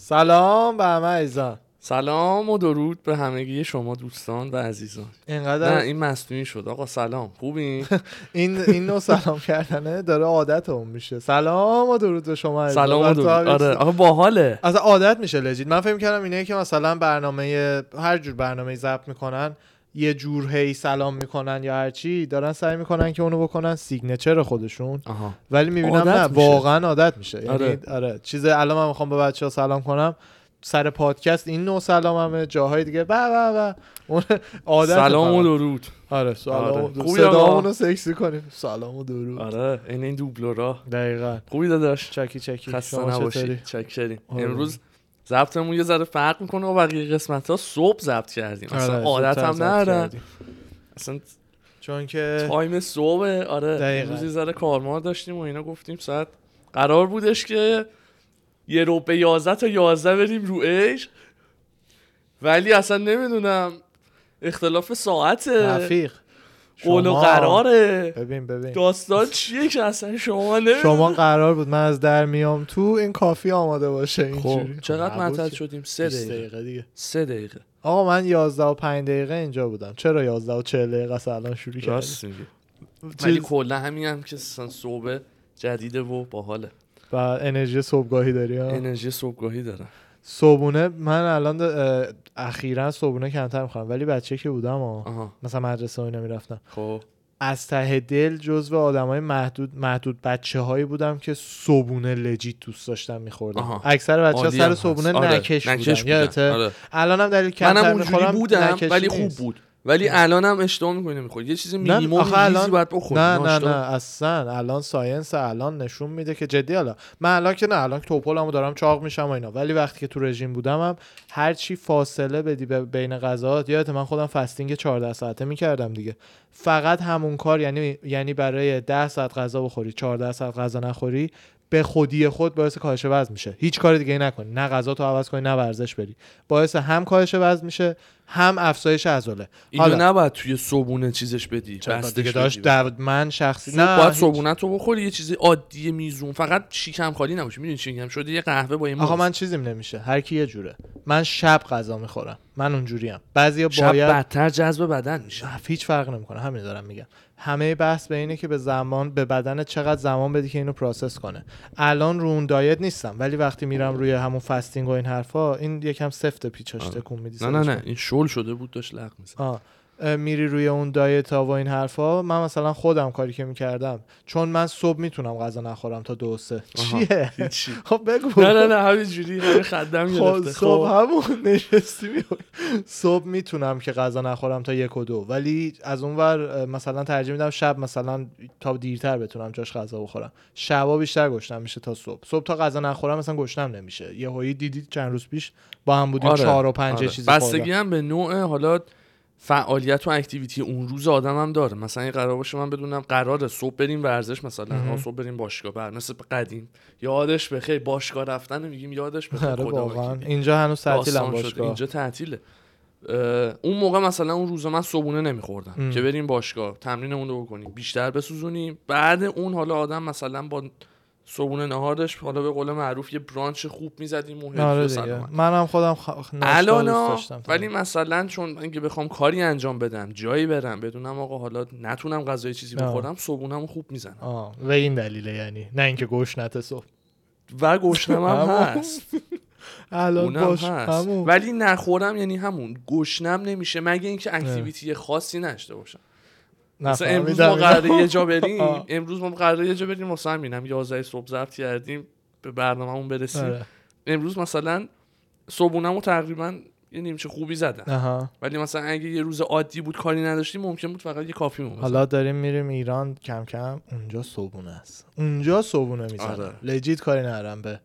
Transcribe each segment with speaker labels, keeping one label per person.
Speaker 1: سلام به همه عزیزان
Speaker 2: سلام و درود به همگی شما دوستان و عزیزان نه
Speaker 1: اینقدر
Speaker 2: این مصنوعی شد آقا سلام خوبی
Speaker 1: این این نوع سلام کردنه داره عادت اون میشه سلام و درود به شما عزیزان.
Speaker 2: سلام و
Speaker 1: بر تو
Speaker 2: درود
Speaker 1: عزیز.
Speaker 2: آره آقا باحاله
Speaker 1: اصلا عادت میشه لجید من فکر کردم اینه که مثلا برنامه هر جور برنامه ضبط میکنن یه جور هی سلام میکنن یا هر چی دارن سعی میکنن که اونو بکنن سیگنچر خودشون
Speaker 2: آها
Speaker 1: ولی میبینم
Speaker 2: عادت
Speaker 1: نه
Speaker 2: میشه.
Speaker 1: واقعا عادت میشه یعنی آره.
Speaker 2: آره.
Speaker 1: چیز الان من میخوام به بچه ها سلام کنم سر پادکست این نوع سلاممه جاهای دیگه به به به اون عادت
Speaker 2: سلام
Speaker 1: فقط.
Speaker 2: و درود
Speaker 1: آره سلام
Speaker 2: آره.
Speaker 1: و درود
Speaker 2: خوبی
Speaker 1: صدامون
Speaker 2: آقا؟
Speaker 1: رو سکسی کنیم سلام و درود
Speaker 2: آره این این دوبلورا
Speaker 1: دقیقا
Speaker 2: خوبی داداش
Speaker 1: چکی چکی
Speaker 2: خسته
Speaker 1: شما چطوری؟
Speaker 2: نباشید چکریم
Speaker 1: آره.
Speaker 2: امروز ضبطمون یه ذره فرق میکنه و بقیه قسمت ها صبح ضبط کردیم
Speaker 1: آره،
Speaker 2: اصلا عادت
Speaker 1: زودتر ضبط
Speaker 2: هم ندارم
Speaker 1: کردیم.
Speaker 2: اصلا
Speaker 1: چون که
Speaker 2: تایم صبح آره
Speaker 1: دقیقاً.
Speaker 2: امروز یه ذره کارمار داشتیم و اینا گفتیم ساعت قرار بودش که یه رو به 11 تا 11 بریم رو اش ولی اصلا نمیدونم اختلاف ساعته
Speaker 1: رفیق
Speaker 2: قول و
Speaker 1: شما-
Speaker 2: قراره
Speaker 1: ببین ببین
Speaker 2: داستان چیه که اصلا شما نمیدونم
Speaker 1: شما قرار بود من از در میام تو این کافی آماده باشه اینجوری
Speaker 2: خب چقدر
Speaker 1: نبود
Speaker 2: معطل
Speaker 1: که.
Speaker 2: شدیم سه
Speaker 1: 20
Speaker 2: دقیقه
Speaker 1: دقیقه دیگه
Speaker 2: سه دقیقه
Speaker 1: آقا من 11 و 5 دقیقه اینجا بودم چرا 11 و 40 دقیقه است الان شروع کردیم
Speaker 2: راست میگی بله. ولی خب-
Speaker 1: چیز-
Speaker 2: کلا همین هم که اصلا صبح جدیده و باحاله
Speaker 1: و انرژی صبحگاهی داری ها؟
Speaker 2: انرژی صبحگاهی دارم
Speaker 1: صبحونه من الان دا- اه، اخیرا صبحونه کمتر میخوام ولی بچه که بودم ها
Speaker 2: آها
Speaker 1: مثلا مدرسه و اینا میرفتم
Speaker 2: خب
Speaker 1: از ته دل جزو آدمای محدود محدود بچه هایی بودم که صبحونه لجیت دوست داشتم میخوردم
Speaker 2: آها.
Speaker 1: اکثر بچه ها
Speaker 2: عالی هم
Speaker 1: سر
Speaker 2: هست.
Speaker 1: صبحونه
Speaker 2: آره،
Speaker 1: نکش, بودن,
Speaker 2: بودن.
Speaker 1: یادته؟
Speaker 2: آره.
Speaker 1: الانم دلیل
Speaker 2: منم
Speaker 1: کمتر
Speaker 2: اونجوری
Speaker 1: میخورم
Speaker 2: بودم
Speaker 1: نکشی
Speaker 2: ولی خوب
Speaker 1: نیست.
Speaker 2: بود ولی الانم اشتباه میکنی میخوری یه چیز
Speaker 1: نه،
Speaker 2: مینیمم
Speaker 1: آخه الان-
Speaker 2: ریزی باید بخوری
Speaker 1: نه نه
Speaker 2: ناشتا.
Speaker 1: نه اصلا الان ساینس الان نشون میده که جدی حالا من الان که نه الان که توپلمو دارم چاق میشم و اینا ولی وقتی که تو رژیم بودم هم هر چی فاصله بدی به بین غذاات یادت من خودم فستینگ 14 ساعته میکردم دیگه فقط همون کار یعنی یعنی برای 10 ساعت غذا بخوری 14 ساعت غذا نخوری به خودی خود باعث کاهش وزن میشه هیچ کار دیگه نکنی نه غذا تو عوض کنی نه ورزش بری باعث هم کاهش وزن میشه هم افزایش عضله
Speaker 2: اینو
Speaker 1: حالا.
Speaker 2: نباید توی صبونه چیزش بدی
Speaker 1: چرا
Speaker 2: بستش
Speaker 1: دیگه
Speaker 2: بدی
Speaker 1: داشت
Speaker 2: بهش.
Speaker 1: در من شخصی
Speaker 2: صبح
Speaker 1: نه
Speaker 2: باید
Speaker 1: هیچ.
Speaker 2: صبونه تو بخوری یه چیز عادی میزون فقط شیکم خالی نباشه میدونی چی میگم شده یه قهوه با یه
Speaker 1: آقا
Speaker 2: موز.
Speaker 1: من چیزیم نمیشه هر کی یه جوره من شب غذا میخورم من اونجوریم بعضیا
Speaker 2: شب
Speaker 1: باید
Speaker 2: بدتر جذب بدن میشه
Speaker 1: شب هیچ فرق نمیکنه همین دارم میگم همه بحث به اینه که به زمان به بدن چقدر زمان بدی که اینو پروسس کنه الان رو اون دایت نیستم ولی وقتی میرم روی همون فستینگ و این حرفا این یکم سفت پیچاش
Speaker 2: آره.
Speaker 1: تکون میدی
Speaker 2: نه نه نه این شل شده بود داشت لغ میزد
Speaker 1: آه. اه، میری روی اون دایت ها و این حرفا من مثلا خودم کاری که میکردم چون من صبح میتونم غذا نخورم تا دو و سه
Speaker 2: آها.
Speaker 1: چیه
Speaker 2: هیچی
Speaker 1: خب بگو
Speaker 2: نه نه نه همینجوری همین خندم
Speaker 1: خب
Speaker 2: گرفته
Speaker 1: صبح
Speaker 2: خب
Speaker 1: همون نشستی می‌خوری. صبح میتونم که غذا نخورم تا یک و دو ولی از اونور اه، مثلا ترجیح میدم شب مثلا تا دیرتر بتونم جاش غذا بخورم شبا بیشتر گشنم میشه تا صبح صبح تا غذا نخورم مثلا گشنم نمیشه یه هایی دیدید چند روز پیش با هم بودیم
Speaker 2: آره،
Speaker 1: چهار و پنج
Speaker 2: آره.
Speaker 1: چیزی
Speaker 2: بستگی هم به نوع حالا فعالیت و اکتیویتی اون روز آدم هم داره مثلا این قرار باشه من بدونم قراره صبح بریم ورزش مثلا
Speaker 1: مهم.
Speaker 2: ها صبح بریم باشگاه بر مثل قدیم یادش بخیر باشگاه رفتن میگیم یادش
Speaker 1: خوردم.
Speaker 2: بخیر
Speaker 1: آره
Speaker 2: خدا
Speaker 1: واقعا
Speaker 2: وکیلی.
Speaker 1: اینجا هنوز تعطیلم
Speaker 2: داستان شد.
Speaker 1: باشگاه
Speaker 2: اینجا تعطیله اه، اون موقع مثلا اون روزا من صبونه
Speaker 1: ام.
Speaker 2: نمیخوردم که بریم باشگاه تمرینمون رو بکنیم بیشتر بسوزونیم بعد اون حالا آدم مثلا با صبونه نهارش حالا به قول معروف یه برانچ خوب میزدیم و
Speaker 1: آره
Speaker 2: هلفی و
Speaker 1: دیگه
Speaker 2: سلامت.
Speaker 1: منم خودم خ... ناشتا دوست
Speaker 2: الان
Speaker 1: داشتم
Speaker 2: ولی مثلا چون من که بخوام کاری انجام بدم جایی برم بدونم آقا حالا نتونم غذای چیزی
Speaker 1: آه.
Speaker 2: بخورم صبونم خوب میزنم
Speaker 1: آه، و این دلیله یعنی نه اینکه گشنته صبح
Speaker 2: و گشنم هم
Speaker 1: همون.
Speaker 2: هست
Speaker 1: الان
Speaker 2: اونم
Speaker 1: باش
Speaker 2: هست
Speaker 1: همون
Speaker 2: ولی نخورم یعنی همون گشنم نمیشه مگه اینکه اکتیویتی خاصی نشته باشم مثلا
Speaker 1: نفهمیدم.
Speaker 2: امروز ما قراره
Speaker 1: آره.
Speaker 2: یه جا بریم
Speaker 1: آه.
Speaker 2: امروز ما قراره یه جا بریم مثلا میرم 11 صبح ضبط کردیم به برنامه‌مون برسیم
Speaker 1: آره.
Speaker 2: امروز مثلا صبونمو تقریبا یه نیمچه خوبی زدم
Speaker 1: آها.
Speaker 2: ولی مثلا اگه یه روز عادی بود کاری نداشتیم ممکن بود فقط یه کافی می‌خوردیم.
Speaker 1: حالا داریم میریم ایران کم کم اونجا صبونه است اونجا صبونه میزنه
Speaker 2: آره.
Speaker 1: لجیت کاری نرم به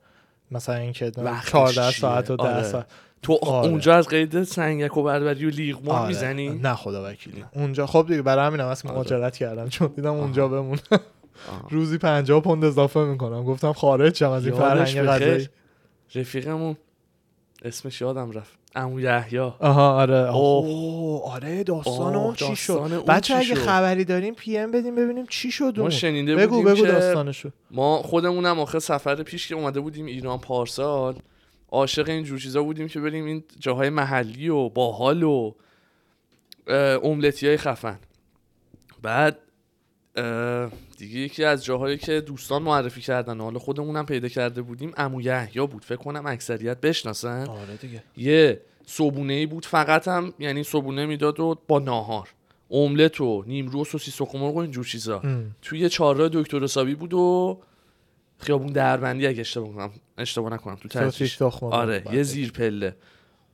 Speaker 1: مثلا اینکه من
Speaker 2: وقتش
Speaker 1: 14
Speaker 2: چیه؟
Speaker 1: ساعت و 10
Speaker 2: آره.
Speaker 1: ساعت
Speaker 2: تو
Speaker 1: آره.
Speaker 2: اونجا از قید سنگک و بربری و لیغمان
Speaker 1: آره.
Speaker 2: میزنی
Speaker 1: نه خدا وکیلی اونجا خب دیگه برای همینم اصلا
Speaker 2: آره.
Speaker 1: مهاجرت کردم چون دیدم
Speaker 2: آها.
Speaker 1: اونجا بمونم
Speaker 2: آه.
Speaker 1: روزی 50 پوند اضافه میکنم گفتم خارج شم از این
Speaker 2: یادش
Speaker 1: فرهنگ غذایی
Speaker 2: بخیر رفیقمون اسمش یادم رفت امو یحیی
Speaker 1: آها آره
Speaker 2: اوه.
Speaker 1: اوه آره داستان
Speaker 2: آه،
Speaker 1: اون چی
Speaker 2: داستان
Speaker 1: شد
Speaker 2: اون
Speaker 1: بچه
Speaker 2: چی
Speaker 1: اگه
Speaker 2: شد؟
Speaker 1: خبری داریم پی ام بدیم ببینیم چی شد
Speaker 2: ما
Speaker 1: اون
Speaker 2: شنیده
Speaker 1: بگو
Speaker 2: بودیم
Speaker 1: بگو
Speaker 2: که
Speaker 1: داستانشو
Speaker 2: ما خودمونم آخه سفر پیش که اومده بودیم ایران پارسال عاشق این جور چیزا بودیم که بریم این جاهای محلی و باحال و املتی های خفن بعد اه، دیگه یکی از جاهایی که دوستان معرفی کردن و حالا خودمونم پیدا کرده بودیم عمو یحیی بود فکر کنم اکثریت بشناسن
Speaker 1: آره دیگه
Speaker 2: یه صبونه ای بود فقط هم یعنی صبونه میداد و با ناهار املت و نیمرو و سوسیس و خمرق و اینجور چیزا
Speaker 1: ام.
Speaker 2: توی یه چهارراه دکتر حسابی بود و خیابون دربندی اگه اشتباه کنم اشتباه نکنم تو
Speaker 1: سوسیس
Speaker 2: ترجیش
Speaker 1: تخم مرغ.
Speaker 2: آره
Speaker 1: بله.
Speaker 2: یه زیر پله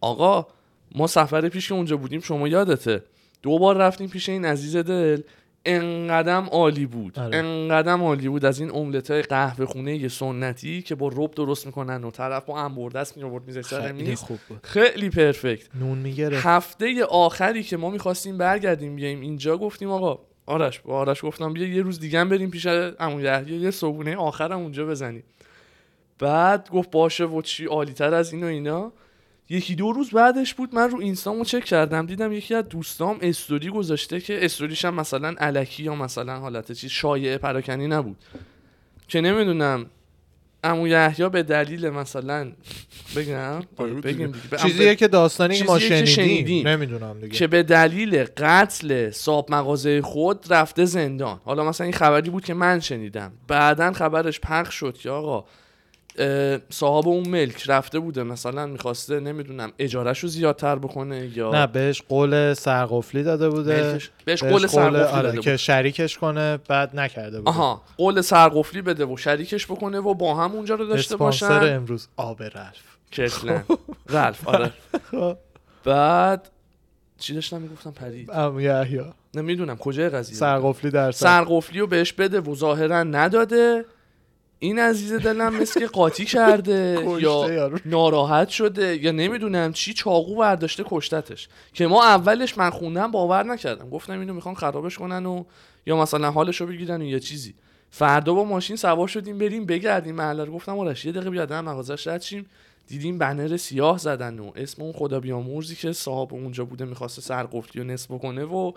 Speaker 2: آقا ما سفر پیش که اونجا بودیم شما یادته دو بار رفتیم پیش این عزیز دل انقدم عالی بود
Speaker 1: آره.
Speaker 2: انقدم عالی بود از این املت های قهوه خونه یه سنتی که با رب درست میکنن و طرف با انبردست میآورد میزه سر
Speaker 1: خیلی
Speaker 2: میز
Speaker 1: خوب بود
Speaker 2: خیلی پرفکت
Speaker 1: نون
Speaker 2: خب،
Speaker 1: میگرفت
Speaker 2: هفته آخری که ما میخواستیم برگردیم بیایم اینجا گفتیم آقا آرش با آرش گفتم بیا یه روز دیگه هم بریم پیش عمو یحیی یه صبونه آخرم اونجا بزنیم بعد گفت باشه و چی عالی تر از این و اینا یکی دو روز بعدش بود من رو اینستامو چک کردم دیدم یکی از دوستام استوری گذاشته که استوریش هم مثلا الکی یا مثلا حالت چیز شایعه پراکنی نبود که نمیدونم عمو یحیی به دلیل مثلا بگم آره، بگیم دیگه. به-
Speaker 1: چیزیه که داستانی که ما
Speaker 2: چیزیه که
Speaker 1: شنیدیم,
Speaker 2: شنیدیم.
Speaker 1: نمیدونم دیگه
Speaker 2: که به دلیل قتل صاحب مغازه خود رفته زندان حالا مثلا این خبری بود که من شنیدم بعدا خبرش پخش شد که آقا اه، صاحب اون ملک رفته بوده مثلا میخواسته نمیدونم اجارش رو زیادتر بکنه یا
Speaker 1: نه بهش قول سرقفلی داده بوده
Speaker 2: ملکش- بهش قول سرقفلی
Speaker 1: آره،
Speaker 2: داده بود.
Speaker 1: که شریکش کنه بعد نکرده بوده
Speaker 2: آها قول سرقفلی بده و شریکش بکنه و با هم اونجا رو داشته
Speaker 1: اسپانسر
Speaker 2: باشن
Speaker 1: امروز آب رلف
Speaker 2: کتلن رلف آره بعد چی داشتم میگفتم پرید
Speaker 1: ام یحیی
Speaker 2: نمیدونم کجای قضیه
Speaker 1: سرقفلی در سر
Speaker 2: سرقفلی رو بهش بده و ظاهرا نداده این عزیز دلم مثل که قاطی کرده
Speaker 1: کشته
Speaker 2: یا
Speaker 1: یارو.
Speaker 2: ناراحت شده یا نمیدونم چی چاقو برداشته کشتتش که ما اولش من خوندم باور نکردم گفتم اینو میخوان خرابش کنن و یا مثلا حالش رو بگیرن و یه چیزی فردا با ماشین سوار شدیم بریم بگردیم محله رو گفتم آرش یه دقیقه بیا دم مغازش رد شیم دیدیم بنر سیاه زدن و اسم اون خدا بیامرزی که صاحب اونجا بوده میخواسته سرقفلی و نصب کنه و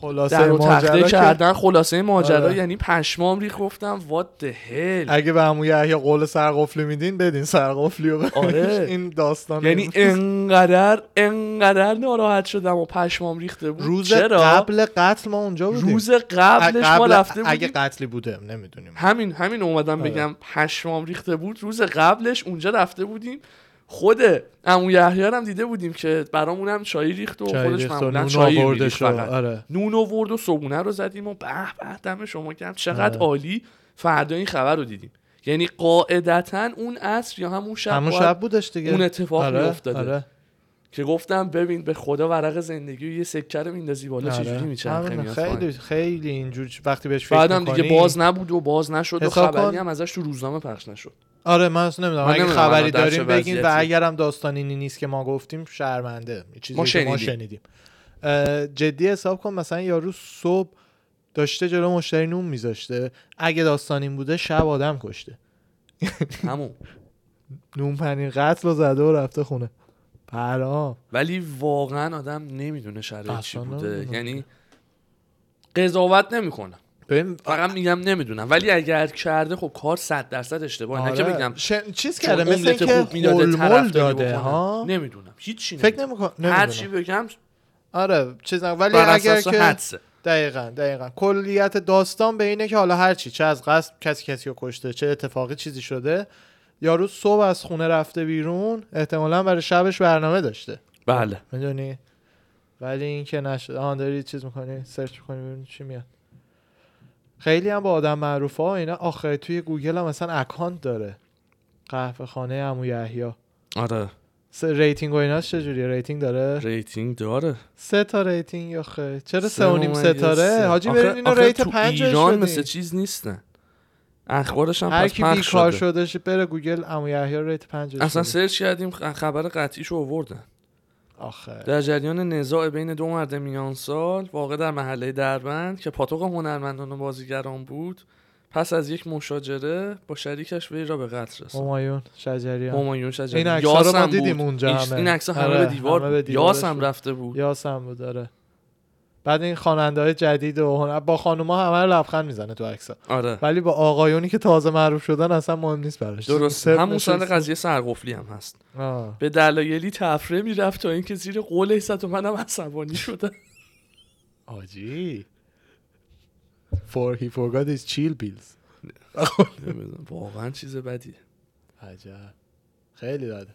Speaker 1: خلاصه
Speaker 2: در و
Speaker 1: ماجرا
Speaker 2: تخته
Speaker 1: که
Speaker 2: کردن خلاصه ماجرا
Speaker 1: آره.
Speaker 2: یعنی پشمام ریخ گفتم وات the hell
Speaker 1: اگه به عمو یحیی قول سرقفلی میدین بدین سرقفلی رو بهش.
Speaker 2: آره.
Speaker 1: این داستان
Speaker 2: یعنی انقدر انقدر ناراحت شدم و پشمام ریخته بود
Speaker 1: روز
Speaker 2: چرا؟
Speaker 1: قبل قتل ما اونجا بودیم
Speaker 2: روز قبلش ما
Speaker 1: قبل-
Speaker 2: رفته بودیم
Speaker 1: اگه قتلی بوده نمیدونیم
Speaker 2: همین همین اومدم
Speaker 1: آره.
Speaker 2: بگم پشمام ریخته بود روز قبلش اونجا رفته بودیم خود عمو یحیی رو هم دیده بودیم که برامونم چای ریخت و
Speaker 1: چای
Speaker 2: خودش
Speaker 1: ریخت و
Speaker 2: معمولا
Speaker 1: نون
Speaker 2: چای
Speaker 1: آوردش
Speaker 2: میریخت
Speaker 1: و-
Speaker 2: فقط
Speaker 1: آره
Speaker 2: نون آورد و صبونه رو زدیم و به به دم شما گرم چقدر
Speaker 1: آره.
Speaker 2: عالی فردا این خبر رو دیدیم یعنی قاعدتا اون عصر یا همون شب,
Speaker 1: همون
Speaker 2: باید-
Speaker 1: شب بودش دیگه
Speaker 2: اون اتفاق میافتاده.
Speaker 1: آره.
Speaker 2: که گفتم ببین به خدا ورق زندگی و یه سکه رو میندازی بالا
Speaker 1: آره.
Speaker 2: چجوری میچرخه
Speaker 1: همون
Speaker 2: میاد پایین.
Speaker 1: خیلی خیلی اینجور چ- وقتی بهش فکر
Speaker 2: بعدم دیگه
Speaker 1: می‌کنی-
Speaker 2: باز نبود و باز نشد و
Speaker 1: حساب
Speaker 2: خبری
Speaker 1: کن.
Speaker 2: هم ازش تو روزنامه پخش نشد
Speaker 1: آره من اصلا نمیدونم
Speaker 2: من
Speaker 1: اگه
Speaker 2: نمی‌دونم الان
Speaker 1: خبری
Speaker 2: در چه
Speaker 1: داریم بگین و
Speaker 2: وضعیتی.
Speaker 1: اگرم داستانی نیست که ما گفتیم شرمنده یه چیزی
Speaker 2: ما
Speaker 1: که ما
Speaker 2: شنیدیم.
Speaker 1: شنیدیم اه، جدی حساب کن مثلا یارو صبح داشته جلو مشتری نون میذاشته اگه داستانین بوده شب آدم کشته
Speaker 2: همون
Speaker 1: نون پنیر قتل رو زده و رفته خونه پرام
Speaker 2: ولی واقعا آدم نمیدونه شرایط چی
Speaker 1: اصلا
Speaker 2: بوده
Speaker 1: نمی‌دونه.
Speaker 2: یعنی قضاوت نمیکنم
Speaker 1: ببین
Speaker 2: فقط میگم نمیدونم ولی اگر کرده خب کار صد درصد اشتباهه نه که
Speaker 1: آره،
Speaker 2: بگم
Speaker 1: ش- چیز
Speaker 2: چون
Speaker 1: کرده مثل
Speaker 2: املت خوب
Speaker 1: اینکه
Speaker 2: میداده
Speaker 1: هولمول
Speaker 2: طرف
Speaker 1: داده ها
Speaker 2: نمیدونم هیچی
Speaker 1: فکر
Speaker 2: نمیدونم
Speaker 1: نمی‌کنم
Speaker 2: هر چی
Speaker 1: نمیدونم
Speaker 2: بگم
Speaker 1: آره چیز نه ولی
Speaker 2: بر
Speaker 1: اگر
Speaker 2: اساس
Speaker 1: که
Speaker 2: حدسه
Speaker 1: دقیقا دقیقا کلیت داستان به اینه که حالا هرچی چه از قصد کسی کسی رو کشته چه اتفاقی چیزی شده یارو صبح از خونه رفته بیرون احتمالا برای شبش برنامه داشته
Speaker 2: بله
Speaker 1: میدونی ولی این که نشد آن داری چیز میکنی سرچ میکنی ببینی چی میاد خیلی هم با آدم معروف ها اینا آخه توی گوگل هم مثلا اکانت داره قهوه خانه عمو یحیی
Speaker 2: آره
Speaker 1: س- ریتینگ و ایناش چجوریه ریتینگ داره
Speaker 2: ریتینگ داره
Speaker 1: سه تا ریتینگ یا خیر چرا
Speaker 2: سه
Speaker 1: آره، سه و نیم
Speaker 2: ممیز سه.
Speaker 1: ستاره حاجی
Speaker 2: آخه-
Speaker 1: برین اینو
Speaker 2: آخه
Speaker 1: ریت
Speaker 2: تو
Speaker 1: پنج
Speaker 2: ایران
Speaker 1: شدیم.
Speaker 2: مثل چیز نیستن اخبارش هم
Speaker 1: هر
Speaker 2: پس
Speaker 1: کی
Speaker 2: پخش
Speaker 1: بیکار
Speaker 2: شده.
Speaker 1: شده شه بره گوگل عمو یحیی رو ریت پنج شده.
Speaker 2: اصلا سرچ کردیم خ- خبر قطعیشو آوردن
Speaker 1: آخه
Speaker 2: در جریان نزاع بین دو مرد میان سال واقع در محله دربند که پاتوق هنرمندان و بازیگران بود پس از یک مشاجره با شریکش وی را به قتل رساند
Speaker 1: همایون شجریان
Speaker 2: همایون شجری
Speaker 1: این عکس‌ها رو
Speaker 2: یاس
Speaker 1: ما
Speaker 2: هم
Speaker 1: دیدیم
Speaker 2: بود.
Speaker 1: اونجا
Speaker 2: این-
Speaker 1: همه.
Speaker 2: این عکس همه
Speaker 1: آره،
Speaker 2: به دیوار
Speaker 1: همه به
Speaker 2: بود
Speaker 1: دیوارش
Speaker 2: یاس هم
Speaker 1: بود.
Speaker 2: رفته بود
Speaker 1: یاسم بود داره بعد این خواننده های جدید و هنر- با خانوما همه رو لبخند میزنه تو عکس‌ها
Speaker 2: آره
Speaker 1: ولی با آقایونی که تازه معروف شدن اصلا مهم نیست براش
Speaker 2: درست
Speaker 1: صفر
Speaker 2: همون سر
Speaker 1: نشست.
Speaker 2: قضیه سرقفلی هم هست
Speaker 1: آه.
Speaker 2: به دلایلی تفره میرفت تا اینکه زیر قول و منم عصبانی شدم
Speaker 1: آجی For he forgot his chill bills
Speaker 2: نمی‌دونم، واقعا چیز بدیه
Speaker 1: عجب خیلی داده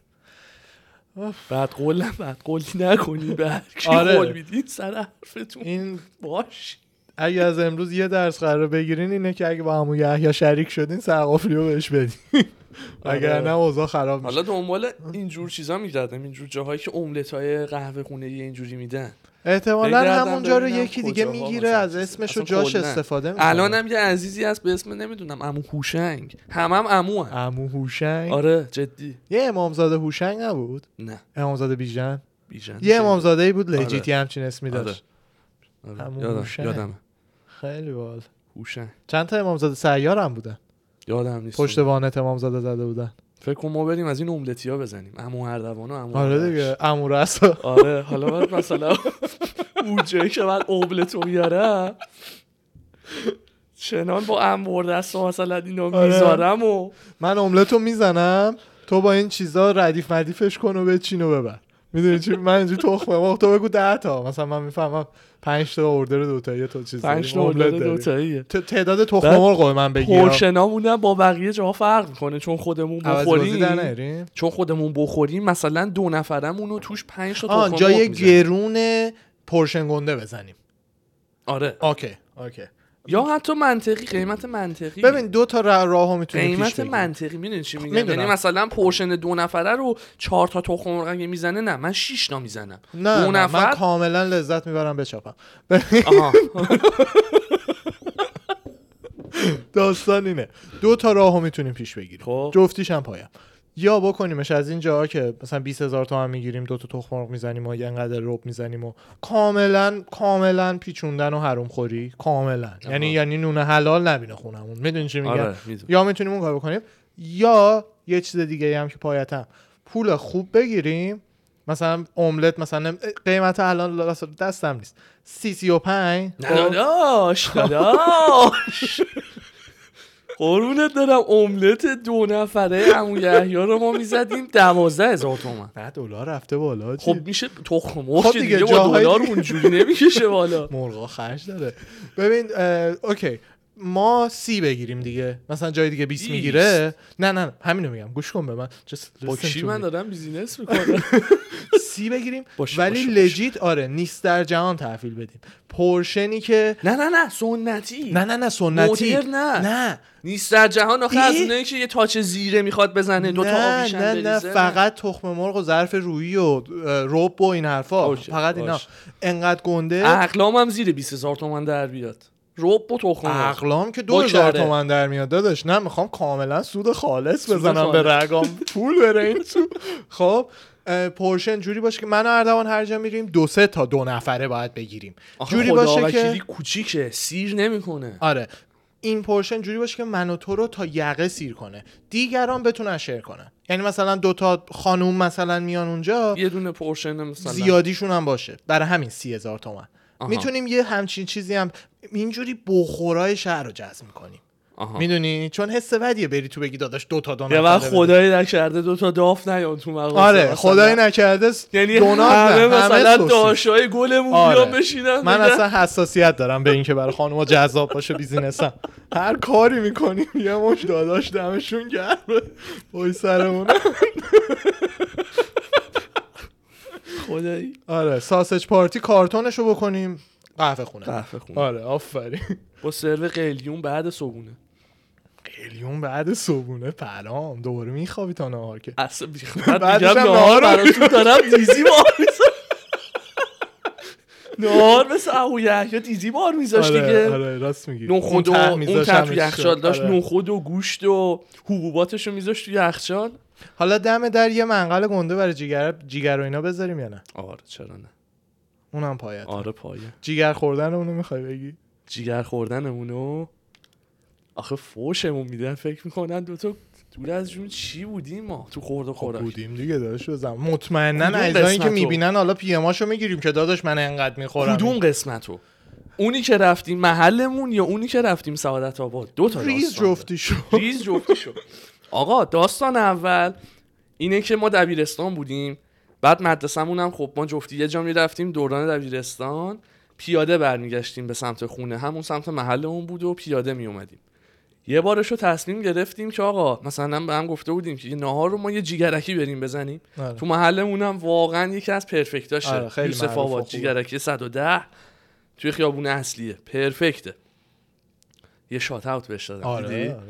Speaker 2: بعد قولم بعد قولی نکنی به هر کی
Speaker 1: آره.
Speaker 2: قول میدین سر حرفتون
Speaker 1: این
Speaker 2: باش
Speaker 1: اگه از امروز یه درس قرار بگیرین اینه که اگه با همون یحیی شریک شدین سرقافلی رو بهش بدین اگر نه اوضاع خراب میشه
Speaker 2: آره. حالا دنبال اینجور چیزا میگردم اینجور جاهایی که املت های قهوه خونه اینجوری میدن
Speaker 1: احتمالا
Speaker 2: بگردم
Speaker 1: همونجا رو
Speaker 2: ببینم
Speaker 1: یکی دیگه
Speaker 2: کجاها
Speaker 1: میگیره
Speaker 2: مثلا
Speaker 1: از
Speaker 2: چیزه.
Speaker 1: اسمش و
Speaker 2: اصلا
Speaker 1: جاش
Speaker 2: کلاً.
Speaker 1: استفاده میکنه
Speaker 2: الانم یه عزیزی هست به اسم نمیدونم عمو هوشنگ همم عمو هم.
Speaker 1: عمو هوشنگ
Speaker 2: آره جدی
Speaker 1: یه امامزاده هوشنگ نبود
Speaker 2: نه
Speaker 1: امامزاده بیژن
Speaker 2: بیژن
Speaker 1: یه امامزاده ای بود
Speaker 2: آره.
Speaker 1: لجیتی همچین اسمی
Speaker 2: آره.
Speaker 1: داشت
Speaker 2: آره،
Speaker 1: عمو
Speaker 2: یادم
Speaker 1: هوشنگ.
Speaker 2: یادم
Speaker 1: خیلی بال
Speaker 2: هوشنگ
Speaker 1: چند تا امامزاده سیار هم بودن
Speaker 2: یادم نیست
Speaker 1: پشت وانت امامزاده زده بودن
Speaker 2: فکر کنم ما بریم از این املتی ها بزنیم عمو اردوان و عمو
Speaker 1: آره
Speaker 2: آرش.
Speaker 1: دیگه عمو رسا
Speaker 2: آره حالا من مثلا اون جایی که من املت رو میارم چنان با ام بردست و مثلا اینا
Speaker 1: آره.
Speaker 2: میذارم و
Speaker 1: من املتو میزنم تو با این چیزا ردیف مدیفش کن و بچین و ببر میدونی چی من اینجوری تخمه ما تو بگو ده تا مثلا من میفهمم 5 تا اوردر دو تا یه تا چیز
Speaker 2: پنج
Speaker 1: داریم. املت
Speaker 2: نوبلت
Speaker 1: داریم.
Speaker 2: دوتاییه
Speaker 1: ت- تعداد تخم
Speaker 2: بعد
Speaker 1: مرغ رو به من بگیر
Speaker 2: پورشنامونم با بقیه جاها فرق میکنه چون خودمون
Speaker 1: عوض بازی در
Speaker 2: بخوریم
Speaker 1: نیاریم
Speaker 2: چون خودمون بخوریم مثلا دو نفرمون رو توش پنج تا
Speaker 1: آه
Speaker 2: تخم
Speaker 1: جای
Speaker 2: مرغ می‌زنیم.
Speaker 1: گرون پرشن گنده بزنیم
Speaker 2: آره
Speaker 1: اوکی اوکی
Speaker 2: یا حتی منطقی قیمت منطقی
Speaker 1: ببین دو تا را- راهو میتونیم پیش
Speaker 2: قیمت
Speaker 1: بگیریم.
Speaker 2: منطقی میدونی چی میگم
Speaker 1: می‌دونم.
Speaker 2: یعنی مثلا پورشن دو نفره رو چهار تا تخم مرغ اگه میزنه نه من شش تا میزنم
Speaker 1: نه نه
Speaker 2: دو
Speaker 1: من
Speaker 2: نفر
Speaker 1: کاملا لذت میبرم بچاپم
Speaker 2: آها
Speaker 1: داستان اینه دو تا راهو میتونیم پیش بگیریم
Speaker 2: خب.
Speaker 1: جفتیش هم پایم یا بکنیمش از این جاها که مثلا 20000 هزار تومن میگیریم دو تا تخم مرغ میزنیم و اینقدر رب میزنیم و کاملا کاملا پیچوندن و حروم خوری کاملا یعنی یعنی نون حلال نبینه خونمون میدونی چی میگم
Speaker 2: آره، می‌دونم.
Speaker 1: یا میتونیم اون کار بکنیم یا یه چیز دیگه هم که پایتم پول خوب بگیریم مثلا املت مثلا قیمت الان دستم نیست سی سی و پنج
Speaker 2: نه داداش داداش قربونت دارم املت دو نفره عمو یحیی رو ما میزدیم دوازده هزار تومن
Speaker 1: نه دلار رفته بالا
Speaker 2: خب
Speaker 1: چی؟
Speaker 2: میشه تخم مرغ
Speaker 1: خب
Speaker 2: که
Speaker 1: دیگه،
Speaker 2: دیگه با
Speaker 1: جاهای
Speaker 2: دلار
Speaker 1: دیگه.
Speaker 2: اونجوری نمیکشه بالا
Speaker 1: مرغا خرج داره ببین اه، اوکی ما سی بگیریم دیگه مثلا جای دیگه 20
Speaker 2: بیست.
Speaker 1: میگیره نه نه نه، همینو میگم گوش کن به من Just
Speaker 2: با
Speaker 1: listen
Speaker 2: کی
Speaker 1: to
Speaker 2: من
Speaker 1: me.
Speaker 2: دارم بیزینس میکنم
Speaker 1: سی بگیریم
Speaker 2: باشه،
Speaker 1: ولی
Speaker 2: باشه، باشه.
Speaker 1: لجیت آره نیست در جهان تحویل بدیم پرشنی که
Speaker 2: نه نه نه سنتی
Speaker 1: نه نه نه سنتی
Speaker 2: مدرن نه.
Speaker 1: نه
Speaker 2: نیست در جهان آخه
Speaker 1: ای؟
Speaker 2: از اونایی که یه تاچ زیره میخواد بزنه دو تا
Speaker 1: نه
Speaker 2: آبیشم
Speaker 1: نه نه
Speaker 2: بریزه
Speaker 1: فقط تخم مرغ و ظرف رویی و اه، رب و این حرفا
Speaker 2: باشه،
Speaker 1: فقط اینا
Speaker 2: باشه.
Speaker 1: انقدر گنده
Speaker 2: اقلام هم زیر 20000 تومن در بیاد رب و تخم مرغ.
Speaker 1: اقلام که دو
Speaker 2: با
Speaker 1: هزار
Speaker 2: کره.
Speaker 1: تومن در میاد داداش نه میخوام کاملا سود خالص
Speaker 2: سود
Speaker 1: بزنم به
Speaker 2: خالص.
Speaker 1: رگام پول بره این تو خب اه، پرشن جوری باشه که من و اردوان هر جا میریم دو سه تا دو نفره باید بگیریم
Speaker 2: آخه
Speaker 1: جوری
Speaker 2: خدا
Speaker 1: باشه
Speaker 2: وکیلی
Speaker 1: که
Speaker 2: کوچیکه سیر نمیکنه
Speaker 1: آره این پرشن جوری باشه که من و تو رو تا یقه سیر کنه دیگران بتونن شیر کنن یعنی مثلا دو تا خانوم مثلا میان اونجا
Speaker 2: یه دونه پورشن مثلا
Speaker 1: زیادیشون هم باشه برای همین سی هزار تومن
Speaker 2: آها.
Speaker 1: میتونیم یه همچین چیزی هم اینجوری بخورای شهر رو جذب میکنیم
Speaker 2: آها.
Speaker 1: میدونی چون حس بدیه بری تو بگی داداش دو تا دو
Speaker 2: یه
Speaker 1: نفره
Speaker 2: وقت خدایی نکرده دو تا داف نیان تو
Speaker 1: بده.
Speaker 2: مغازه
Speaker 1: آره
Speaker 2: مثلا.
Speaker 1: خدای نکرده
Speaker 2: یعنی
Speaker 1: یعنی دونات نه،
Speaker 2: همه مثلا
Speaker 1: سوسیس.
Speaker 2: داشای گلمون
Speaker 1: آره.
Speaker 2: بیان بشینن
Speaker 1: من
Speaker 2: بگن،
Speaker 1: اصلا حساسیت دارم به اینکه برای خانوما جذاب باشه بیزینسم هر کاری میکنیم یه مش داداش دمشون گرم وای سرمون
Speaker 2: خدایی
Speaker 1: آره ساسج پارتی کارتونشو بکنیم قهوه خونه
Speaker 2: قهوه خونه
Speaker 1: آره آفرین
Speaker 2: با سرو قلیون بعد صبونه
Speaker 1: قلیون بعد صبحونه پرام دوباره میخوابی تا نهار که
Speaker 2: اصلا بیخ- من
Speaker 1: بعدش
Speaker 2: میگم
Speaker 1: هم
Speaker 2: نهار
Speaker 1: نهار رو
Speaker 2: براتون دارم دیزی بار می‌ذارم. نهار مثل اهو یحیی دیزی بار میذاش
Speaker 1: آره
Speaker 2: دیگه
Speaker 1: آره راست میگی
Speaker 2: نخود و اون ته آره. تو یخچال داشت
Speaker 1: آره.
Speaker 2: نخود و گوشت و حبوباتش رو میذاش تو یخچال
Speaker 1: حالا دم در یه منقل گنده برای جیگر جیگر و اینا بذاریم یا نه
Speaker 2: آره چرا نه
Speaker 1: اونم پایت
Speaker 2: آره پایه
Speaker 1: جیگر خوردن اونو میخوای بگی
Speaker 2: جیگر خوردنمونو آخه فوشمون میدن فکر میکنن دوتا دور از جون چی بودیم ما تو خورده خوراک
Speaker 1: بودیم دیگه داداش بزن مطمئنا
Speaker 2: کدوم
Speaker 1: عزیزایی که
Speaker 2: آره. قسمتو؟
Speaker 1: میبینن حالا پیماشو میگیریم که داداش من انقدر میخورم
Speaker 2: کدوم قسمتو اونی که رفتیم محلمون یا اونی که رفتیم سعادت آباد دو تا
Speaker 1: ریز
Speaker 2: داستان داره.
Speaker 1: جفتی شو
Speaker 2: ریز جفتی شد آقا داستان اول اینه که ما دبیرستان بودیم بعد مدرسمون هم خب ما جفتی یه جا میرفتیم دوران دبیرستان پیاده برمیگشتیم به سمت خونه همون سمت محلمون بود و پیاده میومدیم یه بارشو تصمیم گرفتیم که آقا مثلا به هم گفته بودیم که یه نهار رو ما یه جیگرکی بریم بزنیم
Speaker 1: آره.
Speaker 2: تو محلمون هم واقعا یکی از پرفکتاشه
Speaker 1: آره، خیلی
Speaker 2: یوسف
Speaker 1: معروفه،
Speaker 2: آباد
Speaker 1: خوبه.
Speaker 2: جیگرکی 110 توی خیابون اصلیه پرفکته یه شات اوت بهش دادم دیدی؟
Speaker 1: آره آره.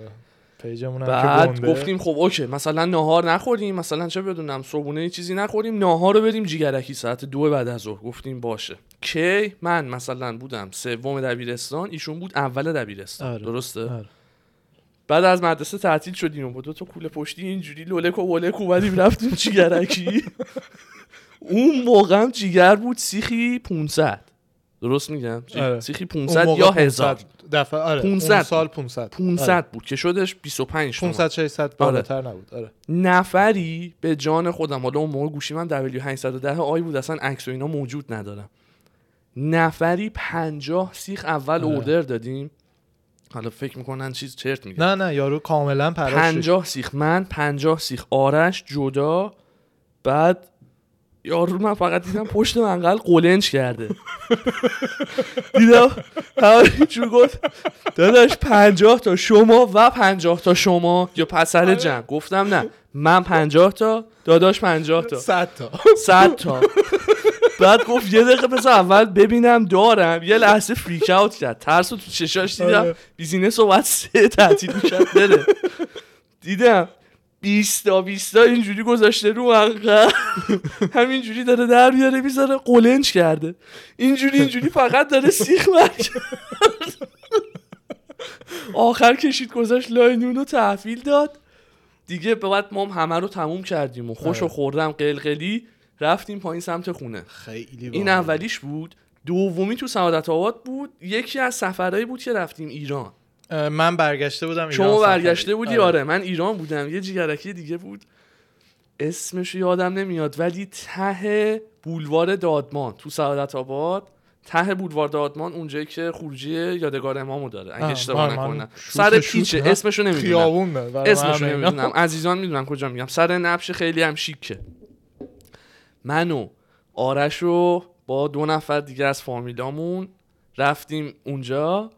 Speaker 1: پیجمون هم که
Speaker 2: بعد
Speaker 1: گنده.
Speaker 2: گفتیم خب اوکی مثلا ناهار نخوریم مثلا چه بدونم صبحونه یه چیزی نخوریم ناهار رو بریم جیگرکی ساعت دو بعد از ظهر گفتیم باشه کی من مثلا بودم سوم دبیرستان ایشون بود اول دبیرستان
Speaker 1: آره.
Speaker 2: درسته
Speaker 1: آره.
Speaker 2: بعد از مدرسه تعطیل شدیم و با دو تا کوله پشتی اینجوری لولک و ولک اومدیم رفتیم جیگرکی اون موقع هم جیگر بود سیخی 500 درست میگم جی-
Speaker 1: آره.
Speaker 2: سیخی
Speaker 1: اون
Speaker 2: 500
Speaker 1: موقع
Speaker 2: یا 1000
Speaker 1: 500 دفعه آره
Speaker 2: 500.
Speaker 1: اون سال 500
Speaker 2: 500 بود که شدش 25 تومن.
Speaker 1: 500 600 بالاتر نبود آره
Speaker 2: نفری به جان خودم حالا اون موقع گوشی من W810 آی بود اصلا عکس و اینا موجود ندارم نفری پنجاه سیخ اول
Speaker 1: آره.
Speaker 2: اوردر دادیم حالا فکر میکنن چیز چرت میگه
Speaker 1: نه نه یارو کاملا پراش
Speaker 2: پنجاه سیخ من پنجاه سیخ آرش جدا بعد یارو رو من فقط دیدم پشت منقل قلنج کرده دیدم همینجور گفت داداش پنجاه تا شما و پنجاه تا شما یا پسر جمع گفتم نه من پنجاه تا داداش پنجاه تا
Speaker 1: 100 تا
Speaker 2: صد تا بعد گفت یه دقیقه بذار اول ببینم دارم یه لحظه فریک اوت کرد ترس رو تو چشاش دیدم
Speaker 1: آره.
Speaker 2: بیزینس رو باید سه تعطیل میکرد بره دیدم بیستا بیستا اینجوری گذاشته رو انقدر همینجوری داره در میاره میذاره قلنج کرده اینجوری اینجوری فقط داره سیخ مرکرد آخر کشید گذاشت لای نون رو تحویل داد دیگه به بعد ما هم همه رو تموم کردیم و خوش و
Speaker 1: آره.
Speaker 2: خوردم قلقلی رفتیم پایین سمت خونه
Speaker 1: خیلی
Speaker 2: این
Speaker 1: باحال.
Speaker 2: اولیش بود دومی تو سعادت آباد بود یکی از سفرهایی بود که رفتیم ایران
Speaker 1: اه، من برگشته بودم ایران
Speaker 2: شما
Speaker 1: سفری.
Speaker 2: برگشته بودی آره. من ایران بودم یه جیگرکی دیگه بود اسمش رو یادم نمیاد ولی ته بولوار دادمان تو سعادت آباد ته بولوار دادمان اونجایی که خروجی یادگار امامو داره اگه
Speaker 1: آه،
Speaker 2: اشتباه
Speaker 1: آه، من
Speaker 2: نکنم
Speaker 1: شوت
Speaker 2: سر
Speaker 1: شوت
Speaker 2: پیچه
Speaker 1: نه.
Speaker 2: اسمشو نمیدونم
Speaker 1: خیابون نه برای
Speaker 2: اسمشو
Speaker 1: من هم اینا.
Speaker 2: نمیدونم عزیزان میدونن کجا میگم سر نبش خیلی هم شیکه منو آرش رو با دو نفر دیگه از فامیلامون رفتیم اونجا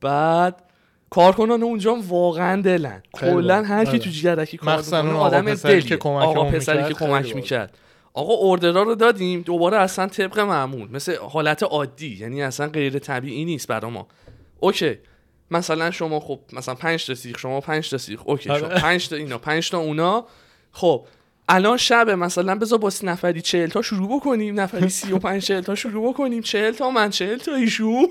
Speaker 2: بعد کارکنان اونجا هم واقعا دلن
Speaker 1: خیلی با-
Speaker 2: کلا هر کی
Speaker 1: آره.
Speaker 2: تو جیگرکی کار
Speaker 1: مخصوصاً
Speaker 2: می‌کنه
Speaker 1: اون آقا
Speaker 2: آدم
Speaker 1: پسری
Speaker 2: دلیه
Speaker 1: که کمکمون
Speaker 2: آقا پسری
Speaker 1: می‌کرد،
Speaker 2: که
Speaker 1: خیلی
Speaker 2: کمک
Speaker 1: باحال.
Speaker 2: میکرد آقا اوردرا رو دادیم دوباره اصلا طبق معمول مثل حالت عادی یعنی اصلا غیر طبیعی نیست برا ما اوکی مثلا شما خب مثلا 5 تا سیخ شما 5 تا سیخ اوکی
Speaker 1: آره.
Speaker 2: شما 5 تا اینا 5 تا اونا خب الان شب مثلا بذار با سی نفری 40 تا شروع بکنیم نفری 35 40 تا شروع بکنیم 40 تا من 40 تا ایشون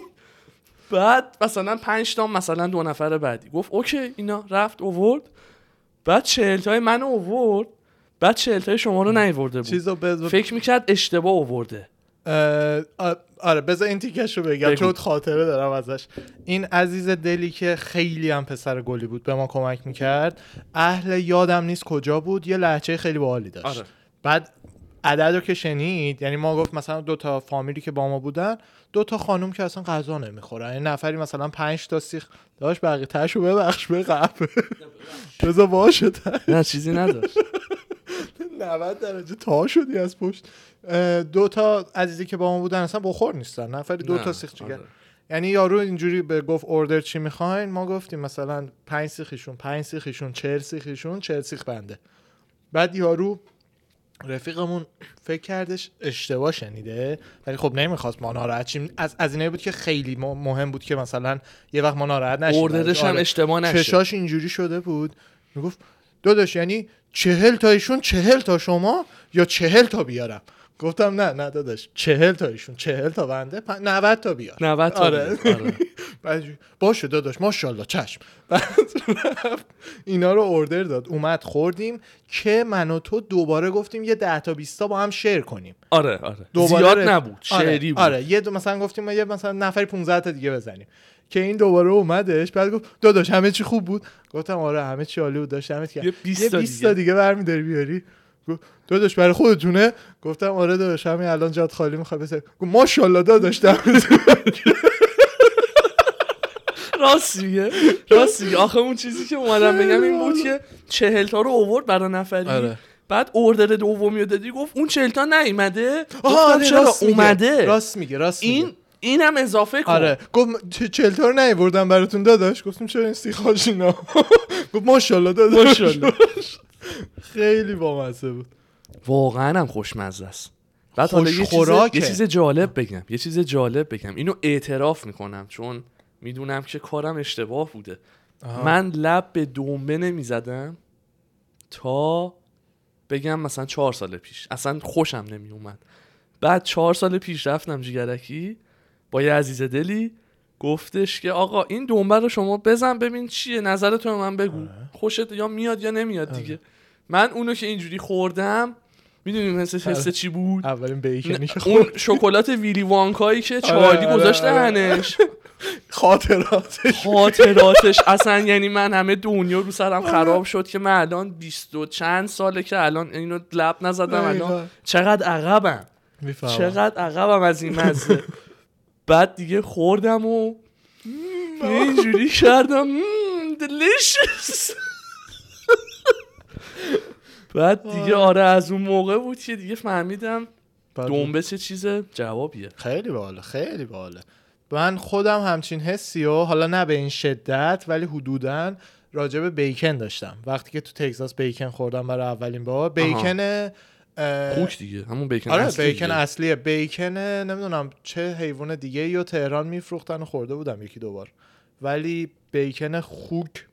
Speaker 2: بعد مثلا 5 تا مثلا دو نفر بعدی گفت اوکی اینا رفت اوورد بعد 40 تای من اوورد بعد 40 تای شما رو نیورده بود
Speaker 1: چیزو بز...
Speaker 2: فکر میکرد اشتباه اوورده
Speaker 1: اه، آ- آره بذار این تیکش رو بگم
Speaker 2: بگو.
Speaker 1: چون خاطره دارم ازش این عزیز دلی که خیلی هم پسر گلی بود به ما کمک میکرد اهل یادم نیست کجا بود یه لحچه خیلی باحالی داشت
Speaker 2: آره.
Speaker 1: بعد عدد رو که شنید یعنی ما گفت مثلا دو تا فامیلی که با ما بودن دو تا خانوم که اصلا غذا نمیخورن یه نفری مثلا پنج تا سیخ داشت بقیه تاشو ببخش به قبل بذار باشه
Speaker 2: نه چیزی نداشت
Speaker 1: 90 درجه تا شدی از پشت اه، دو تا عزیزی که با ما بودن اصلا بخور نیستن نفری دو
Speaker 2: نه،
Speaker 1: تا سیخ جگر
Speaker 2: آره.
Speaker 1: یعنی یارو اینجوری به گفت اوردر چی میخواین ما گفتیم مثلا پنج سیخشون پنج سیخشون چهل سیخشون چهل سیخ بنده بعد یارو رفیقمون فکر کردش اشتباه شنیده ولی خب نمیخواست ما ناراحت شیم از از اینایی بود که خیلی م- مهم بود که مثلا یه وقت ما ناراحت نشیم
Speaker 2: اوردرش هم
Speaker 1: آره.
Speaker 2: اشتباه نشه
Speaker 1: چشاش اینجوری شده بود میگفت داداش یعنی چهل تایشون چهل تا شما یا چهل تا بیارم گفتم نه نه داداش چهل تا ایشون چهل تا بنده پن... 90 تا بیار
Speaker 2: 90 تا
Speaker 1: آره.
Speaker 2: بود. آره.
Speaker 1: بعد جو- باشه داداش ماشاءالله چشم بعد رفت اینا رو اوردر داد اومد خوردیم که من و تو دوباره گفتیم یه 10 تا 20 تا با هم شیر کنیم
Speaker 2: آره آره
Speaker 1: دوباره
Speaker 2: زیاد
Speaker 1: رف-
Speaker 2: نبود
Speaker 1: آره،
Speaker 2: شعری بود
Speaker 1: آره یه دو مثلا گفتیم ما یه مثلا نفری 15 تا دیگه بزنیم که این دوباره اومدش بعد گفت داداش همه چی خوب بود گفتم آره همه چی عالی بود داشت همه چی
Speaker 2: یه 20 تا
Speaker 1: تا دیگه برمیداری بیاری گفت داداش برای خودتونه گفتم آره داداش همین الان جات خالی میخواد بسه گفت ماشاءالله داداش دمت
Speaker 2: راست میگه راست میگه آخه اون چیزی که اومدم بگم این بود که چهل تا رو اوورد برای نفری
Speaker 1: آره.
Speaker 2: بعد اوردر دومی رو دادی گفت اون چهل تا نیومده
Speaker 1: آها،
Speaker 2: گفتم
Speaker 1: آره،
Speaker 2: چرا
Speaker 1: راست میگه.
Speaker 2: اومده
Speaker 1: راست میگه راست میگه.
Speaker 2: این اینم اضافه کن
Speaker 1: آره گفت چ- چلتا رو نیوردم براتون داداش گفتیم چرا این سیخاش اینا گفت ماشاءالله داداش
Speaker 2: ماشاءالله.
Speaker 1: خیلی بامزه بود
Speaker 2: واقعا هم خوشمزه است بعد حالا یه چیز,
Speaker 1: خوشخوراکه.
Speaker 2: یه چیز جالب بگم یه چیز جالب بگم اینو اعتراف میکنم چون میدونم که کارم اشتباه بوده من لب به دنبه نمیزدم تا بگم مثلا چهار سال پیش اصلا خوشم نمیومد بعد چهار سال پیش رفتم جیگرکی با یه عزیز دلی گفتش که آقا این دنبه رو شما بزن ببین چیه نظرتون رو من بگو
Speaker 1: آره.
Speaker 2: خوشت یا میاد یا نمیاد دیگه من اونو که اینجوری خوردم میدونی مثل حس
Speaker 1: آره.
Speaker 2: چی بود
Speaker 1: اولین بیکنی که خود
Speaker 2: اون شکلات ویلی وانکایی که چارلی
Speaker 1: آره،
Speaker 2: گذاشته
Speaker 1: آره.
Speaker 2: هنش
Speaker 1: خاطراتش
Speaker 2: خاطراتش اصلا یعنی من همه دنیا رو سرم
Speaker 1: آره.
Speaker 2: خراب شد که من الان بیست و چند ساله که الان اینو لب نزدم
Speaker 1: دقیقاً.
Speaker 2: الان چقدر عقبم
Speaker 1: میفهمم
Speaker 2: چقدر عقبم از این مزه بعد دیگه خوردم و اینجوری کردم دلیشس بعد دیگه آره از اون موقع بود که دیگه فهمیدم
Speaker 1: آره.
Speaker 2: دنبه چه چیز جوابیه
Speaker 1: خیلی باله خیلی باله من خودم همچین حسی و حالا نه به این شدت ولی حدودا راجع به بیکن داشتم وقتی که تو تگزاس بیکن خوردم برای اولین بار بیکن اه،
Speaker 2: خوک دیگه همون بیکن
Speaker 1: آره
Speaker 2: اصلی
Speaker 1: بیکن
Speaker 2: دیگه.
Speaker 1: اصلیه بیکن نمیدونم چه حیوان دیگه یا تهران میفروختن و خورده بودم یکی دوبار ولی بیکن خوک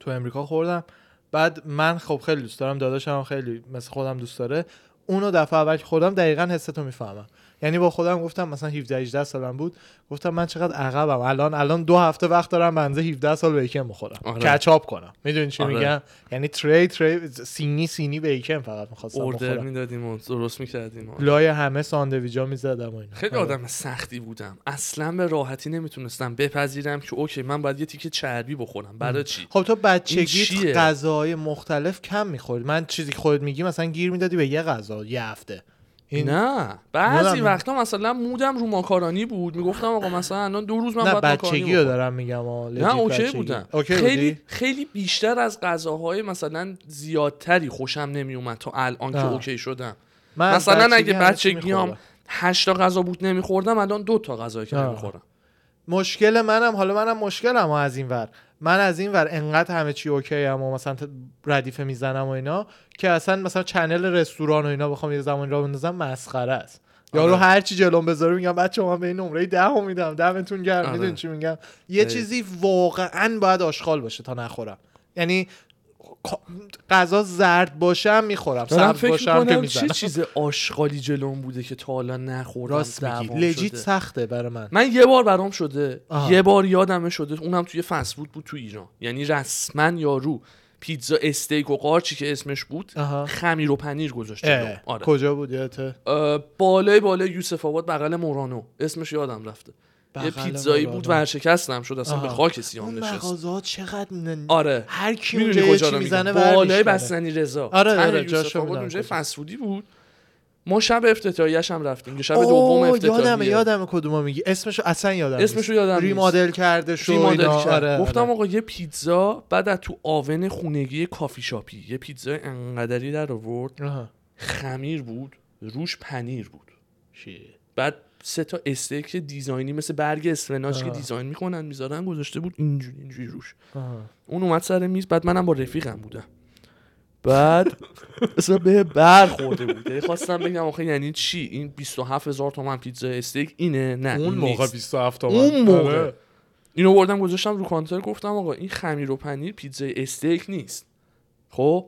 Speaker 1: تو امریکا خوردم بعد من خب خیلی دوست دارم داداشم هم خیلی مثل خودم دوست داره اونو دفعه اول که خوردم دقیقا حستو میفهمم یعنی با خودم گفتم مثلا 17 18 سالم بود گفتم من چقدر عقبم الان الان دو هفته وقت دارم منزه 17 سال بیکن بخورم
Speaker 2: آره.
Speaker 1: کچاپ کنم میدونی چی
Speaker 2: آره.
Speaker 1: میگم یعنی تری تری سینی سینی بیکن فقط میخواستم
Speaker 2: اوردر
Speaker 1: بخورم
Speaker 2: میدادیم و درست میکردیم و
Speaker 1: لای همه ساندویجا میزدم و اینا آره.
Speaker 2: خیلی آدم سختی بودم اصلا به راحتی نمیتونستم بپذیرم که اوکی من باید یه تیکه چربی بخورم برای چی
Speaker 1: خب تو
Speaker 2: این چیه؟
Speaker 1: بچگی غذاهای مختلف کم میخوری من چیزی که خودت میگی مثلا گیر میدادی به یه غذا یه هفته این نه,
Speaker 2: نه بعضی
Speaker 1: مودم-
Speaker 2: وقتا مثلا مودم رو ماکارانی بود میگفتم آقا مثلا الان دو روز من باید ماکارانی
Speaker 1: بچگی رو
Speaker 2: بخورم.
Speaker 1: دارم میگم آه، legit
Speaker 2: نه اوکی
Speaker 1: بچگی.
Speaker 2: بودم
Speaker 1: اوکی
Speaker 2: خیلی
Speaker 1: بودی؟
Speaker 2: خیلی بیشتر از غذاهای مثلا زیادتری خوشم نمیومد تا الان که
Speaker 1: آه.
Speaker 2: اوکی شدم
Speaker 1: من
Speaker 2: مثلا اگه
Speaker 1: همه چی
Speaker 2: بچگیام
Speaker 1: می‌خوردم.
Speaker 2: هشت تا غذا بود نمیخوردم الان دو تا غذایی که
Speaker 1: آه.
Speaker 2: نمیخورم
Speaker 1: مشکل منم حالا منم مشکلم ها از این ور من از این ور انقدر همه چی اوکی ام و مثلا ت- ردیفه میزنم و اینا که اصلا مثلا چنل رستوران و اینا بخوام یه زمانی را بندازم مسخره است یارو
Speaker 2: آره.
Speaker 1: هر چی جلوم بذاره میگم بچه من به این نمره ده میدم دمتون گرم
Speaker 2: آره.
Speaker 1: میدونی چی میگم یه
Speaker 2: دقیق.
Speaker 1: چیزی واقعا باید آشغال باشه تا نخورم یعنی غذا زرد باشه هم میخورم
Speaker 2: دارم
Speaker 1: سبز باشه
Speaker 2: فکر
Speaker 1: هم که
Speaker 2: میکنم چه
Speaker 1: میزنم
Speaker 2: چیز آشغالی جلوم بوده که تا حالا نخوردم
Speaker 1: راست میگی
Speaker 2: دعوام
Speaker 1: لجیت
Speaker 2: شده.
Speaker 1: سخته برای من
Speaker 2: من یه بار برام شده
Speaker 1: آها.
Speaker 2: یه بار یادمه شده اونم توی فست فود بود تو ایران یعنی رسما یارو پیتزا استیک و قارچی که اسمش بود
Speaker 1: آها.
Speaker 2: خمیر و پنیر گذاشت جلوم.
Speaker 1: اه،
Speaker 2: آره.
Speaker 1: کجا بود یادته
Speaker 2: اه، بالای بالای یوسف آباد بغل مورانو اسمش یادم رفته یه
Speaker 1: بغل
Speaker 2: پیتزایی
Speaker 1: مورانو.
Speaker 2: بود ورشکستم شد اصلا
Speaker 1: آها.
Speaker 2: به خاک سیام
Speaker 1: اون
Speaker 2: نشست
Speaker 1: مغازه ها چقدر ن...
Speaker 2: آره
Speaker 1: هر کی
Speaker 2: میدونی
Speaker 1: اونجا یه
Speaker 2: کجا
Speaker 1: چی
Speaker 2: رو میزنه
Speaker 1: میزنه
Speaker 2: بالای بستنی رضا
Speaker 1: آره،
Speaker 2: ته
Speaker 1: آره،
Speaker 2: یوسف
Speaker 1: جاشو
Speaker 2: آباد
Speaker 1: میدونم
Speaker 2: اونجا
Speaker 1: کجا.
Speaker 2: فسفودی بود ما شب افتتاحیش هم رفتیم که شب دوم
Speaker 1: اوه
Speaker 2: افتتاحیه
Speaker 1: یادمه یادمه کدومو میگی اسمشو اصلا یادم نیست.
Speaker 2: اسمشو یادم نیست.
Speaker 1: ریمادل کرده شو
Speaker 2: ریمادل
Speaker 1: اینا.
Speaker 2: کرد.
Speaker 1: آره،
Speaker 2: گفتم
Speaker 1: آره.
Speaker 2: آقا یه پیتزا بعد از تو آون خونگی کافی شاپی یه پیتزا انقدری در آورد
Speaker 1: آها.
Speaker 2: خمیر بود روش پنیر بود بعد سه تا استیک دیزاینی مثل برگ اسفناج که
Speaker 1: آه.
Speaker 2: دیزاین میکنن میذارن گذاشته بود اینجوری اینجوری روش
Speaker 1: آها.
Speaker 2: اون اومد سر میز بعد منم با رفیقم بودم بعد اصلا به بر خورده بود یعنی خواستم بگم آخه یعنی چی این 27 هزار تومن پیتزا استیک اینه نه این نیست.
Speaker 1: 27
Speaker 2: اون موقع
Speaker 1: آره.
Speaker 2: اینو بردم گذاشتم رو کانتر گفتم آقا این خمیر و پنیر پیتزا استیک نیست خب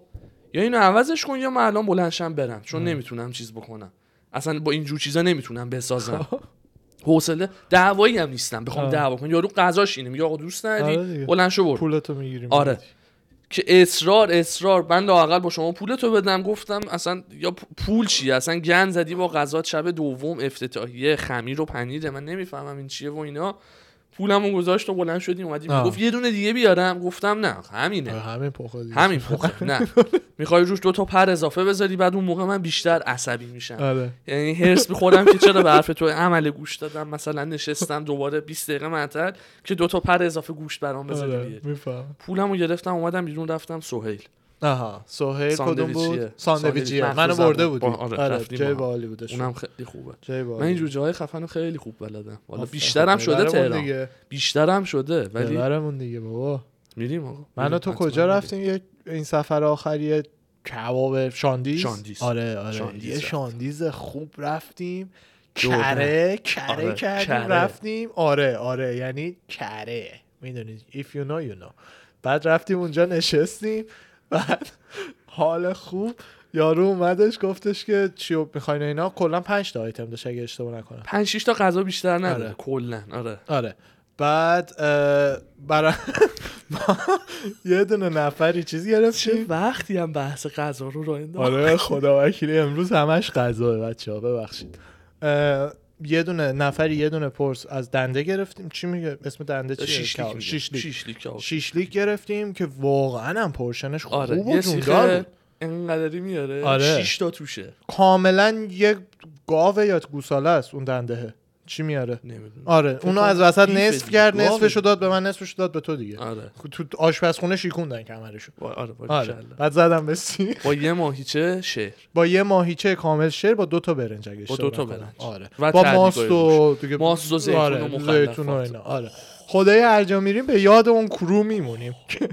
Speaker 2: یا اینو عوضش کن یا من الان بلنشم برم چون نمیتونم چیز بکنم اصلا با این جور چیزا نمیتونم بسازم حوصله دعوایی هم نیستم بخوام
Speaker 1: خب. آه.
Speaker 2: دعوا کنم یارو قضاش اینه میگه آقا دوست
Speaker 1: آره
Speaker 2: نداری
Speaker 1: دیگه.
Speaker 2: بلند شو برو
Speaker 1: پولتو میگیریم
Speaker 2: آره که اصرار اصرار من لاقل با شما پولتو بدم گفتم اصلا یا پ- پول چیه اصلا گن زدی با غذا شب دوم افتتاحیه خمیر و پنیره من نمیفهمم این چیه و اینا پولمو گذاشت و بلند شدیم اومدیم
Speaker 1: آه.
Speaker 2: گفت یه دونه دیگه بیارم گفتم نه همینه
Speaker 1: آره، همین پخه دیگه.
Speaker 2: همین پخه نه میخوای روش دو تا پر اضافه بذاری بعد اون موقع من بیشتر عصبی میشم
Speaker 1: آره
Speaker 2: یعنی هرس میخورم که چرا به حرف تو عمل گوش دادم مثلا نشستم دوباره 20 دقیقه معطل که دو تا پر اضافه گوشت برام بذاری
Speaker 1: آره
Speaker 2: بیاری.
Speaker 1: میفهم
Speaker 2: پولمو گرفتم اومدم بیرون رفتم سهیل
Speaker 1: آها سهیل کدوم
Speaker 2: ساندویچیه.
Speaker 1: بود ساندویچیه
Speaker 2: ساندویچ
Speaker 1: منو
Speaker 2: مخصوصاً
Speaker 1: برده
Speaker 2: بود.
Speaker 1: بودی
Speaker 2: آره،
Speaker 1: آره
Speaker 2: رفتیم
Speaker 1: جای
Speaker 2: با هم.
Speaker 1: باحالی بودش
Speaker 2: اونم خیلی خوبه
Speaker 1: جای
Speaker 2: من
Speaker 1: باحالی
Speaker 2: اینجور جاهای خفن رو خیلی خوب بلدم حالا
Speaker 1: آره. آفرین.
Speaker 2: بیشترم
Speaker 1: خب،
Speaker 2: شده
Speaker 1: ببرمون
Speaker 2: تهران
Speaker 1: دیگه
Speaker 2: بیشترم شده ولی
Speaker 1: ببرمون دیگه بابا
Speaker 2: میریم آقا
Speaker 1: من و بله. تو
Speaker 2: حتما
Speaker 1: کجا
Speaker 2: میریم.
Speaker 1: رفتیم یک این سفر آخری کباب شاندیز
Speaker 2: شاندیز.
Speaker 1: آره آره
Speaker 2: شاندیز
Speaker 1: یه
Speaker 2: رفتیم.
Speaker 1: شاندیز خوب رفتیم
Speaker 2: جرعه.
Speaker 1: کره کره
Speaker 2: آره،
Speaker 1: کردیم
Speaker 2: کره.
Speaker 1: رفتیم آره آره یعنی کره میدونید if you know you know بعد رفتیم اونجا نشستیم بعد حال خوب یارو اومدش گفتش که چی میخواین اینا کلا پنج تا آیتم داشت اگه اشتباه نکنم
Speaker 2: پنج شیش تا غذا بیشتر نداره
Speaker 1: آره.
Speaker 2: کلا آره
Speaker 1: آره بعد اه، برا ما یه دونه نفری چیز گرفتیم
Speaker 2: چه وقتی هم بحث غذا رو راه انداخت
Speaker 1: آره خدا وکیلی امروز همش غذا بچه ها ببخشید اه، یه دونه نفری یه دونه پرس از دنده گرفتیم چی میگه اسم دنده چیه
Speaker 2: شیشلیک
Speaker 1: کباب.
Speaker 2: میگه.
Speaker 1: شیشلیک
Speaker 2: شیشلیک کباب.
Speaker 1: شیشلیک گرفتیم که واقعا هم پرشنش خوب
Speaker 2: آره
Speaker 1: و
Speaker 2: یه
Speaker 1: جوندار
Speaker 2: سیخه
Speaker 1: بود
Speaker 2: انقدری میاره
Speaker 1: آره.
Speaker 2: شیش تا توشه
Speaker 1: کاملا یه گاوه یا گوساله است اون دندهه چی میاره
Speaker 2: نمیدونم
Speaker 1: آره اونو از وسط
Speaker 2: بیفه
Speaker 1: نصف
Speaker 2: دیگه.
Speaker 1: کرد
Speaker 2: گاوه.
Speaker 1: نصفشو داد به من نصفشو داد به تو دیگه
Speaker 2: آره
Speaker 1: خب تو آشپزخونه شیکوندن کمرشو
Speaker 2: با- آره باریکلا.
Speaker 1: آره بعد زدم به سیر.
Speaker 2: با یه ماهیچه شعر
Speaker 1: با یه ماهیچه کامل شیر با دو تا برنج اگه
Speaker 2: با
Speaker 1: اشتباه
Speaker 2: دو تا
Speaker 1: نکنم.
Speaker 2: برنج.
Speaker 1: آره
Speaker 2: و
Speaker 1: با
Speaker 2: تعدیگای
Speaker 1: ماست و دیگه
Speaker 2: ماست و زیتون و
Speaker 1: آره،
Speaker 2: مخلفات.
Speaker 1: زیتون و اینا آره خدای هر جا میریم به یاد اون کرو میمونیم که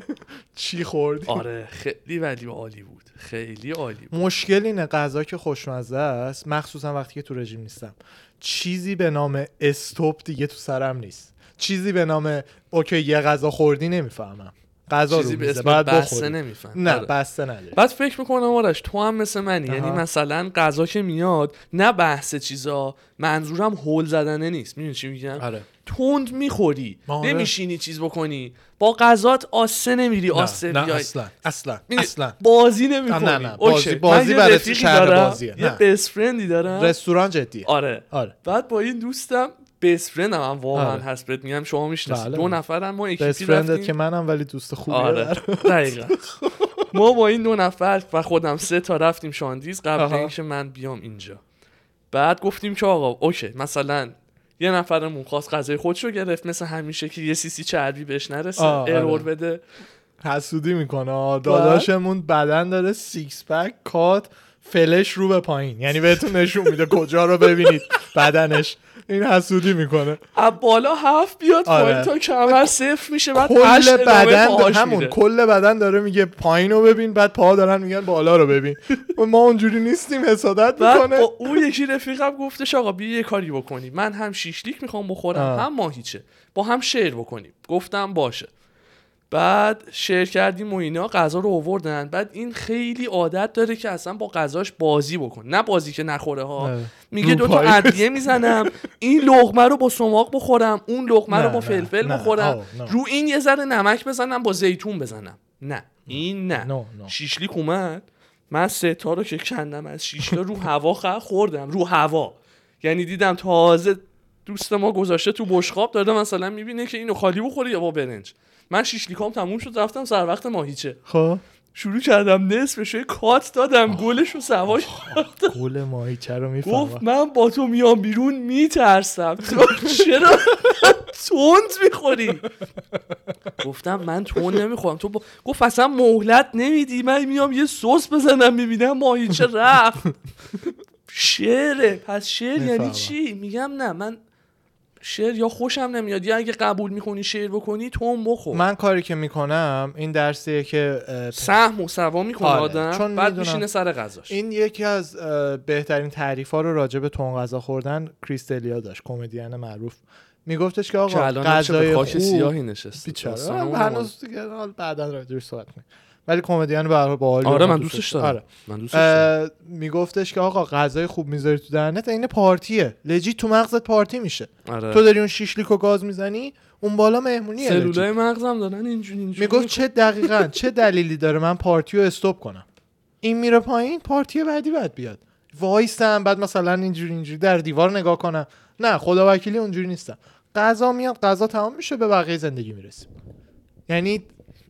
Speaker 1: چی خوردیم
Speaker 2: آره خیلی ولی عالی بود خیلی عالی بود
Speaker 1: مشکل اینه غذا که خوشمزه است مخصوصا وقتی که تو رژیم نیستم چیزی به نام استوب دیگه تو سرم نیست چیزی به نام اوکی یه غذا خوردی نمیفهمم غذا
Speaker 2: چیزی
Speaker 1: رو
Speaker 2: به
Speaker 1: میزه
Speaker 2: اسم آره.
Speaker 1: بعد
Speaker 2: بسته
Speaker 1: بخوری
Speaker 2: نمیفهم
Speaker 1: نه بسته نداری
Speaker 2: بعد فکر میکنم آرش تو هم مثل منی یعنی
Speaker 1: آها.
Speaker 2: مثلا غذا که میاد نه بحث چیزا منظورم هول زدنه نیست میدونی چی میگم
Speaker 1: آره.
Speaker 2: تند میخوری
Speaker 1: آره.
Speaker 2: نمیشینی چیز بکنی با غذات آسه نمیری آسه
Speaker 1: نه
Speaker 2: بیای
Speaker 1: اصلا اصلا
Speaker 2: می‌دونی،
Speaker 1: اصلا
Speaker 2: بازی نمیکنی
Speaker 1: نه، نه، بازی- بازی برای شهر بازیه،
Speaker 2: یه
Speaker 1: نه.
Speaker 2: بست فرندی دارم
Speaker 1: رستوران جدیه
Speaker 2: آره
Speaker 1: آره
Speaker 2: بعد با این دوستم بست فرندم هم واقعا
Speaker 1: آره.
Speaker 2: هست بهت میگم شما میشناسی
Speaker 1: بله.
Speaker 2: دو نفرم ما
Speaker 1: بست
Speaker 2: اکیپی
Speaker 1: فرندت
Speaker 2: رفتیم
Speaker 1: که منم ولی دوست خوبیه
Speaker 2: آره
Speaker 1: در-
Speaker 2: دقیقا ما با این دو نفر و خودم سه تا رفتیم شاندیز قبل
Speaker 1: آها.
Speaker 2: اینکه من بیام اینجا بعد گفتیم که آقا اوکی مثلا یه نفرمون خواست غذای خودش رو گرفت مثل همیشه که یه سیسی چربی بهش نرسه
Speaker 1: آه، آره.
Speaker 2: ارور بده
Speaker 1: حسودی میکنه آه. داداشمون بدن داره سیکس پک کات فلش رو به پایین یعنی بهتون نشون میده کجا رو ببینید بدنش این حسودی میکنه
Speaker 2: از بالا هفت بیاد
Speaker 1: آره.
Speaker 2: پایین تا کمر صفر میشه بعد هشت
Speaker 1: کل
Speaker 2: ادامه
Speaker 1: بدن
Speaker 2: پاهاش
Speaker 1: همون
Speaker 2: میده.
Speaker 1: کل بدن داره میگه پایین رو ببین بعد پاها دارن میگن بالا رو ببین و ما اونجوری نیستیم حسادت
Speaker 2: بعد
Speaker 1: میکنه
Speaker 2: با اون یکی رفیقم گفتش آقا بیا یه کاری بکنیم من هم شیشلیک میخوام بخورم
Speaker 1: آه.
Speaker 2: هم ماهیچه با هم شعر بکنیم گفتم باشه بعد شعر کردیم و اینا غذا رو آوردن بعد این خیلی عادت داره که اصلا با غذاش بازی بکن نه بازی که نخوره ها
Speaker 1: نه.
Speaker 2: میگه دو تا
Speaker 1: روپایی.
Speaker 2: ادویه میزنم این لغمه رو با سماق بخورم اون لغمه رو
Speaker 1: نه، نه،
Speaker 2: با فلفل
Speaker 1: نه.
Speaker 2: بخورم
Speaker 1: آه، نه.
Speaker 2: رو این یه ذره نمک بزنم با زیتون بزنم نه این نه
Speaker 1: نه، نه.
Speaker 2: شیشلیک اومد من سه تا رو که کندم از شیشتا رو هوا خ- خوردم رو هوا یعنی دیدم تازه دوست ما گذاشته تو بشقاب داره مثلا میبینه که اینو خالی بخوره یا با برنج من شیشلیکام تموم شد رفتم سر وقت ماهیچه
Speaker 1: خب
Speaker 2: شروع کردم نصفش رو یه کات دادم گلش رو سواش
Speaker 1: گل ماهیچه رو
Speaker 2: گفت
Speaker 1: میفهمه
Speaker 2: من با تو میام بیرون میترسم تو چرا تند میخوری گفتم من تند نمیخورم تو با... گفت اصلا مهلت نمیدی من میام یه سس بزنم میبینم ماهیچه رفت شعره پس شعر یعنی
Speaker 1: میفهمم.
Speaker 2: چی میگم نه من شعر یا خوشم نمیاد یا اگه قبول میکنی شعر بکنی تون بخور
Speaker 1: من کاری که میکنم این درسیه که اه،
Speaker 2: سهم و سوا میکنه
Speaker 1: آره،
Speaker 2: آدم
Speaker 1: چون
Speaker 2: بعد
Speaker 1: می‌دونم-
Speaker 2: میشینه سر غذاش
Speaker 1: این یکی از اه، بهترین تعریف ها رو راجع به تون غذا خوردن کریستلیا داشت کمدین معروف میگفتش که
Speaker 2: که
Speaker 1: آقا
Speaker 2: الان چه به
Speaker 1: غذای
Speaker 2: خاک
Speaker 1: خوب
Speaker 2: سیاهی نشسته
Speaker 1: بیچاره آره،
Speaker 2: داستان اون
Speaker 1: هنوز دیگه حال بعدا راجعش صحبت کنیم ولی کمدین به هر حال باحالی
Speaker 2: آره
Speaker 1: رو
Speaker 2: من
Speaker 1: دوستش
Speaker 2: دوستش
Speaker 1: آره.
Speaker 2: دارم من دوستش دارم
Speaker 1: اه، میگفتش که آقا غذای خوب میذاری تو دهنت عین پارتیه لجی تو مغزت پارتی میشه
Speaker 2: آره.
Speaker 1: تو داری اون شیش لیک و گاز میزنی اون بالا مهمونیه لجی.
Speaker 2: سلولای مغزم دارن اینجوری اینجوری
Speaker 1: میگفت چه دقیقا چه دلیلی داره من پارتی رو استوب کنم این میره پایین پارتی بعدی بعد بیاد وایستم بعد مثلا اینجوری اینجوری در دیوار نگاه کنم نه خدا وکیلی اونجوری نیستم غذا میاد غذا تمام میشه به بقیه زندگی میرسیم یعنی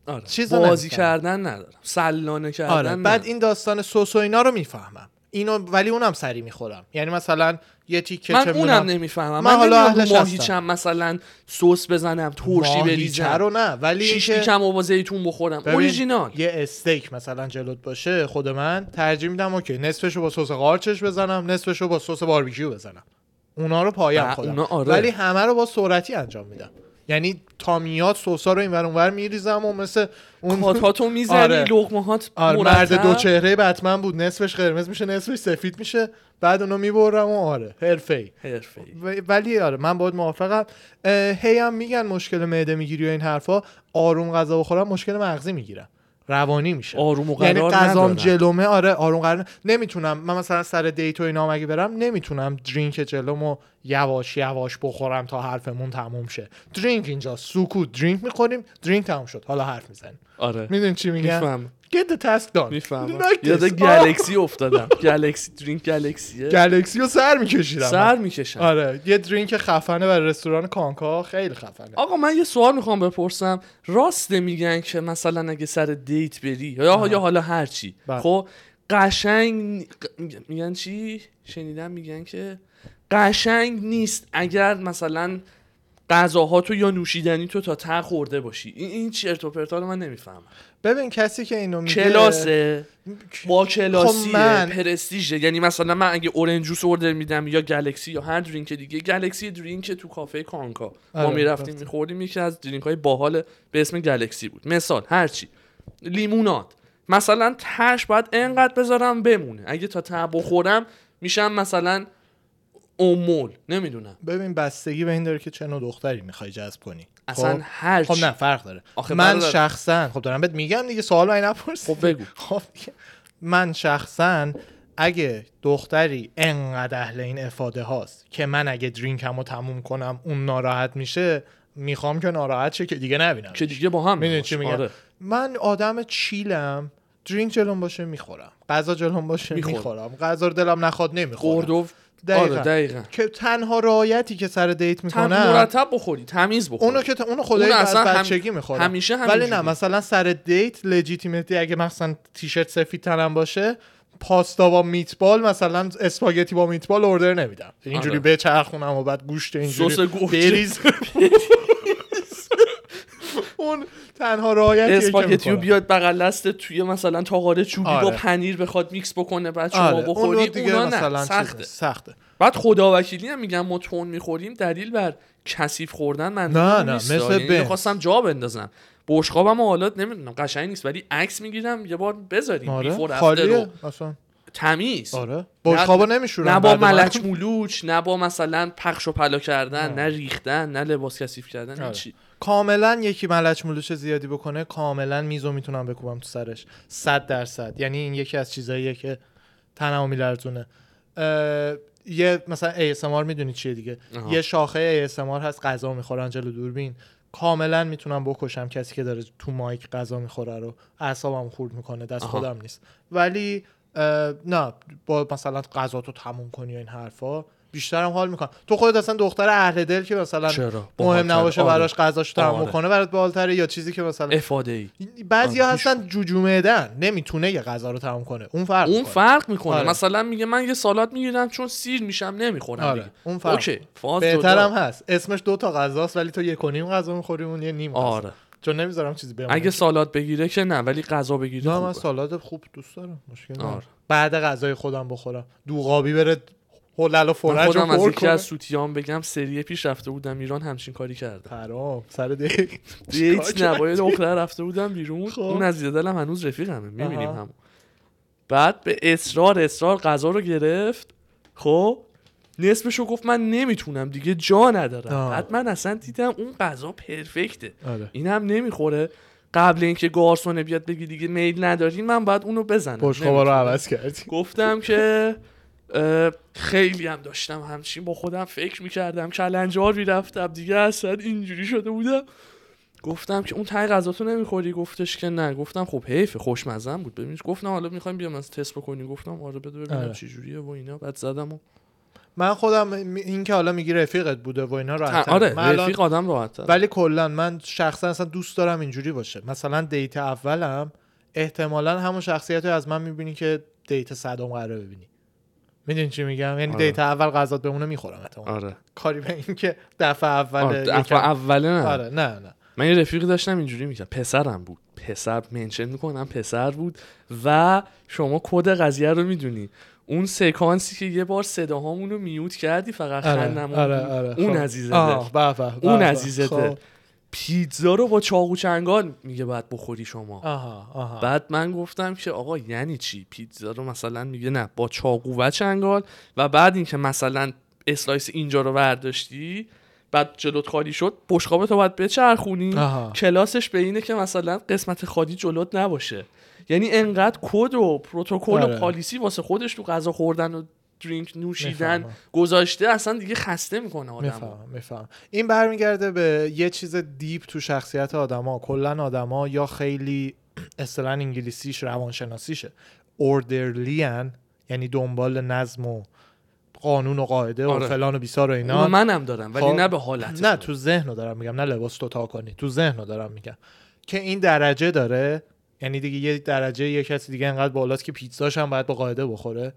Speaker 2: آره.
Speaker 1: چیز رو
Speaker 2: بازی
Speaker 1: نمی‌فهمم.
Speaker 2: کردن ندارم سلانه کردن
Speaker 1: آره
Speaker 2: ندارم.
Speaker 1: بعد این داستان سس و اینا رو میفهمم اینو ولی اونم سری میخورم یعنی مثلا یه تیکه
Speaker 2: من
Speaker 1: چه
Speaker 2: اونم
Speaker 1: می‌دونم،
Speaker 2: نمیفهمم من,
Speaker 1: من حالا
Speaker 2: حالا
Speaker 1: اهلش
Speaker 2: ماهیچم
Speaker 1: هستم.
Speaker 2: مثلا سس بزنم ترشی
Speaker 1: ماهیچه
Speaker 2: بریزم
Speaker 1: رو نه ولی
Speaker 2: شیش
Speaker 1: اینکه-
Speaker 2: کم و با زیتون بخورم
Speaker 1: ببین،
Speaker 2: اوریجینال
Speaker 1: یه استیک مثلا جلوت باشه خود من ترجیح میدم اوکی نصفشو با سس قارچش بزنم نصفشو با سس باربیکیو بزنم اونا رو پایم
Speaker 2: و
Speaker 1: خودم
Speaker 2: اونا آره.
Speaker 1: ولی همه رو با سرعتی انجام میدم یعنی تا میاد سوسا رو اینور اونور میریزم و مثل اون
Speaker 2: کاتاتو میزنی
Speaker 1: آره.
Speaker 2: لقمه هات
Speaker 1: آره مرد
Speaker 2: مرتب.
Speaker 1: دو چهره بتمن بود نصفش قرمز میشه نصفش سفید میشه بعد اونو میبرم و آره حرفه‌ای
Speaker 2: حرفه‌ای.
Speaker 1: و- ولی آره من باید موافقم اه، هی هم میگن مشکل معده میگیری و این حرفا آروم غذا بخورم مشکل مغزی میگیرم روانی میشه
Speaker 2: آروم و
Speaker 1: یعنی
Speaker 2: قرار
Speaker 1: غذام
Speaker 2: ندارم.
Speaker 1: جلومه آره آروم قرار ن- نمیتونم من مثلا سر دیت و اینا هم اگه برم نمیتونم درینک جلومو یواش یواش بخورم تا حرفمون تموم شه درینک اینجا سکوت درینک میخوریم درینک تموم شد حالا حرف میزنیم
Speaker 2: آره
Speaker 1: میدونی چی میگم
Speaker 2: میفهم
Speaker 1: get the task done
Speaker 2: میفهمم
Speaker 1: Like this.
Speaker 2: یاد
Speaker 1: آه.
Speaker 2: گلکسی افتادم گلکسی درینک گلکسیه
Speaker 1: گلکسی رو سر میکشیدم
Speaker 2: سر میکشم
Speaker 1: آره یه درینک خفنه برای رستوران کانکا خیلی خفنه
Speaker 2: آقا من یه سوال میخوام بپرسم راسته میگن که مثلا اگه سر دیت بری یا یا حالا هر چی
Speaker 1: بله.
Speaker 2: خب قشنگ ق- میگن- میگن چی شنیدم میگن که قشنگ نیست اگر مثلا غذاهاتو یا نوشیدنی تو تا ته خورده باشی این این چرت و پرتا رو من نمیفهمم
Speaker 1: ببین کسی که اینو میگه
Speaker 2: کلاسه با کلاسی
Speaker 1: خب من-
Speaker 2: پرستیژه یعنی مثلا من اگه اورنج جوس اوردر میدم یا گلکسی یا هر درینک دیگه گلکسی درینک تو کافه کانکا ما
Speaker 1: آره،
Speaker 2: میرفتیم
Speaker 1: رفتیم.
Speaker 2: میخوردیم یکی از درینک های باحال به اسم گلکسی بود مثال هرچی لیموناد مثلا تش باید انقدر بذارم بمونه اگه تا ته بخورم میشم مثلا امول نمیدونم
Speaker 1: ببین بستگی به این داره که چه نوع دختری میخوای جذب کنی
Speaker 2: اصلا
Speaker 1: خب؟
Speaker 2: هر
Speaker 1: خب
Speaker 2: چی.
Speaker 1: نه فرق داره
Speaker 2: آخه
Speaker 1: من
Speaker 2: فرق داره.
Speaker 1: شخصا خب دارم بهت میگم دیگه سوال من نپرسی
Speaker 2: خب بگو.
Speaker 1: خب دیگه. من شخصا اگه دختری انقدر اهل این افاده هاست که من اگه درینکمو تموم کنم اون ناراحت میشه میخوام که ناراحت شه که دیگه نبینم
Speaker 2: که دیگه با هم
Speaker 1: میدونی چی
Speaker 2: نباشه.
Speaker 1: میگم
Speaker 2: آره.
Speaker 1: من آدم چیلم درینک جلوم باشه میخورم غذا جلوم باشه
Speaker 2: می‌خوری.
Speaker 1: میخورم غذا رو دلم نخواد نمیخورم
Speaker 2: خورد و
Speaker 1: دقیقاً.
Speaker 2: آره دقیقاً
Speaker 1: که تنها رعایتی که سر دیت
Speaker 2: تم
Speaker 1: میکنم
Speaker 2: مرتب بخوری تمیز بخوری
Speaker 1: اونو که ت- اونو خدای
Speaker 2: اونو
Speaker 1: از
Speaker 2: اصلا هم-
Speaker 1: بچگی میخورم
Speaker 2: همیشه
Speaker 1: ولی
Speaker 2: همینجوری.
Speaker 1: نه مثلا سر دیت لجیتیمیتی اگه مثلا تیشرت سفید تنم باشه پاستا با میتبال مثلا اسپاگتی با میتبال اوردر نمیدم اینجوری
Speaker 2: آره.
Speaker 1: بچرخونم و بعد گوشت اینجوری
Speaker 2: سس گوجه.
Speaker 1: بریز اون تنها رعایتیه که
Speaker 2: اسپاگتیو
Speaker 1: می‌کنم.
Speaker 2: بیاد بغل دستت توی مثلا تاقاره چوبی
Speaker 1: آره.
Speaker 2: با پنیر بخواد میکس بکنه بعد شما
Speaker 1: آره،
Speaker 2: بخوری
Speaker 1: اونو
Speaker 2: اون
Speaker 1: دیگه
Speaker 2: اونا
Speaker 1: مثلا
Speaker 2: نه
Speaker 1: چیزه،
Speaker 2: سخته
Speaker 1: سخته
Speaker 2: بعد خدا وکیلی هم میگم ما تون میخوریم دلیل بر کثیف خوردن من یعنی
Speaker 1: نه، نه، مثل بنز.
Speaker 2: خواستم جا بندازم بشقابم و حالات نمیدونم قشنگ نیست ولی عکس میگیرم یه بار بذاریم بیفور
Speaker 1: آره
Speaker 2: افتر رو
Speaker 1: خالیه اصلا
Speaker 2: تمیز
Speaker 1: آره
Speaker 2: نه-
Speaker 1: بشقابا نمیشورن
Speaker 2: نه با
Speaker 1: بعد من.
Speaker 2: ملچ مولوچ نه با مثلا پخش و پلا کردن نه ریختن نه لباس کثیف کردن
Speaker 1: آره.
Speaker 2: هیچی.
Speaker 1: کاملا یکی ملچ ملوچ زیادی بکنه کاملا میزو میتونم بکوبم تو سرش صد درصد یعنی این یکی از چیزاییه که تنمو میلرزونه اه، یه مثلا ASMR میدونی چیه دیگه
Speaker 2: آها.
Speaker 1: یه شاخه ASMR هست غذا میخورن جلو دوربین کاملا میتونم بکشم کسی که داره تو مایک غذا میخوره رو اعصابم خورد میکنه دست
Speaker 2: آها.
Speaker 1: خودم نیست ولی اه، نه با مثلا غذا تو تموم کنی و این حرفا بیشترم حال میکنم تو خودت اصلا دختر اهل دل که مثلا
Speaker 2: چرا؟
Speaker 1: مهم
Speaker 2: باحال‌تره.
Speaker 1: نباشه
Speaker 2: آره.
Speaker 1: براش غذاش تموم
Speaker 2: آره.
Speaker 1: کنه برات بالتره یا چیزی که مثلا
Speaker 2: افاده ای
Speaker 1: بعضی
Speaker 2: آره،
Speaker 1: هستن جوجومدن نمیتونه یه غذا رو تموم کنه اون فرق
Speaker 2: اون
Speaker 1: می‌کنه.
Speaker 2: فرق میکنه
Speaker 1: آره.
Speaker 2: مثلا میگه من یه سالاد میگیرم چون سیر میشم نمیخورم
Speaker 1: آره،
Speaker 2: بله دیگه
Speaker 1: اون فرق
Speaker 2: اوکی
Speaker 1: می‌کنه.
Speaker 2: فاز
Speaker 1: بهترم
Speaker 2: جدا.
Speaker 1: هست اسمش دو تا غذاست ولی تو یک و نیم غذا میخوری اون یه نیم غذا.
Speaker 2: آره
Speaker 1: چون نمیذارم چیزی بمونه
Speaker 2: اگه سالاد بگیره که نه ولی غذا بگیره
Speaker 1: نه من
Speaker 2: خوبه.
Speaker 1: سالاد خوب دوست دارم مشکل نداره.
Speaker 2: آره.
Speaker 1: بعد غذای خودم بخورم دوغابی بره هلل و
Speaker 2: من
Speaker 1: فرج رو
Speaker 2: خودم از
Speaker 1: پر
Speaker 2: یکی
Speaker 1: کنه
Speaker 2: از سوتیان بگم سریه پیش رفته بودم ایران همچین کاری کردم
Speaker 1: پرام سر دیگ
Speaker 2: دیت نباید دختر رفته بودم بیرون
Speaker 1: خب.
Speaker 2: اون از دلم هنوز رفیقمه میبینیم
Speaker 1: آها.
Speaker 2: همون بعد به اصرار اصرار غذا رو گرفت خب نصفشو گفت من نمیتونم دیگه جا ندارم
Speaker 1: آه.
Speaker 2: بعد من اصلا دیدم اون غذا پرفکته
Speaker 1: آره.
Speaker 2: این هم نمیخوره قبل اینکه گارسون بیاد بگی دیگه میل ندارین من باید اونو بزنم
Speaker 1: بشقابا رو عوض کردی
Speaker 2: گفتم که اه، خیلی هم داشتم همچین با خودم فکر میکردم کلنجار میرفتم دیگه اصلا اینجوری شده بودم گفتم که اون تای غذا تو نمیخوری گفتش که نه گفتم خب حیف خوشمزم بود ببینش گفتم حالا میخوایم بیام از تست بکنی گفتم آره بده ببینم
Speaker 1: آره.
Speaker 2: چی جوریه و اینا بعد زدم و
Speaker 1: من خودم این که حالا میگی رفیقت بوده و اینا راحت
Speaker 2: آره رفیق آدم راحت
Speaker 1: ولی کلا من شخصا اصلا دوست دارم اینجوری باشه مثلا دیت اولم احتمالا همون شخصیت رو از من میبینی که دیت صدم قراره ببینی میدونی چی میگم یعنی
Speaker 2: آره.
Speaker 1: دیت اول غذات بمونه میخورم اتماع.
Speaker 2: آره
Speaker 1: کاری به این که دفعه اول
Speaker 2: آره،
Speaker 1: یکم-
Speaker 2: دفعه اوله نه
Speaker 1: آره نه نه
Speaker 2: من یه رفیقی داشتم اینجوری میکرد پسرم بود پسر منشن میکنم پسر بود و شما کد قضیه رو میدونی اون سکانسی که یه بار صداهامون رو میوت کردی فقط خندم
Speaker 1: آره، آره،
Speaker 2: اون
Speaker 1: خب.
Speaker 2: عزیزه دل.
Speaker 1: آه، به، به، به،
Speaker 2: اون
Speaker 1: به.
Speaker 2: عزیزه دل.
Speaker 1: خب.
Speaker 2: پیتزا رو با چاقو چنگال میگه باید بخوری شما
Speaker 1: آها آها
Speaker 2: بعد من گفتم که آقا یعنی چی پیتزا رو مثلا میگه نه با چاقو و چنگال و بعد اینکه مثلا اسلایس اینجا رو برداشتی بعد جلوت خالی شد بشقاب تو باید بچرخونی
Speaker 1: آها.
Speaker 2: کلاسش به اینه که مثلا قسمت خالی جلوت نباشه یعنی انقدر کد و پروتکل
Speaker 1: آره.
Speaker 2: و پالیسی واسه خودش تو غذا خوردن و درینک نوشیدن
Speaker 1: میفهمم.
Speaker 2: گذاشته اصلا دیگه خسته میکنه آدم
Speaker 1: میفهمم میفهمم این برمیگرده به یه چیز دیپ تو شخصیت آدما کلا آدما یا خیلی اصطلاحا انگلیسیش روانشناسیشه اوردرلی یعنی دنبال نظم و قانون و قاعده
Speaker 2: آره.
Speaker 1: و فلان و بیسار و اینا
Speaker 2: منم دارم ولی
Speaker 1: خب.
Speaker 2: نه به حالت
Speaker 1: نه
Speaker 2: تو.
Speaker 1: تو ذهن رو دارم میگم نه لباس تو تا کنی تو ذهن رو دارم میگم که این درجه داره یعنی دیگه یه درجه یه کسی دیگه انقدر بالاست که پیتزاش هم باید با قاعده بخوره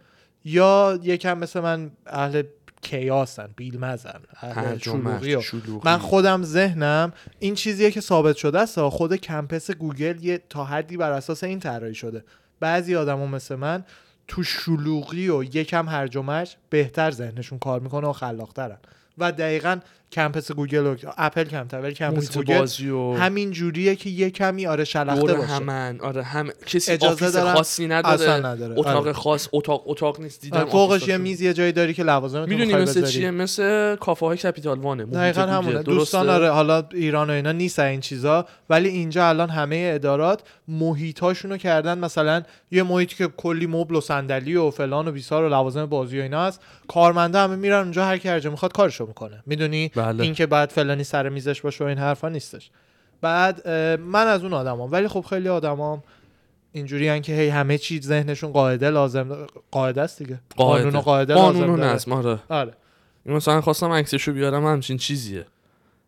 Speaker 1: یا یکم مثل من اهل کیاسن بیلمزن اهل
Speaker 2: هرج و مرج،
Speaker 1: شلوغی و-
Speaker 2: شلوغی.
Speaker 1: من خودم ذهنم این چیزیه که ثابت شده است ها. خود کمپس گوگل یه تا حدی بر اساس این طراحی شده بعضی آدما مثل من تو شلوغی و یکم هرج و مرج بهتر ذهنشون کار میکنه و خلاقترن و دقیقا کمپس گوگل و اپل کمتر ولی کمپس
Speaker 2: محیط
Speaker 1: گوگل
Speaker 2: بازی و
Speaker 1: همین جوریه که یه کمی آره شلخته
Speaker 2: دور
Speaker 1: باشه
Speaker 2: همن آره هم کسی
Speaker 1: اجازه
Speaker 2: آفیس
Speaker 1: دارن؟
Speaker 2: خاصی نداره
Speaker 1: اصلا نداره.
Speaker 2: اتاق
Speaker 1: آره.
Speaker 2: خاص اتاق اتاق نیست دیدم
Speaker 1: آره، فوقش
Speaker 2: آفیساشون.
Speaker 1: یه میز یه جایی داری که لوازم
Speaker 2: میدونی مثل چیه مثل کافه های کپیتال وانه محیط
Speaker 1: دقیقا
Speaker 2: گوگل.
Speaker 1: همونه
Speaker 2: درسته؟
Speaker 1: دوستان آره حالا ایران و اینا نیست این چیزا ولی اینجا الان همه ادارات محیطاشونو کردن مثلا یه محیط که کلی مبل و صندلی و فلان و بیسار و لوازم بازی و اینا هست کارمنده همه میرن اونجا هر کی هر جا میخواد کارشو میکنه میدونی
Speaker 2: بله.
Speaker 1: اینکه بعد فلانی سر میزش باشه و این حرفا نیستش بعد اه، من از اون آدمام ولی خب خیلی آدمام اینجوری هن که هی همه چیز ذهنشون قاعده لازم داره. قاعده است دیگه
Speaker 2: قاعده.
Speaker 1: قانون و قاعده
Speaker 2: قانون
Speaker 1: لازم
Speaker 2: و
Speaker 1: داره.
Speaker 2: نظم آره
Speaker 1: آره
Speaker 2: این مثلا خواستم عکسشو بیارم همچین چیزیه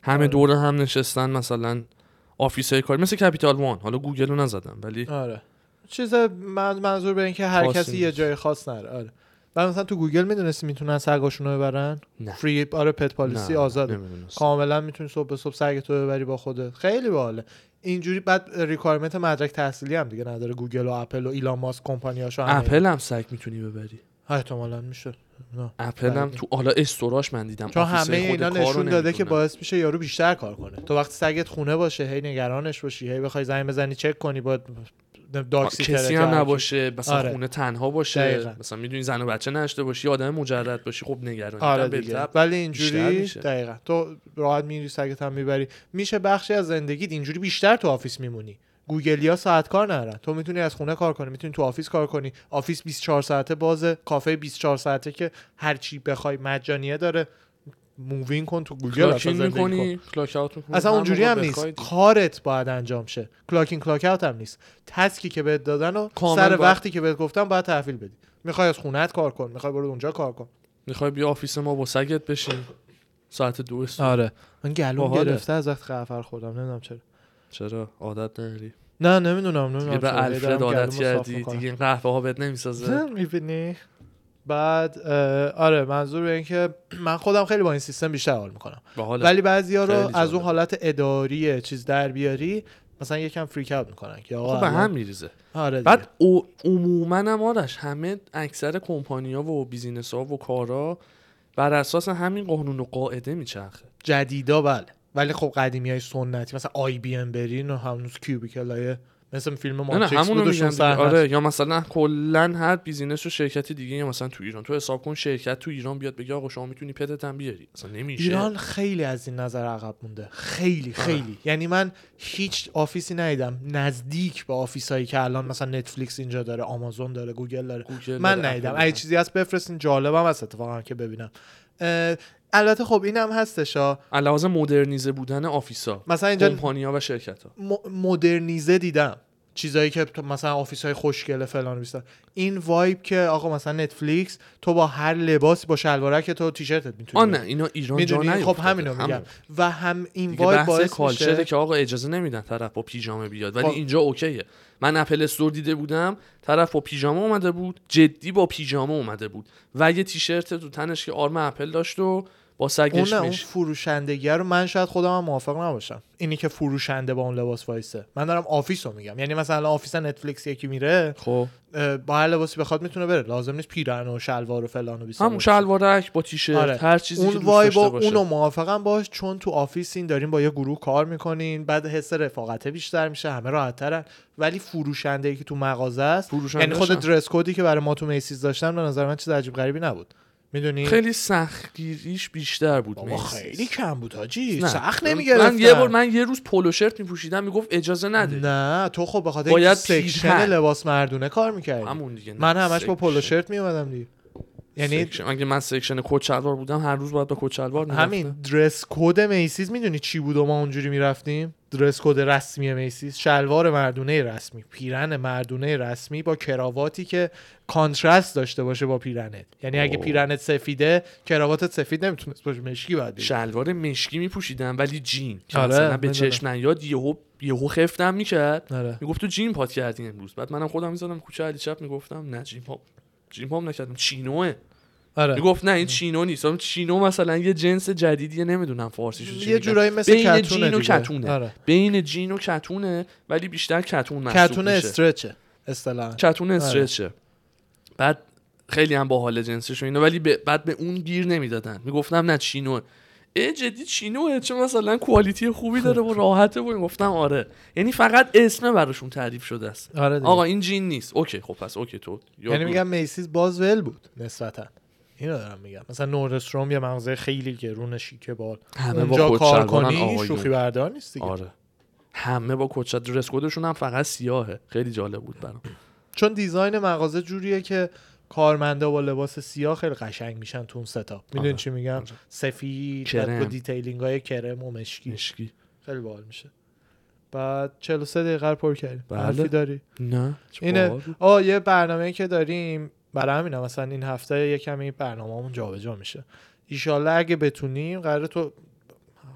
Speaker 2: همه
Speaker 1: آره.
Speaker 2: دور هم نشستن مثلا آفیس های کاری مثل کپیتال وان حالا گوگل رو نزدم ولی
Speaker 1: آره چیز من منظور به این که هر
Speaker 2: خاصی
Speaker 1: کسی یه
Speaker 2: نیست.
Speaker 1: جای خاص نره آره و مثلا تو گوگل میدونستی میتونن سگاشون رو ببرن
Speaker 2: نه.
Speaker 1: فری آره پت پالیسی
Speaker 2: نه،
Speaker 1: آزاده خب،
Speaker 2: نمی‌دونستم.
Speaker 1: کاملا میتونی صبح به صبح سگ تو ببری با خودت خیلی باحاله اینجوری بعد ریکوایرمنت مدرک تحصیلی هم دیگه نداره گوگل و اپل و ایلان ماسک کمپانیاشو همه
Speaker 2: اپل هم سگ میتونی ببری
Speaker 1: ها، احتمالاً میشه نه.
Speaker 2: اپل هم
Speaker 1: بله.
Speaker 2: تو حالا استوراش من دیدم
Speaker 1: چون
Speaker 2: آفیسای
Speaker 1: همه
Speaker 2: خود
Speaker 1: اینا
Speaker 2: کار رو
Speaker 1: نشون داده که
Speaker 2: نمی‌دونم.
Speaker 1: باعث میشه یارو بیشتر کار کنه تو وقتی سگت خونه باشه هی نگرانش باشی هی بخوای زنگ بزنی چک کنی با داکسی
Speaker 2: کسی هم نباشه مثلا
Speaker 1: آره.
Speaker 2: خونه تنها باشه
Speaker 1: دقیقاً.
Speaker 2: مثلا میدونی زن و بچه نشته باشی یه آدم مجرد باشی خب نگرانی
Speaker 1: آره
Speaker 2: به
Speaker 1: دیگه
Speaker 2: طب.
Speaker 1: ولی
Speaker 2: بیشتر
Speaker 1: اینجوری
Speaker 2: میشه.
Speaker 1: دقیقا تو راحت میری سگت هم میبری میشه بخشی از زندگیت اینجوری بیشتر تو آفیس میمونی گوگلیا ساعت کار نرن تو میتونی از خونه کار کنی میتونی تو آفیس کار کنی آفیس 24 ساعته بازه کافه 24 ساعته که هر چی بخوای مجانیه داره مووین کن تو گوگل اصلا
Speaker 2: کلاکین
Speaker 1: زندگی کن.
Speaker 2: میکنی کلاک اوت میکنی
Speaker 1: اصلا اونجوری هم نیست کارت باید انجام شه کلاکین کلاک اوت هم نیست تسکی که بهت دادن و
Speaker 2: کامل
Speaker 1: سر
Speaker 2: باید-
Speaker 1: وقتی که بهت گفتم باید تحویل بدی میخوای از خونت کار کن میخوای برو اونجا کار کن
Speaker 2: میخوای بیا آفیس ما با سگت بشین ساعت دو صبح
Speaker 1: آره من گلوم
Speaker 2: باحاله.
Speaker 1: گرفته از وقت قفر خوردم نمیدونم چرا
Speaker 2: چرا عادت نداری
Speaker 1: نه نمیدونم
Speaker 2: دیگه
Speaker 1: نمیدونم
Speaker 2: به الفرد عادت کردی دیگه این قهوه ها بهت نمیسازه
Speaker 1: میبینی بعد اه، آره منظور به این که من خودم خیلی با این سیستم بیشتر حال میکنم
Speaker 2: با حال
Speaker 1: ولی بعضیا رو
Speaker 2: خیلی جالب.
Speaker 1: از اون حالت اداری چیز در بیاری مثلا یکم فریک اوت میکنن که آقا
Speaker 2: خب به
Speaker 1: الان-
Speaker 2: هم میریزه
Speaker 1: آره دیگه.
Speaker 2: بعد او عموما هم آرش همه اکثر کمپانیا و بیزینس ها و کارا بر اساس همین قانون و قاعده میچرخه
Speaker 1: جدیدا بله ولی خب قدیمی های سنتی مثلا آی بی ام برین و هنوز کیوبیکل های مثل فیلم
Speaker 2: نه نه
Speaker 1: ماتریکس
Speaker 2: همونو
Speaker 1: بود و
Speaker 2: میگم
Speaker 1: شون
Speaker 2: دیگه.
Speaker 1: صحنه
Speaker 2: آره یا مثلا کلا هر بیزینس و شرکت دیگه یا مثلا تو ایران تو حساب کن شرکت تو ایران بیاد بگه آقا شما میتونی پدت هم بیاری اصلا نمیشه
Speaker 1: ایران خیلی از این نظر عقب مونده خیلی
Speaker 2: آره.
Speaker 1: خیلی یعنی من هیچ آفیسی ندیدم نزدیک به آفیس هایی که الان مثلا نتفلیکس اینجا داره آمازون داره گوگل داره
Speaker 2: گوگل
Speaker 1: من
Speaker 2: داره،
Speaker 1: ندیدم
Speaker 2: اپل
Speaker 1: اگه
Speaker 2: داره.
Speaker 1: چیزی هست بفرستین جالبم هست اتفاقا که ببینم اه، البته خب اینم هستش ها
Speaker 2: علاوه مدرنیزه بودن آفیسا
Speaker 1: مثلا اینجا
Speaker 2: کمپانیا و شرکت ها
Speaker 1: م- مدرنیزه دیدم چیزایی که تو مثلا آفیس های خوشگله فلان و بیسار این وایب که آقا مثلا نتفلیکس تو با هر لباسی با شلوارک تو و تیشرتت
Speaker 2: آ
Speaker 1: میتونی
Speaker 2: نه اینا ایران جا
Speaker 1: میدونی خب
Speaker 2: نیفتاده.
Speaker 1: همینو
Speaker 2: همون.
Speaker 1: میگم و هم این
Speaker 2: دیگه
Speaker 1: وایب
Speaker 2: بحث
Speaker 1: باعث
Speaker 2: کالچره
Speaker 1: میشه
Speaker 2: که آقا اجازه نمیدن طرف با پیژامه بیاد ولی
Speaker 1: خب.
Speaker 2: اینجا اوکیه من اپل استور دیده بودم طرف با پیژامه اومده بود جدی با پیژامه اومده بود و یه تیشرت تو تنش که آرم اپل داشت و با
Speaker 1: اون
Speaker 2: سگش
Speaker 1: نه، اون
Speaker 2: میشه
Speaker 1: فروشندگی رو من شاید خودم هم موافق نباشم اینی که فروشنده با اون لباس وایسه من دارم آفیس رو میگم یعنی مثلا الان آفیس نتفلیکس یکی میره
Speaker 2: خب
Speaker 1: اه، با هر لباسی بخواد میتونه بره لازم نیست پیرن و شلوار و فلان و بیسار
Speaker 2: همون شلوارک با تیشرت
Speaker 1: آره.
Speaker 2: هر چیزی
Speaker 1: اون
Speaker 2: که دوست
Speaker 1: وایب و
Speaker 2: داشته باشه
Speaker 1: اونو موافقم باش چون تو آفیسین داریم با یه گروه کار میکنین بعد حس رفاقته بیشتر میشه همه راحتترن ولی فروشنده ای که تو مغازه است
Speaker 2: فروشنده
Speaker 1: یعنی خود
Speaker 2: شن.
Speaker 1: درس کدی که برای ما تو میسیز داشتم به نظر من چیز عجیب غریبی نبود میدونی
Speaker 2: خیلی سختگیریش بیشتر بود
Speaker 1: بابا
Speaker 2: میسیز.
Speaker 1: خیلی کم بود حاجی
Speaker 2: نه.
Speaker 1: سخت نمیگرفتن
Speaker 2: من یه بار من یه روز پولو شرت میپوشیدم میگفت اجازه نده
Speaker 1: نه تو خب به خاطر
Speaker 2: باید
Speaker 1: باید سکشن
Speaker 2: پیرتر.
Speaker 1: لباس مردونه کار میکردی
Speaker 2: همون دیگه نه.
Speaker 1: من همش با پولو
Speaker 2: سکشن.
Speaker 1: شرت میومدم دیگه یعنی
Speaker 2: سکشن. اگه من سکشن کت شلوار بودم هر روز باید با کت شلوار می‌رفتم.
Speaker 1: همین درس کد میسیز میدونی چی بود و ما اونجوری میرفتیم درس کد رسمی میسیز شلوار مردونه رسمی پیرن مردونه رسمی با کراواتی که کانترست داشته باشه با پیرنت یعنی اگه
Speaker 2: اوه.
Speaker 1: پیرنت سفیده کراواتت سفید نمیتونست باشه مشکی باید بگیری.
Speaker 2: شلوار مشکی میپوشیدم ولی جین که
Speaker 1: آره،
Speaker 2: مثلا به
Speaker 1: می‌دونم.
Speaker 2: چشم نیاد یهو یهو خفتم میکرد
Speaker 1: آره.
Speaker 2: میگفت تو جین پات کردی امروز بعد منم خودم میزدم کوچه علی چپ میگفتم نه جین پام جین پام نکردم چینوه
Speaker 1: آره.
Speaker 2: میگفت نه این چینو نیست آم، چینو مثلا یه جنس جدیدیه نمیدونم فارسیشو چی
Speaker 1: یه
Speaker 2: میگن.
Speaker 1: جورایی مثل
Speaker 2: بین
Speaker 1: کتونه
Speaker 2: جین و
Speaker 1: دیگه.
Speaker 2: کتونه
Speaker 1: آره.
Speaker 2: بین جین و کتونه ولی بیشتر کتون محسوب
Speaker 1: کتونه
Speaker 2: میشه.
Speaker 1: استرچه اصطلاحا
Speaker 2: چتون استرچه بعد خیلی هم باحال جنسش و اینا ولی به- بعد به اون گیر نمیدادن میگفتم نه چینو اه جدی چینوه چه مثلا کوالیتی خوبی داره و راحته و گفتم آره یعنی فقط اسم براشون تعریف شده است
Speaker 1: آره دیگه.
Speaker 2: آقا این جین نیست اوکی خب پس اوکی تو
Speaker 1: یعنی میگم میسیز باز ول بود نسبتا اینو دارم میگم مثلا نوردستروم یه مغازه خیلی گرون شیکه بال
Speaker 2: همه با
Speaker 1: اونجا
Speaker 2: کت
Speaker 1: کار
Speaker 2: شلوارن
Speaker 1: کنی
Speaker 2: آقایون.
Speaker 1: شوخی بردار نیست دیگه
Speaker 2: آره همه با کت شد درس کدشون هم فقط سیاهه خیلی جالب بود برام
Speaker 1: چون دیزاین مغازه جوریه که کارمندا با لباس سیاه خیلی قشنگ میشن تو اون ستاپ میدونی
Speaker 2: آره،
Speaker 1: چی میگم
Speaker 2: آره.
Speaker 1: سفید
Speaker 2: کرم.
Speaker 1: بعد با دیتیلینگ های کرم و مشکی
Speaker 2: مشکی
Speaker 1: خیلی باحال میشه بعد 43 دقیقه رو پر کردیم
Speaker 2: بله.
Speaker 1: حرفی داری
Speaker 2: نه چه باحال
Speaker 1: اینه
Speaker 2: بود.
Speaker 1: آه یه برنامه که داریم برای همینه مثلا این هفته یه کمی برنامه‌مون جابجا میشه ایشالله اگه بتونیم قراره تو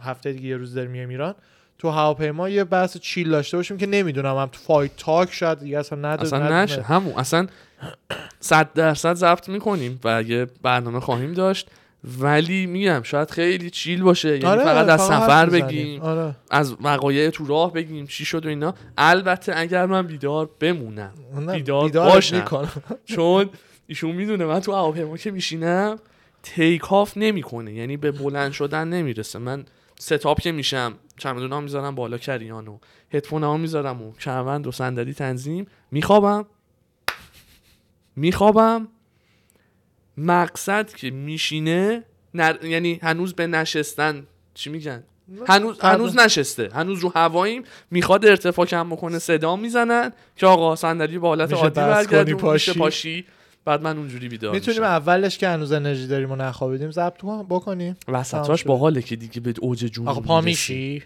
Speaker 1: هفته دیگه یه روز داریم میایم ایران تو هواپیما یه بحث چیل داشته باشیم که نمیدونم هم تو فایت تاک شاید دیگه اصلا نداره
Speaker 2: اصلا نشه همون اصلا صد درصد ضبط میکنیم و یه برنامه خواهیم داشت ولی میگم شاید خیلی چیل باشه یعنی فقط از سفر بگیم
Speaker 1: آره.
Speaker 2: از وقایع تو راه بگیم چی شد و اینا البته اگر من بیدار بمونم
Speaker 1: نه،
Speaker 2: بیدار
Speaker 1: بیدارت
Speaker 2: باشم.
Speaker 1: می‌کنم.
Speaker 2: چون ایشون میدونه من تو هواپیما که میشینم تیک آف نمیکنه یعنی به بلند شدن نمیرسه من ستاپ که میشم چمدونا میذارم بالا کریانو هدفون ها میذارم و چمند و صندلی تنظیم میخوابم میخوابم مقصد که میشینه نر- یعنی هنوز به نشستن چی میگن هنوز
Speaker 1: فردا.
Speaker 2: هنوز نشسته هنوز رو هواییم میخواد ارتفاع کم بکنه صدا میزنن که آقا صندلی به حالت
Speaker 1: میشه
Speaker 2: عادی
Speaker 1: بس
Speaker 2: برگردون
Speaker 1: کنی
Speaker 2: میشه
Speaker 1: پاشی.
Speaker 2: پاشی بعد من اونجوری بیدار
Speaker 1: میتونیم
Speaker 2: میشم
Speaker 1: اولش که هنوز انرژی داریم و نخوابیدیم ضبط کن- بکنیم
Speaker 2: وسطاش
Speaker 1: تمام
Speaker 2: باحاله که دیگه به اوج جون
Speaker 1: آقا پا
Speaker 2: میرسی.
Speaker 1: میشی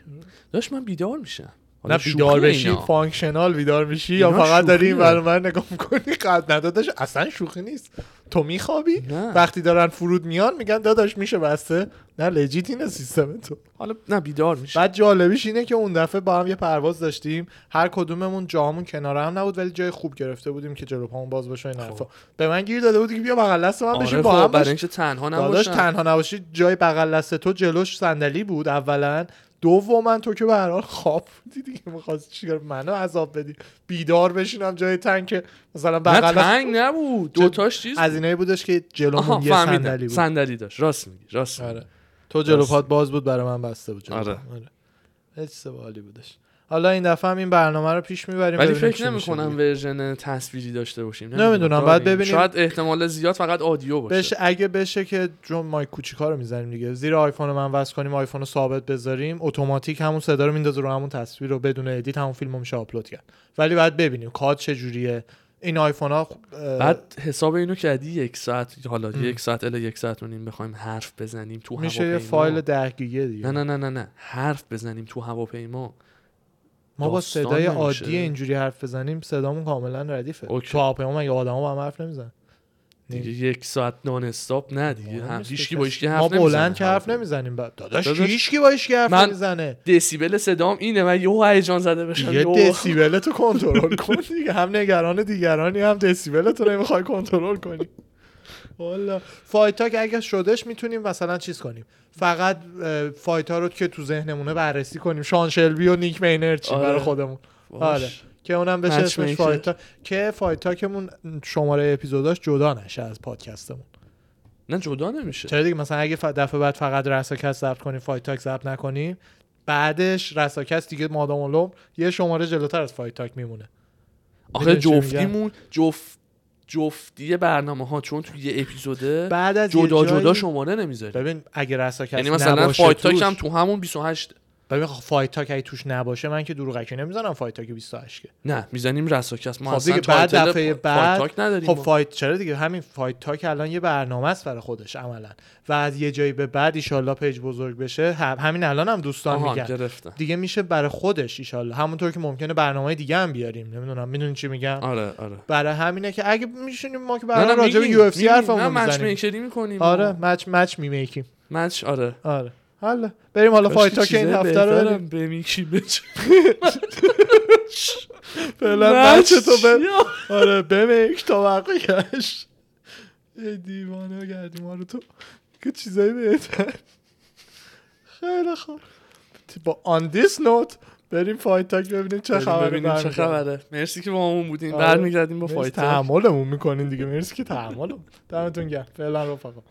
Speaker 2: داشت من بیدار میشم حالا
Speaker 1: نه
Speaker 2: شوخی
Speaker 1: بیدار بشی
Speaker 2: اینا.
Speaker 1: فانکشنال بیدار میشی یا
Speaker 2: اینا
Speaker 1: فقط داری این
Speaker 2: شوخیه.
Speaker 1: برنامه رو نگاه میکنی قد نداداش اصلا شوخی نیست تو میخوابی
Speaker 2: نه.
Speaker 1: وقتی دارن فرود میان میگن داداش میشه بسته نه لجیت اینه سیستم تو
Speaker 2: حالا نه بیدار میشم
Speaker 1: بعد جالبیش اینه که اون دفعه با هم یه پرواز داشتیم هر کدوممون جامون کنار هم نبود ولی جای خوب گرفته بودیم که جلو پامون باز باشه این حرفا به من گیر داده بودی که بیا بغل دست من بشین
Speaker 2: خب. آره
Speaker 1: با
Speaker 2: خب
Speaker 1: هم
Speaker 2: برای
Speaker 1: باش.
Speaker 2: اینکه تنها
Speaker 1: داداش
Speaker 2: نباشم
Speaker 1: تنها نباشی جای بغل دست تو جلوش صندلی بود اولا دوما تو که به هر حال خواب بودی دیگه می‌خواستی چیکار منو عذاب بدی بیدار بشینم جای تنگ که مثلا
Speaker 2: نه
Speaker 1: بغل دست-
Speaker 2: تنگ نبود دوتاش چیز
Speaker 1: از اینایی بودش که
Speaker 2: آها
Speaker 1: جلومون یه صندلی
Speaker 2: فهمیدم
Speaker 1: بود
Speaker 2: صندلی داشت راست میگی راست میگی.
Speaker 1: آره. تو جلو
Speaker 2: راست.
Speaker 1: پات باز بود برای من بسته بود جلو
Speaker 2: آره.
Speaker 1: پام. آره. چه سوالی بودش حالا این دفعه هم این برنامه رو پیش میبریم
Speaker 2: ولی
Speaker 1: ببینیم
Speaker 2: فکر
Speaker 1: چی میشه
Speaker 2: نمی‌کنم
Speaker 1: دیگه.
Speaker 2: ورژن تصویری داشته باشیم
Speaker 1: نمی‌دونم، باید
Speaker 2: داریم.
Speaker 1: ببینیم.
Speaker 2: شاید احتمال زیاد فقط آدیو باشه
Speaker 1: بشه اگه بشه که جون مایک کوچیکا رو میزنیم دیگه زیر آیفون رو من وصل کنیم آیفون رو ثابت بذاریم اتوماتیک همون صدا رو میندازه رو همون تصویر رو بدون ادیت همون فیلم رو میشه آپلود کرد ولی باید ببینیم کاد چه جوریه این آیفون ها
Speaker 2: بعد حساب اینو کردی یک ساعت حالا یک ساعت الی یک ساعت و نیم بخوایم حرف بزنیم تو
Speaker 1: میشه یه
Speaker 2: هواپیما
Speaker 1: فایل ده گیگه دیگه
Speaker 2: نه نه نه نه نه حرف بزنیم تو هواپیما
Speaker 1: ما با
Speaker 2: داستان
Speaker 1: صدای
Speaker 2: نمیشه.
Speaker 1: عادی اینجوری حرف بزنیم صدامون کاملا ردیفه
Speaker 2: اوکی.
Speaker 1: تو هواپیما مگه آدما با هم حرف نمیزنن
Speaker 2: دیگه یک ساعت نان استاپ نه دیگه هم هیچکی با هیچکی حرف
Speaker 1: ما
Speaker 2: نمیزنه
Speaker 1: بلند که حرف
Speaker 2: هواپیما.
Speaker 1: نمیزنیم داداش
Speaker 2: داداش،
Speaker 1: هیچکی با هیچکی حرف
Speaker 2: من-
Speaker 1: نمیزنه
Speaker 2: دسیبل صدام اینه من یهو هیجان زده بشم
Speaker 1: یه
Speaker 2: یهو
Speaker 1: دسیبل تو کنترل کن دیگه هم نگران دیگرانی هم دسیبل تو نمیخوای کنترل کنی والا فایتا که اگه شدش میتونیم مثلا چیز کنیم فقط اه، فایتا رو که تو ذهنمونه بررسی کنیم شان شلبی و نیک مینرچی
Speaker 2: آره.
Speaker 1: برای خودمون
Speaker 2: باش.
Speaker 1: آره که اونم بشه
Speaker 2: Match
Speaker 1: اسمش
Speaker 2: maker.
Speaker 1: فایتا که فایتاکمون شماره اپیزوداش جدا نشه از پادکستمون
Speaker 2: نه جدا نمیشه
Speaker 1: چرا دیگه مثلا اگه ف- دفعه بعد فقط رساکست ضبط کنیم فایتاک ضبط نکنیم بعدش رساکست دیگه مادام العمر یه شماره جلوتر از فایتاک میمونه
Speaker 2: آخه
Speaker 1: می‌دونی چی میگم؟
Speaker 2: جفتیمون جفت جفتی برنامه ها چون تو یه اپیزوده
Speaker 1: بعد از یه
Speaker 2: جدا
Speaker 1: جایی-
Speaker 2: جدا شماره نمیذاره
Speaker 1: ببین اگه رساکست
Speaker 2: یعنی مثلا
Speaker 1: نباشه
Speaker 2: فایت تاک
Speaker 1: توش-
Speaker 2: هم تو همون 28
Speaker 1: ببین خب فایتاک اگه توش نباشه من که دروغکی نمیزنم فایتاک 28 که
Speaker 2: نه میزنیم رساکست ما
Speaker 1: خب
Speaker 2: اصلا
Speaker 1: دیگه بعد
Speaker 2: تایتل
Speaker 1: دفعه
Speaker 2: فا-
Speaker 1: بعد
Speaker 2: فایت تاک نداریم
Speaker 1: خب
Speaker 2: ما.
Speaker 1: فایت چرا دیگه همین فایت تاک الان یه برنامه است برای خودش عملا و از یه جایی به بعد ایشالله پیج بزرگ بشه هم- همین الان هم دوستان
Speaker 2: آها
Speaker 1: میگن
Speaker 2: گرفتم
Speaker 1: دیگه میشه برای خودش ایشالله همونطور که ممکنه برنامه دیگه هم بیاریم نمیدونم میدونی چی میگم
Speaker 2: آره آره
Speaker 1: برای همینه که اگه میشینیم ما که
Speaker 2: نه، نه،
Speaker 1: برای آره، راجع به
Speaker 2: می‌گیم،
Speaker 1: یو اف سی
Speaker 2: می‌گیم. نه
Speaker 1: حرفمون
Speaker 2: مچ
Speaker 1: میزنیم
Speaker 2: میکری میکنیم
Speaker 1: آره مچ مچ میمیکیم
Speaker 2: مچ آره
Speaker 1: آره حالا بریم حالا فایت تاک این هفته رو بریم
Speaker 2: بمیکی
Speaker 1: فعلا مچ تو به آره بمیک تا بقیهش ای دیوانه کردی ما رو تو که چیزایی بهتر خیلی خوب با آن دیس نوت بریم فایت تاک ببینیم چه خبره
Speaker 2: ببینیم چه
Speaker 1: برمی‌داره.
Speaker 2: خبره مرسی که با همون بودین
Speaker 1: آره.
Speaker 2: برمیگردیم با
Speaker 1: مرسی،
Speaker 2: فایت تاک.
Speaker 1: تحملمون میکنین دیگه مرسی که تحملمون دمتون گرم فعلا رفقا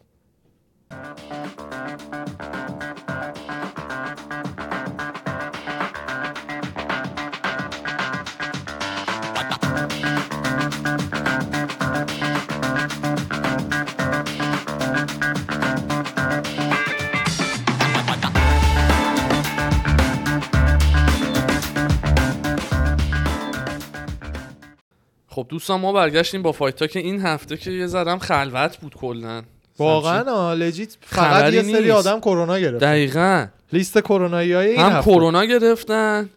Speaker 2: خب دوستان ما برگشتیم با فایت تاک این هفته که یه ذرم خلوت بود کلا
Speaker 1: واقعا آه، لجیت فقط
Speaker 2: خبری
Speaker 1: یه سری
Speaker 2: نیست.
Speaker 1: آدم کرونا گرفت
Speaker 2: دقیقا
Speaker 1: لیست کرونایی های این
Speaker 2: هم
Speaker 1: هفته.
Speaker 2: کرونا گرفتن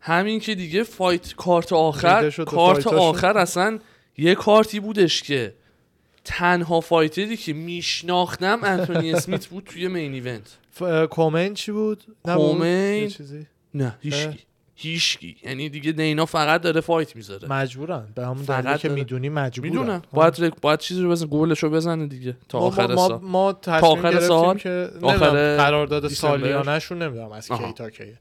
Speaker 2: همین که دیگه فایت کارت آخر
Speaker 1: دیده شد تو
Speaker 2: کارت
Speaker 1: فایتاشون.
Speaker 2: آخر اصلا یه کارتی بودش که تنها فایتری که میشناختم انتونی اسمیت بود توی مین ایونت
Speaker 1: ف- اه، کومین چی بود نه،
Speaker 2: کومین.
Speaker 1: یه چیزی.
Speaker 2: نه
Speaker 1: اه.
Speaker 2: هیچکی هیچکی یعنی دیگه دینا فقط داره فایت میذاره
Speaker 1: مجبورن به همون
Speaker 2: فقط
Speaker 1: دلیلی که
Speaker 2: داره.
Speaker 1: میدونی مجبورن
Speaker 2: میدونم
Speaker 1: آه.
Speaker 2: باید رک- باید چیزی رو بزن گلش رو بزنه دیگه تا
Speaker 1: ما-
Speaker 2: آخر
Speaker 1: ما, ما,
Speaker 2: سال
Speaker 1: ما تصمیم
Speaker 2: تا آخر
Speaker 1: گرفتیم
Speaker 2: سال؟
Speaker 1: که
Speaker 2: آخر
Speaker 1: نمیدونم قرارداد
Speaker 2: دیسامبر؟
Speaker 1: سالیانهشون نمیدونم از
Speaker 2: آها.
Speaker 1: کی تا کیه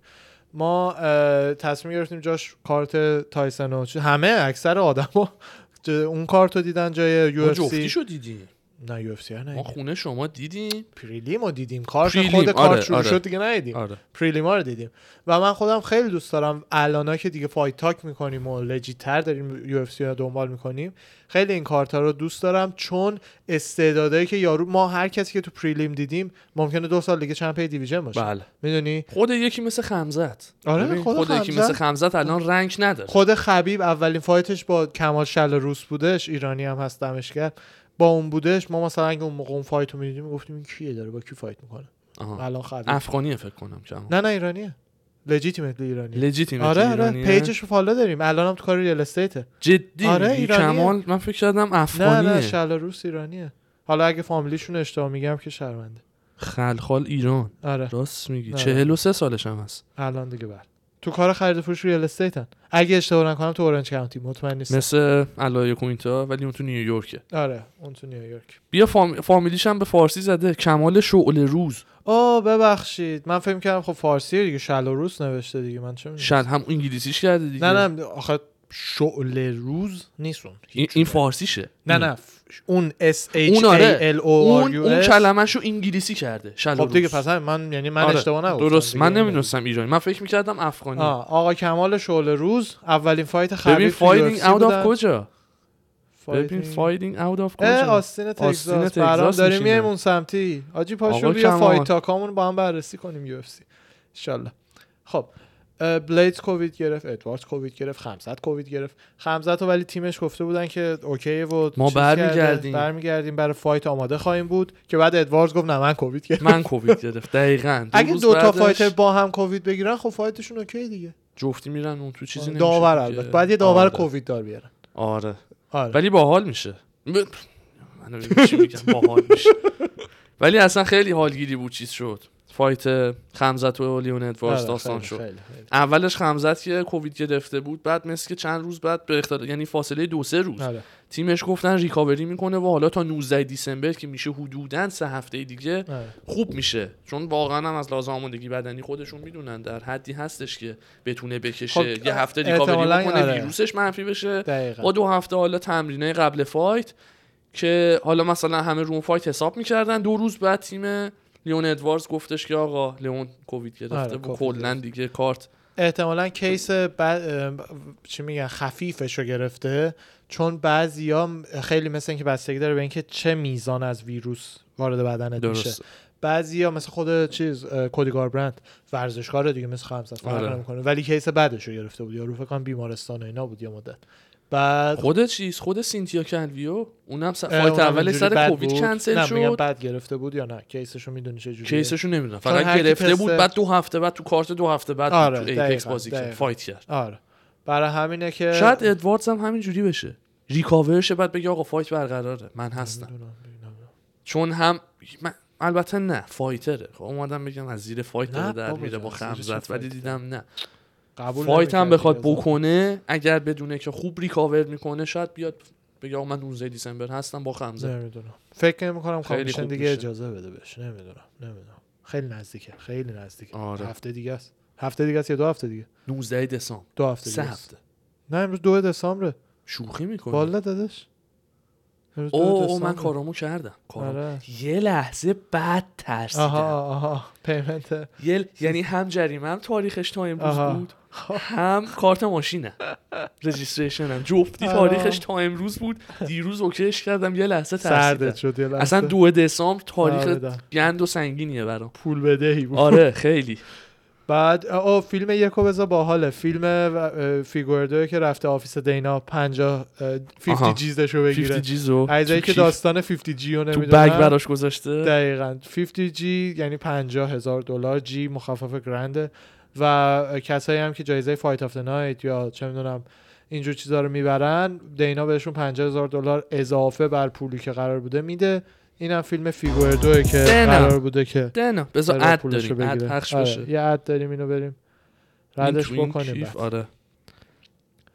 Speaker 1: ما اه، تصمیم گرفتیم جاش کارت تایسن و چی- همه اکثر آدما ج- اون کارت رو دیدن جای یو
Speaker 2: ما
Speaker 1: اف
Speaker 2: جفتی
Speaker 1: سی
Speaker 2: شو دیدیم
Speaker 1: نه یو اف سی
Speaker 2: ما
Speaker 1: نه
Speaker 2: خونه شما دیدیم
Speaker 1: پریلیم رو دیدیم کارت
Speaker 2: پریلیم،
Speaker 1: خود
Speaker 2: آره،
Speaker 1: کارت شروع
Speaker 2: آره.
Speaker 1: شد دیگه ندیدیم
Speaker 2: آره
Speaker 1: پریلیما رو دیدیم و من خودم خیلی دوست دارم الانا که دیگه فایت تاک میکنیم و لجیتر داریم یو اف سی رو دنبال میکنیم خیلی این کارتا رو دوست دارم چون استعدادایی که یارو ما هر کسی که تو پریلیم دیدیم ممکنه دو سال دیگه چمپیون دیویژن باشه
Speaker 2: بله
Speaker 1: میدونی
Speaker 2: خود یکی مثل خمزت
Speaker 1: آره،
Speaker 2: ببین،
Speaker 1: خود
Speaker 2: یکی
Speaker 1: خمزت- خب.
Speaker 2: مثل خمزت الان رنگ نداره
Speaker 1: خود خبیب اولین فایتش با کمال شل روس بودش ایرانی هم هست دمشگر با اون بودش ما مثلا اگه اون موقع اون فایت رو میدیدیم گفتیم این کیه داره با کی فایت میکنه
Speaker 2: آها.
Speaker 1: الان خبیب
Speaker 2: افغانیه فکر کنم کم
Speaker 1: نه نه ایرانیه لجیتیمتلی ایرانی
Speaker 2: لجیتیمه
Speaker 1: آره آره
Speaker 2: ایرانیه.
Speaker 1: پیجش رو فالو داریم الان هم تو کار ریل اسیته
Speaker 2: جدی
Speaker 1: آره،
Speaker 2: میگی؟
Speaker 1: ایرانیه.
Speaker 2: کمال من فکر کردم
Speaker 1: نه نه
Speaker 2: افغانیه
Speaker 1: شلا روس ایرانیه حالا اگه فامیلیشون اشتباه میگم که شرمنده
Speaker 2: خلخال ایران
Speaker 1: آره
Speaker 2: راست میگی
Speaker 1: نه.
Speaker 2: 43 سالش هم هست
Speaker 1: الان دیگه بر تو کار خرید و فروش ریل استیتن اگه اشتباه نکنم تو اورنج کانتی مطمئن نیستم
Speaker 2: مثل علایه کوینتا ولی اون تو نیویورکه
Speaker 1: آره اون تو نیویورک
Speaker 2: بیا فام... فامیلیش هم به فارسی زده کمال شعله روز
Speaker 1: آه ببخشید من فکر کردم خب فارسیه دیگه شلا روس نوشته دیگه من چه می‌دونم.
Speaker 2: شاید هم انگلیسیش کرده دیگه
Speaker 1: نه نه آخه شعله روز نیستون
Speaker 2: این, این فارسیشه
Speaker 1: نه نه ف- اون S H
Speaker 2: اون
Speaker 1: A
Speaker 2: آره
Speaker 1: L O R
Speaker 2: اون,
Speaker 1: U S
Speaker 2: اون کلمه‌شو انگلیسی کرده شلو
Speaker 1: خب دیگه
Speaker 2: روس.
Speaker 1: پس هم من یعنی من
Speaker 2: آره،
Speaker 1: اشتباه نگفتم
Speaker 2: درست
Speaker 1: دیگه.
Speaker 2: من نمیدونستم ایرانی من فکر میکردم افغانی
Speaker 1: آه، آقا کمال شعله روز اولین فایت خبیب
Speaker 2: ببین
Speaker 1: تو
Speaker 2: فایدینگ
Speaker 1: UFC
Speaker 2: اوت
Speaker 1: بودن.
Speaker 2: آف کجا ببین
Speaker 1: فایتینگ-
Speaker 2: فایدینگ اوت آف
Speaker 1: اه
Speaker 2: کجا
Speaker 1: آستین
Speaker 2: آستین
Speaker 1: تگزاس
Speaker 2: تگزاس
Speaker 1: برام داریم
Speaker 2: میشینه.
Speaker 1: میایم اون سمتی آجی پاشو
Speaker 2: آقا
Speaker 1: بیا
Speaker 2: کمال.
Speaker 1: فایت تاکامون با هم بررسی کنیم یو اف سی انشالله خب اه، بلیدز کووید گرفت ادواردز کووید گرفت خمزت کووید گرفت خمزت رو ولی تیمش گفته بودن که اوکی و
Speaker 2: ما
Speaker 1: چیز
Speaker 2: برمیگردیم.
Speaker 1: کرده. برمیگردیم برای فایت آماده خواهیم بود که بعد ادواردز گفت نه من کووید گرفت
Speaker 2: من کووید گرفت دقیقاً دو
Speaker 1: اگه
Speaker 2: روز
Speaker 1: دو تا
Speaker 2: بعدش
Speaker 1: فایتر با هم کووید بگیرن خب فایتشون اوکی دیگه آره،
Speaker 2: جفتی میرن اون تو چیزی نمیشه
Speaker 1: داور
Speaker 2: دیگه.
Speaker 1: البته بعد یه داور
Speaker 2: آره.
Speaker 1: کووید دار بیارن
Speaker 2: آره
Speaker 1: آره
Speaker 2: ولی باحال میشه ب- منو ببین چی میگم باحال میشه ولی اصلا خیلی حالگیری بود چیز شد فایت خمزت و لیون ادواردز
Speaker 1: آره،
Speaker 2: داستان
Speaker 1: خیلی،
Speaker 2: شد
Speaker 1: خیلی، خیلی.
Speaker 2: اولش خمزت که کووید گرفته بود بعد مثل که چند روز بعد به اختلال یعنی فاصله دو سه روز
Speaker 1: آره.
Speaker 2: تیمش گفتن ریکاوری میکنه و حالا تا 19 دیسمبر که میشه حدوداً سه هفته دیگه
Speaker 1: آره.
Speaker 2: خوب میشه چون واقعا هم از لحاظ آمادگی بدنی خودشون میدونن در حدی هستش که بتونه بکشه
Speaker 1: خب،
Speaker 2: یه هفته
Speaker 1: احتمالاً
Speaker 2: ریکاوری
Speaker 1: آره.
Speaker 2: بکنه ویروسش منفی بشه
Speaker 1: دقیقاً.
Speaker 2: با دو هفته حالا تمرینه قبل فایت که حالا مثلا همه رو اون فایت حساب میکردن دو روز بعد تیم لیون ادواردز گفتش که آقا لیون کووید
Speaker 1: آره،
Speaker 2: گرفته و
Speaker 1: کووید
Speaker 2: کلا دیگه کارت
Speaker 1: احتمالا کیس بد... ام، چی میگن خفیفش رو گرفته چون بعضی خیلی مثل اینکه بستگی داره به اینکه چه میزان از ویروس وارد بدنت میشه
Speaker 2: درست
Speaker 1: بعضی ها مثل خود چیز اه، کودی گاربرند ورزشکاره دیگه مثل خمسه فرق
Speaker 2: آره.
Speaker 1: نمیکنه ولی کیس بعدش رو گرفته بود یارو فکر کنم بیمارستان و اینا بود یه مدت بعد
Speaker 2: خود چیز خود سینتیا کلویو اونم س...
Speaker 1: اه،
Speaker 2: فایت
Speaker 1: اونم
Speaker 2: اولش
Speaker 1: اینجوری
Speaker 2: سر
Speaker 1: بد
Speaker 2: کووید
Speaker 1: بود.
Speaker 2: کنسل
Speaker 1: نه میگم
Speaker 2: شد
Speaker 1: بعد گرفته بود یا نه کیسش رو میدونی چه جوریه
Speaker 2: کیسشو نمیدونم
Speaker 1: چون هر
Speaker 2: فقط
Speaker 1: کی
Speaker 2: گرفته بود
Speaker 1: تست-
Speaker 2: بعد دو هفته بعد تو کارت دو هفته بعد
Speaker 1: آره،
Speaker 2: تو ایپکس
Speaker 1: دقیقاً،
Speaker 2: بازی کرد
Speaker 1: دقیقاً.
Speaker 2: فایت کرد
Speaker 1: آره برای همینه که
Speaker 2: شاید ادواردز هم همین جوری بشه ریکاورش بعد بگه آقا فایت برقراره من هستم
Speaker 1: نمی‌دونم، نمی‌دونم.
Speaker 2: چون هم من- البته نه فایتره خب اومدم بگم از زیر فایت
Speaker 1: نه،
Speaker 2: داره در
Speaker 1: بابا
Speaker 2: میره
Speaker 1: جان،
Speaker 2: با
Speaker 1: از زیر چه
Speaker 2: خمزت ولی
Speaker 1: فایتره؟
Speaker 2: دیدم نه
Speaker 1: قبول
Speaker 2: فایت هم
Speaker 1: نمی‌کردی
Speaker 2: بخواد
Speaker 1: رضا.
Speaker 2: بکنه اگر بدونه که خوب ریکاور میکنه شاید بیاد بگه آقا من 19 دیسمبر هستم با خمزت
Speaker 1: نمیدونم فکر نمی کنم
Speaker 2: خیلی
Speaker 1: کامیشن
Speaker 2: خوب
Speaker 1: دیگه
Speaker 2: میشه.
Speaker 1: اجازه بده بهش نمیدونم نمیدونم خیلی نزدیکه خیلی نزدیکه
Speaker 2: آره.
Speaker 1: هفته دیگه است هفته دیگه است یا دو هفته دیگه
Speaker 2: 19 دسامبر
Speaker 1: دو هفته
Speaker 2: سه
Speaker 1: دیگه است.
Speaker 2: هفته بله.
Speaker 1: نه امروز دو دسامبره
Speaker 2: شوخی میکنه
Speaker 1: والا دادش امروز دو
Speaker 2: او او من
Speaker 1: دسامبره.
Speaker 2: کارامو کردم کارامو
Speaker 1: آره.
Speaker 2: یه لحظه بعد ترسیدم
Speaker 1: آها آها پیمنت
Speaker 2: یه یعنی هم جریمه هم تاریخش تا امروز
Speaker 1: آها.
Speaker 2: بود هم کارت ماشینم رجیستریشنم جفتی
Speaker 1: آها.
Speaker 2: تاریخش تا امروز بود دیروز اوکیش کردم یه لحظه
Speaker 1: سردت
Speaker 2: ترسیدم
Speaker 1: شد یه لحظه.
Speaker 2: اصلا دو دسامبر
Speaker 1: آره،
Speaker 2: تاریخ
Speaker 1: ده.
Speaker 2: گند و سنگینیه برام
Speaker 1: پول بدهی بود
Speaker 2: آره خیلی
Speaker 1: بعد او فیلم یکو بذار باحاله فیلم اه، فیگوردوی که رفته آفیس دینا 50 اه، 50
Speaker 2: آها.
Speaker 1: جیزش رو
Speaker 2: 50
Speaker 1: بگیره
Speaker 2: جیزو تو
Speaker 1: عیزایی که
Speaker 2: کیف،
Speaker 1: داستان 50 جی رو
Speaker 2: تو بگ
Speaker 1: نمیدونم
Speaker 2: براش گذاشته
Speaker 1: دقیقا 50 جی یعنی 50 هزار دلار جی مخفف گرنده و کسایی هم که جایزه فایت آف نایت یا چه میدونم اینجور چیزا رو میبرن دینا بهشون 50 هزار دلار اضافه بر پولی که قرار بوده میده اینم فیلم فیگوردوه که
Speaker 2: دینا.
Speaker 1: قرار بوده که
Speaker 2: دینا بذار
Speaker 1: قرار
Speaker 2: اد
Speaker 1: پولش رو
Speaker 2: داریم اد
Speaker 1: بگیره.
Speaker 2: پخش
Speaker 1: آره،
Speaker 2: بشه
Speaker 1: یه اد داریم اینو بریم
Speaker 2: این
Speaker 1: ردش
Speaker 2: تو این
Speaker 1: بکنیم
Speaker 2: کیف،
Speaker 1: بعد.
Speaker 2: آره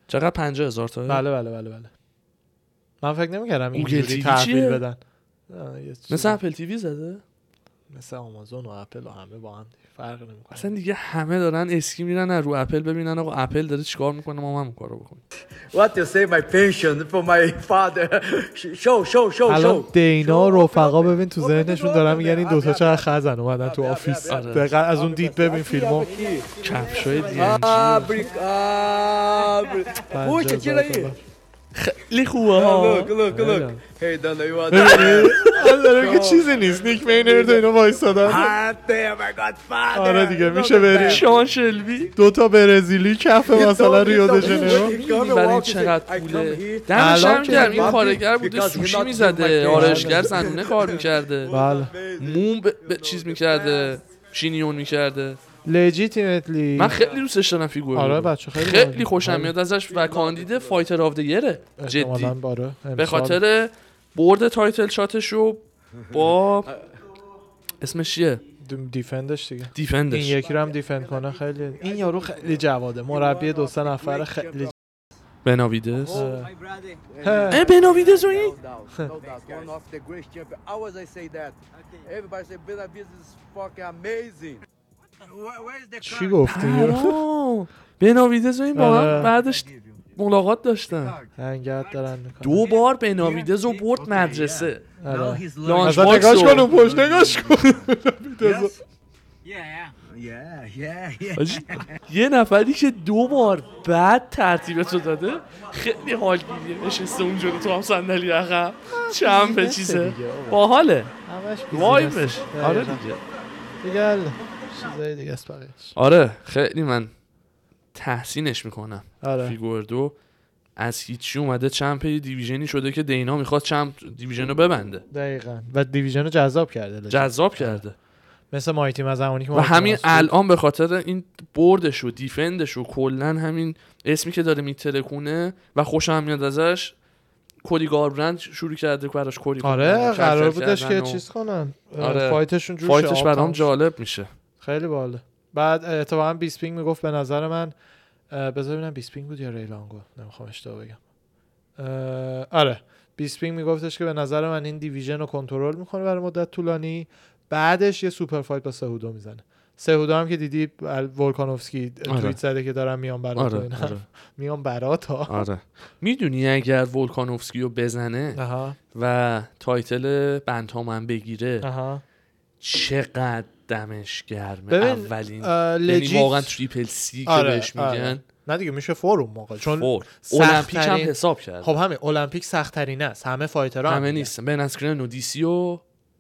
Speaker 2: چقدر پنجه هزار تا
Speaker 1: بله بله بله بله من فکر نمیکردم
Speaker 2: گوگل
Speaker 1: اینجوری
Speaker 2: تیوی
Speaker 1: تحویل
Speaker 2: چیه؟
Speaker 1: بدن آه، یه چیز-
Speaker 2: مثل اپل تیوی زده
Speaker 1: مثل آمازون و اپل و همه با هم دیگه. فرق نمیکنه
Speaker 2: اصلا دیگه همه دارن اسکی میرن از رو اپل ببینن آقا اپل داره چیکار میکنه ما هم همون کارو بکنیم
Speaker 3: What you say, my pension for my father? Show, show, show,
Speaker 1: الان
Speaker 3: show.
Speaker 1: دینا و
Speaker 3: شو،
Speaker 1: رفقا
Speaker 3: آبی آبی.
Speaker 1: ببین تو
Speaker 3: آبی
Speaker 1: ذهنشون
Speaker 3: آبی
Speaker 1: دارن
Speaker 3: آبی.
Speaker 1: میگن این دوتا
Speaker 3: آبی
Speaker 1: چرا خزن اومدن تو آفیس
Speaker 2: آبی.
Speaker 1: دقیقا از اون دید ببین فیلمو
Speaker 2: کفشای دی
Speaker 3: Abre, abre. Ah,
Speaker 1: Tá,
Speaker 3: Puxa, tira aí.
Speaker 2: خیلی خوبه
Speaker 3: Look,
Speaker 2: ها
Speaker 3: look, look.
Speaker 1: Olha.
Speaker 3: Hey, Dana, you are the...
Speaker 1: داره که چیزی نیست نیک مینرد و اینا وایستادن
Speaker 3: Ah, damn, I got father.
Speaker 1: آره دیگه،
Speaker 3: Look
Speaker 1: میشه
Speaker 3: at that.
Speaker 1: بریم.
Speaker 2: شان شلبی
Speaker 1: دوتا برزیلی کف
Speaker 3: Então,
Speaker 1: مثلا
Speaker 3: He
Speaker 1: ریو
Speaker 3: told-
Speaker 1: د
Speaker 3: he told me
Speaker 1: ژانیرو
Speaker 3: when he come and
Speaker 2: برای این
Speaker 3: walk, he said,
Speaker 2: چقدر
Speaker 3: então, I come
Speaker 2: پوله
Speaker 3: here.
Speaker 2: دمش
Speaker 1: الان
Speaker 2: هم
Speaker 1: که
Speaker 2: گرم این
Speaker 3: وقتی-
Speaker 2: کارگر بوده
Speaker 3: because you're
Speaker 2: سوشی
Speaker 3: not doing my
Speaker 2: میزده
Speaker 3: thing.
Speaker 2: آرشگر زنونه کار میکرده
Speaker 1: بله
Speaker 2: موم به- به چیز میکرده شینیون میکرده
Speaker 1: لجیتیمتلی
Speaker 2: من خیلی دوستش دارم فیگور
Speaker 1: آره بچه خیلی
Speaker 2: خیلی خوشم میاد ازش و کاندید فایتر آف دیره جدی
Speaker 1: جدی آره امسال.
Speaker 2: به خاطر برد تایتل شاتش رو با اسمش چیه
Speaker 1: دم- دیفندش دیگه این
Speaker 2: دیفندش
Speaker 1: یکی رو هم دیفند کنه خیلی این یارو خیلی جواده مربی دو سه نفره خیلی
Speaker 2: بناویدس
Speaker 1: جواده
Speaker 2: اه بناویدس و این
Speaker 3: No doubt, no doubt. One of the great champion. Always I say that. Everybody say Benavides is fucking amazing.
Speaker 1: چی گفتی
Speaker 2: Oh. آه، بناویدس و این با هم
Speaker 1: آره.
Speaker 2: بعدش ملاقات داشتن
Speaker 1: هنگت دارن میکنن
Speaker 2: دو بار بناویدز و برد
Speaker 4: Now
Speaker 2: مدرسه
Speaker 4: he's
Speaker 2: Launch
Speaker 4: learning.
Speaker 1: ازت نگاش
Speaker 2: Boxer.
Speaker 1: کن اون پشت نگاش کن
Speaker 4: Yes? Yeah, yeah, yeah, yeah, yeah.
Speaker 2: حاجی، یه نفری که دو بار بعد ترتیبتو داده خیلی حالگیریه نشسته اون جلو تو هم صندلی عقب چمپ چیزه
Speaker 1: دیگه، آقا.
Speaker 2: باحاله
Speaker 1: همش بیزینسه.
Speaker 2: وایبش
Speaker 1: دقیقاً.
Speaker 2: آره دیگه
Speaker 1: دیگه حله. چیزای دیگه است بقیه‌اش.
Speaker 2: آره خیلی من تحسینش میکنم
Speaker 1: آره.
Speaker 2: فیگوردو از هیچی اومده چمپ یه دیویژنی شده که دینا میخواد چمپ دیویژن رو ببنده
Speaker 1: دقیقا و دیویژن رو جذاب کرده لجن.
Speaker 2: جذاب کرده
Speaker 1: مثل مایتیم از زمانی که
Speaker 2: و
Speaker 1: مایتیم
Speaker 2: همین
Speaker 1: از بود.
Speaker 2: الان به خاطر این بردش و دیفندش و کلا همین اسمی که داره میترکونه و خوشم میاد ازش کوری گاربرند شروع کرده براش کوری
Speaker 1: آره
Speaker 2: گاربرند
Speaker 1: قرار
Speaker 2: کلکل
Speaker 1: بودش
Speaker 2: کردن
Speaker 1: که
Speaker 2: و
Speaker 1: چیز کنن
Speaker 2: آره.
Speaker 1: آره. فایتشون جوش
Speaker 2: فایتش
Speaker 1: آب
Speaker 2: برام
Speaker 1: تموم شد.
Speaker 2: جالب میشه
Speaker 1: خیلی باله بعد اتفاقا بیسپینگ میگفت به نظر من اه، بذار ببینم بیسپینگ بود یا ریلانگو نمیخوام اشتباه بگم اه، آره بیسپینگ میگفتش که به نظر من این دیویژن رو کنترل میکنه برای مدت طولانی بعدش یه سوپر فایت با سهودو میزنه سهودو هم که دیدی ال- ولکانوفسکی
Speaker 2: آره.
Speaker 1: توییت زده که دارم میام برات و
Speaker 2: آره
Speaker 1: اینا.
Speaker 2: آره,
Speaker 1: میام برات ها
Speaker 2: آره. میدونی اگر ولکانوفسکی رو بزنه
Speaker 1: آها
Speaker 2: و تایتل بنتامن بگیره
Speaker 1: آها
Speaker 2: چقدر دمش گرمه
Speaker 1: ببین،
Speaker 2: اولین
Speaker 1: اه،
Speaker 2: یعنی
Speaker 1: legit-
Speaker 2: واقعا تریپل سی که
Speaker 1: آره،
Speaker 2: بهش میگن
Speaker 1: آره. نه دیگه میشه فور اون موقع چون
Speaker 2: فور.
Speaker 1: سخت‌ترین-
Speaker 2: المپیک هم حساب کرد
Speaker 1: خب آره. همین المپیک سخت ترین است همه فایترها هم
Speaker 2: همه
Speaker 1: میگن.
Speaker 2: نیستن بین اسکرین و دیسی و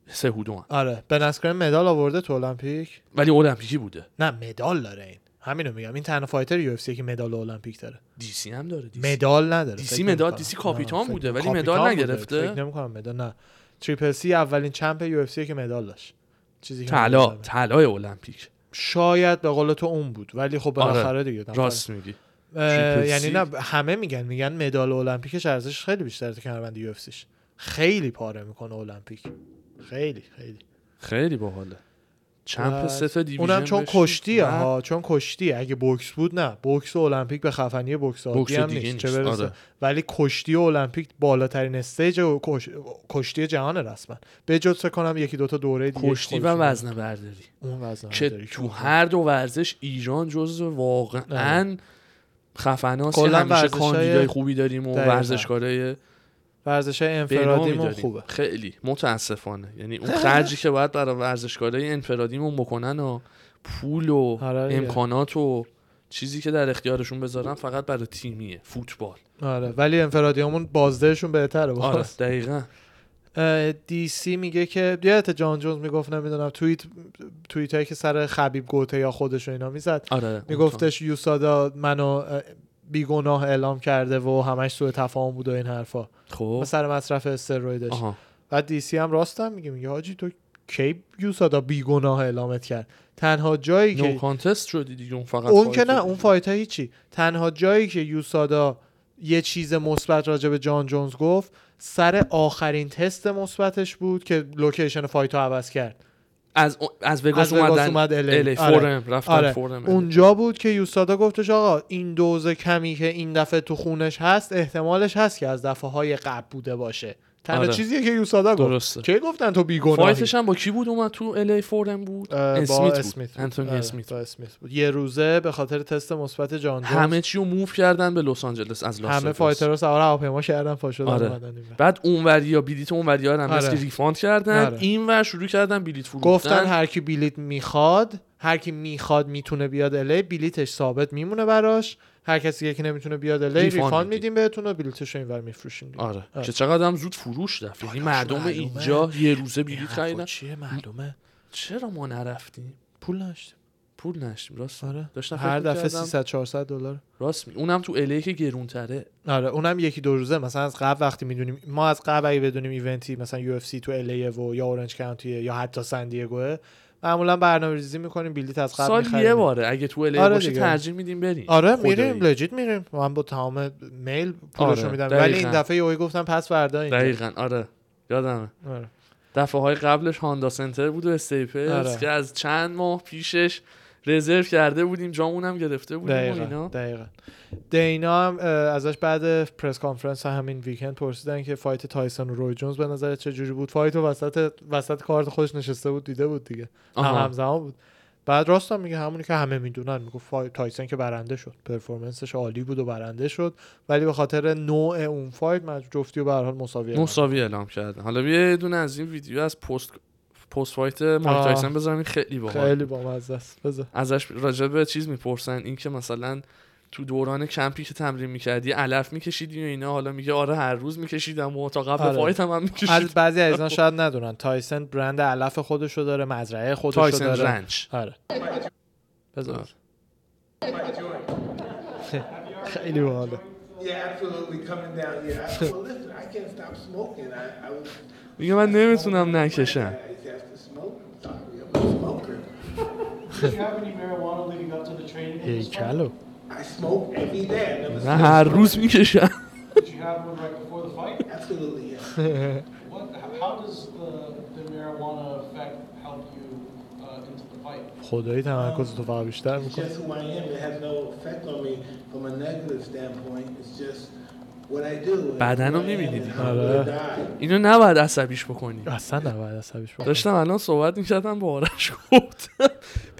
Speaker 2: سه هودو هم.
Speaker 1: آره به نسکرین مدال آورده تو المپیک
Speaker 2: ولی المپیکی بوده
Speaker 1: نه مدال داره این همینو میگم این تنها فایتر یو که مدال المپیک داره
Speaker 2: دیسی هم داره دیسی
Speaker 1: مدال نداره
Speaker 2: دیسی
Speaker 1: فکر
Speaker 2: مدال،
Speaker 1: نمی‌کنم.
Speaker 2: دیسی
Speaker 1: نه،
Speaker 2: کاپیتان
Speaker 1: فکر-
Speaker 2: بوده، ولی
Speaker 1: کاپیتان
Speaker 2: مدال
Speaker 1: بوده.
Speaker 2: نگرفته؟
Speaker 1: فکر نمی‌کنم مدال نه تریپل سی اولین چمپ یو که مدال داشت چیزی که من
Speaker 2: طلا
Speaker 1: یادمه.
Speaker 2: طلای المپیک
Speaker 1: شاید به قول تو اون بود ولی خب
Speaker 2: آره،
Speaker 1: بالاخره دیگه نفر-
Speaker 2: راست میگی
Speaker 1: اه،
Speaker 2: تریپل
Speaker 1: یعنی
Speaker 2: سی.
Speaker 1: نه همه میگن میگن مدال المپیکش ارزش خیلی بیشتر تو کمربند یو خیلی پاره میکنه المپیک خیلی خیلی
Speaker 2: خیلی باحاله چمپ
Speaker 1: بعد
Speaker 2: سه تا دیویژن
Speaker 1: اونم چون
Speaker 2: بشی.
Speaker 1: کشتیه
Speaker 2: بعد
Speaker 1: ها چون کشتیه اگه بوکس بود نه بوکس و المپیک به خفنی بوکس عادی
Speaker 2: بوکس
Speaker 1: هم
Speaker 2: دیگه
Speaker 1: نیست چه
Speaker 2: نیست،
Speaker 1: برسه
Speaker 2: آره.
Speaker 1: ولی کشتی و المپیک بالاترین استیج و کش... کشتی جهان رسما به جز فکر کنم یکی دوتا دوره دیگه
Speaker 2: کشتی و
Speaker 1: خودشون دارن.
Speaker 2: وزنه برداری
Speaker 1: اون وزن
Speaker 2: که
Speaker 1: برداری
Speaker 2: تو هر دو ورزش ایران جزو واقعا خفناست که
Speaker 1: کلا
Speaker 2: همیشه
Speaker 1: آره. ورزش‌های-
Speaker 2: کاندیدای خوبی داریم و
Speaker 1: دقیقاً.
Speaker 2: ورزشکارای
Speaker 1: ورزش های انفرادیمون
Speaker 2: انفرادیمون
Speaker 1: خوبه
Speaker 2: خیلی متاسفانه یعنی اون خرجی که باید برای ورزشکارای انفرادیمون بکنن و پول و
Speaker 1: آره دیگه.
Speaker 2: امکانات و چیزی که در اختیارشون بذارن فقط برای تیمیه فوتبال
Speaker 1: آره ولی انفرادیمون بازدهشون بهتره باز.
Speaker 2: آره دقیقا
Speaker 1: اه، دی سی میگه که یادت جان جونز میگفت نمیدونم توییت توییت هایی که سر خبیب گوته یا خودش و اینا میزد
Speaker 2: آره اون تا.
Speaker 1: میگفتش یوسادا منو اه، بیگناه اعلام کرده و همش سوء تفاهم بود و این حرفا
Speaker 2: خب
Speaker 1: سر مصرف استرویدش
Speaker 2: آها
Speaker 1: بعد دی سی هم راستم میگه میگه حاجی تو کی یوسادا بیگناه اعلامت کرد تنها جایی
Speaker 2: نو
Speaker 1: که
Speaker 2: کانتست شدی دیگه اون فقط
Speaker 1: اون
Speaker 2: فایت
Speaker 1: که نه
Speaker 2: بود.
Speaker 1: اون فایت ها هیچی تنها جایی که یوسادا یه چیز مثبت راجع به جان جونز گفت سر آخرین تست مثبتش بود که لوکیشن فایت ها عوض کرد
Speaker 2: از از
Speaker 1: از وگاس
Speaker 2: وگاس اومدن
Speaker 1: اومد LA.
Speaker 2: LA.
Speaker 1: آره.
Speaker 2: فورم رفتن
Speaker 1: آره
Speaker 2: فورم
Speaker 1: اونجا بود که یوسادا گفتش آقا این دوز کمی که این دفعه تو خونش هست احتمالش هست که از دفعه های قبل بوده باشه تنها
Speaker 2: آره.
Speaker 1: چیزیه که یوسادا گفت
Speaker 2: درسته.
Speaker 1: کی گفتن تو بیگناهی
Speaker 2: فایتش خب، هم با کی بود اومد تو الی فورم بود
Speaker 1: اه،
Speaker 2: اسمیت
Speaker 1: با
Speaker 2: بود
Speaker 1: اسمیت بود.
Speaker 2: انتونی
Speaker 1: آره،
Speaker 2: اسمیت
Speaker 1: با اسمیت بود یه روزه به خاطر تست مثبت جان جونز
Speaker 2: همه چی رو موو کردن به لس آنجلس از لاس
Speaker 1: همه
Speaker 2: آنجلس.
Speaker 1: فایتر رو سوار هواپیما کردن پاشدن
Speaker 2: آره.
Speaker 1: اومدن این ور.
Speaker 2: بعد اونوری یا بلیت اونوری ها رو هم
Speaker 1: آره.
Speaker 2: مثل ریفاند کردن
Speaker 1: آره.
Speaker 2: این ور شروع کردن بلیت فروختن
Speaker 1: گفتن هر کی بلیت میخواد هر کی میخواد میتونه بیاد الی بلیتش ثابت میمونه براش هر کسی که نمیتونه بیاد الی
Speaker 2: ریفاند
Speaker 1: ریفاند
Speaker 2: میدیم.
Speaker 1: میدیم بهتون و بلیتش رو اینور میفروشیم
Speaker 2: آره. که چقدر هم زود فروش رفت یعنی مردم
Speaker 1: آره، معلومه.
Speaker 2: اینجا یه روزه بلیت خریدن
Speaker 1: چیه معلومه
Speaker 2: چرا ما نرفتیم
Speaker 1: پول نداشتیم
Speaker 2: پول نشتیم راست
Speaker 1: آره
Speaker 2: داشتم فکر
Speaker 1: هر دفعه
Speaker 2: می‌کردم.
Speaker 1: 300 400 دلار
Speaker 2: راست می اونم تو الی که گرونتره
Speaker 1: آره اونم یکی دو روزه مثلا از قبل وقتی میدونیم ما از قبل اگه بدونیم ایونتی مثلا یو اف سی تو الی و یا اورنج کانتیه یا حتی سان دیگوه معمولا برنامه‌ریزی میکنیم بلیت از قبل
Speaker 2: سال یه
Speaker 1: می‌خریم.
Speaker 2: باره اگه تو الی
Speaker 1: آره
Speaker 2: باشه
Speaker 1: دیگه.
Speaker 2: ترجیح میدیم بریم
Speaker 1: آره
Speaker 2: خدایی.
Speaker 1: میریم لجیت میریم من با تمام میل پولشو
Speaker 2: آره،
Speaker 1: میدم
Speaker 2: دقیقاً.
Speaker 1: ولی این دفعه یهو گفتم پس فردا اینجا.
Speaker 2: دقیقا آره یادمه
Speaker 1: آره.
Speaker 2: دفعه های قبلش هاندا سنتر بود و استیپلز
Speaker 1: آره.
Speaker 2: که از چند ماه پیشش رزرو کرده بودیم جامون هم گرفته بودیم و
Speaker 1: دقیقا
Speaker 2: اینا
Speaker 1: دقیقا دینا هم اه، ازش بعد پرس کانفرنس همین ویکند پرسیدن که فایت تایسون و روی جونز به نظر چه جوری بود فایت و وسط وسط کارت خودش نشسته بود دیده بود دیگه هم
Speaker 2: آها.
Speaker 1: همزمان بود بعد راست هم میگه همونی که همه میدونن میگه فایت تایسن که برنده شد پرفورمنسش عالی بود و برنده شد ولی به خاطر نوع اون فایت مجبور جفتی و به هر حال مساوی کردن.
Speaker 2: مساوی اعلام کردن حالا بیا یه دونه از این ویدیو از پست پست فایت مایک
Speaker 1: آه.
Speaker 2: تایسن بذارم این خیلی باحال
Speaker 1: خیلی بامزه است بذار
Speaker 2: ازش راجع به چیز میپرسن این که مثلا تو دوران کمپی که تمرین میکردی علف میکشیدی و اینا حالا میگه آره هر روز میکشیدم و تا قبل
Speaker 1: آره.
Speaker 2: فایت هم, هم میکشیدم
Speaker 1: از بعضی از اینا شاید ندونن تایسن برند علف خودشو داره مزرعه خودشو
Speaker 2: تایسن
Speaker 1: داره
Speaker 2: رنچ
Speaker 1: آره
Speaker 2: بذار
Speaker 1: خیلی باحاله
Speaker 5: Yeah, absolutely. Coming down here. I, well, listen, I can't stop smoking. I, I was
Speaker 2: میگه من نمیتونم نکشم
Speaker 5: I used to have to smoke. Sorry, I'm a smoker.
Speaker 6: Did you have any marijuana leading up to the training? with
Speaker 1: ای
Speaker 6: this fight?
Speaker 1: کلو
Speaker 5: I smoke every day. I never
Speaker 2: نه
Speaker 5: smoked.
Speaker 2: هر روز میکشم
Speaker 6: Did you have one right before the fight?
Speaker 5: Absolutely, yeah.
Speaker 6: What? How does the, the marijuana effect help you uh, into the fight?
Speaker 1: خدایی تمرکز تو فقط بیشتر
Speaker 5: It's
Speaker 1: میکنه
Speaker 5: just who I am. It has no effect on me from a negative standpoint. It's just what I do. and
Speaker 2: بدن
Speaker 5: who
Speaker 2: رو
Speaker 5: I am
Speaker 2: می‌بینی
Speaker 5: and
Speaker 2: دیگه.
Speaker 5: how I'm gonna
Speaker 1: آره.
Speaker 5: die.
Speaker 2: اینو نباید عصبیش بکنی
Speaker 1: اصلا نباید عصبیش بکنی.
Speaker 2: داشتم الان صحبت میکردم با آرش گفتم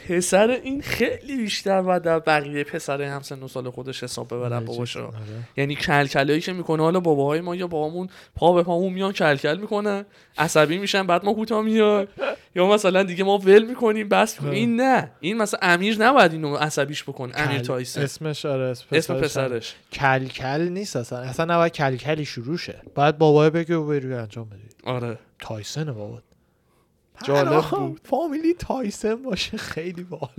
Speaker 2: پسر این خیلی بیشتر و در بقیه پسر همسن و سال خودش حساب ببرن باباشا یعنی کلکلایی که میکنه حالا باباهای ما یا بابامون پا به پامون میان کلکل میکنن عصبی میشن بعد ما کوتا میاد یا مثلا دیگه ما ول میکنیم بس می‌کنیم. این نه این مثلا امیر نباید اینو عصبیش بکن امیر
Speaker 1: کل-
Speaker 2: تایسن
Speaker 1: اسمش آره اسم
Speaker 2: اسم
Speaker 1: پسرش,
Speaker 2: پسرش.
Speaker 1: هم. کل کل نیست اصلا اصلا نباید کل کلی شروع شه باید بابای بگه و بری انجام بدی
Speaker 2: آره
Speaker 1: تایسن بابا
Speaker 2: جالب
Speaker 1: پناه،
Speaker 2: بود.
Speaker 1: فامیلی تایسن باشه خیلی باحال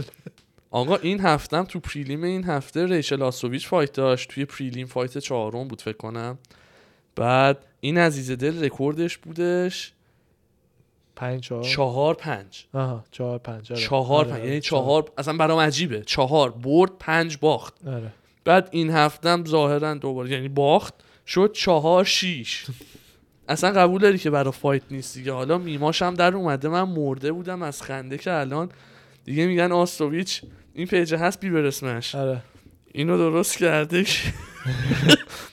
Speaker 2: آقا این هفتم تو پریلیم این هفته ریشل آسوویچ فایت داشت توی پریلیم فایت چهارم بود فکر کنم بعد این عزیز دل رکوردش بودش
Speaker 1: پنج چهار
Speaker 2: چهار پنج
Speaker 1: آها چهار پنج آره.
Speaker 2: چهار
Speaker 1: آره،
Speaker 2: پنج
Speaker 1: آره،
Speaker 2: یعنی چهار اصلا برام عجیبه چهار برد پنج باخت
Speaker 1: آره
Speaker 2: بعد این هفتم ظاهرا دوباره یعنی باخت شد چهار شیش اصلا قبول داری که برا فایت نیست دیگه حالا میماش هم در اومده من مرده بودم از خنده که الان دیگه میگن آستوویچ این پیجه هست بی برسمش
Speaker 1: آره
Speaker 2: اینو درست کرده که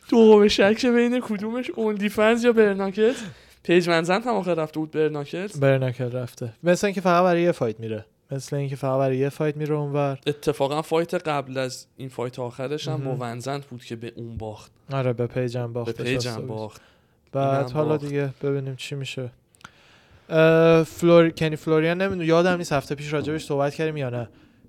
Speaker 2: دوم شک بین کدومش اوندی فنز یا برناکت پیج منزند هم آخر رفته بود برناکت
Speaker 1: برنکل رفته مثل اینکه فقط برای یه فایت میره مثل اینکه فقط برای یه فایت میره اونور
Speaker 2: اتفاقا فایت قبل از این فایت آخرش هم با ونزند بود که به اون باخت
Speaker 1: آره به پیجم
Speaker 2: به
Speaker 1: باخت
Speaker 2: پیجم باخت
Speaker 1: بعد
Speaker 2: اینم
Speaker 1: حالا
Speaker 2: باخت.
Speaker 1: دیگه ببینیم چی میشه اه، فلور... کنی فلوریان نمیدونم یادم نیست هفته پیش راجبش صحبت کردیم یا نه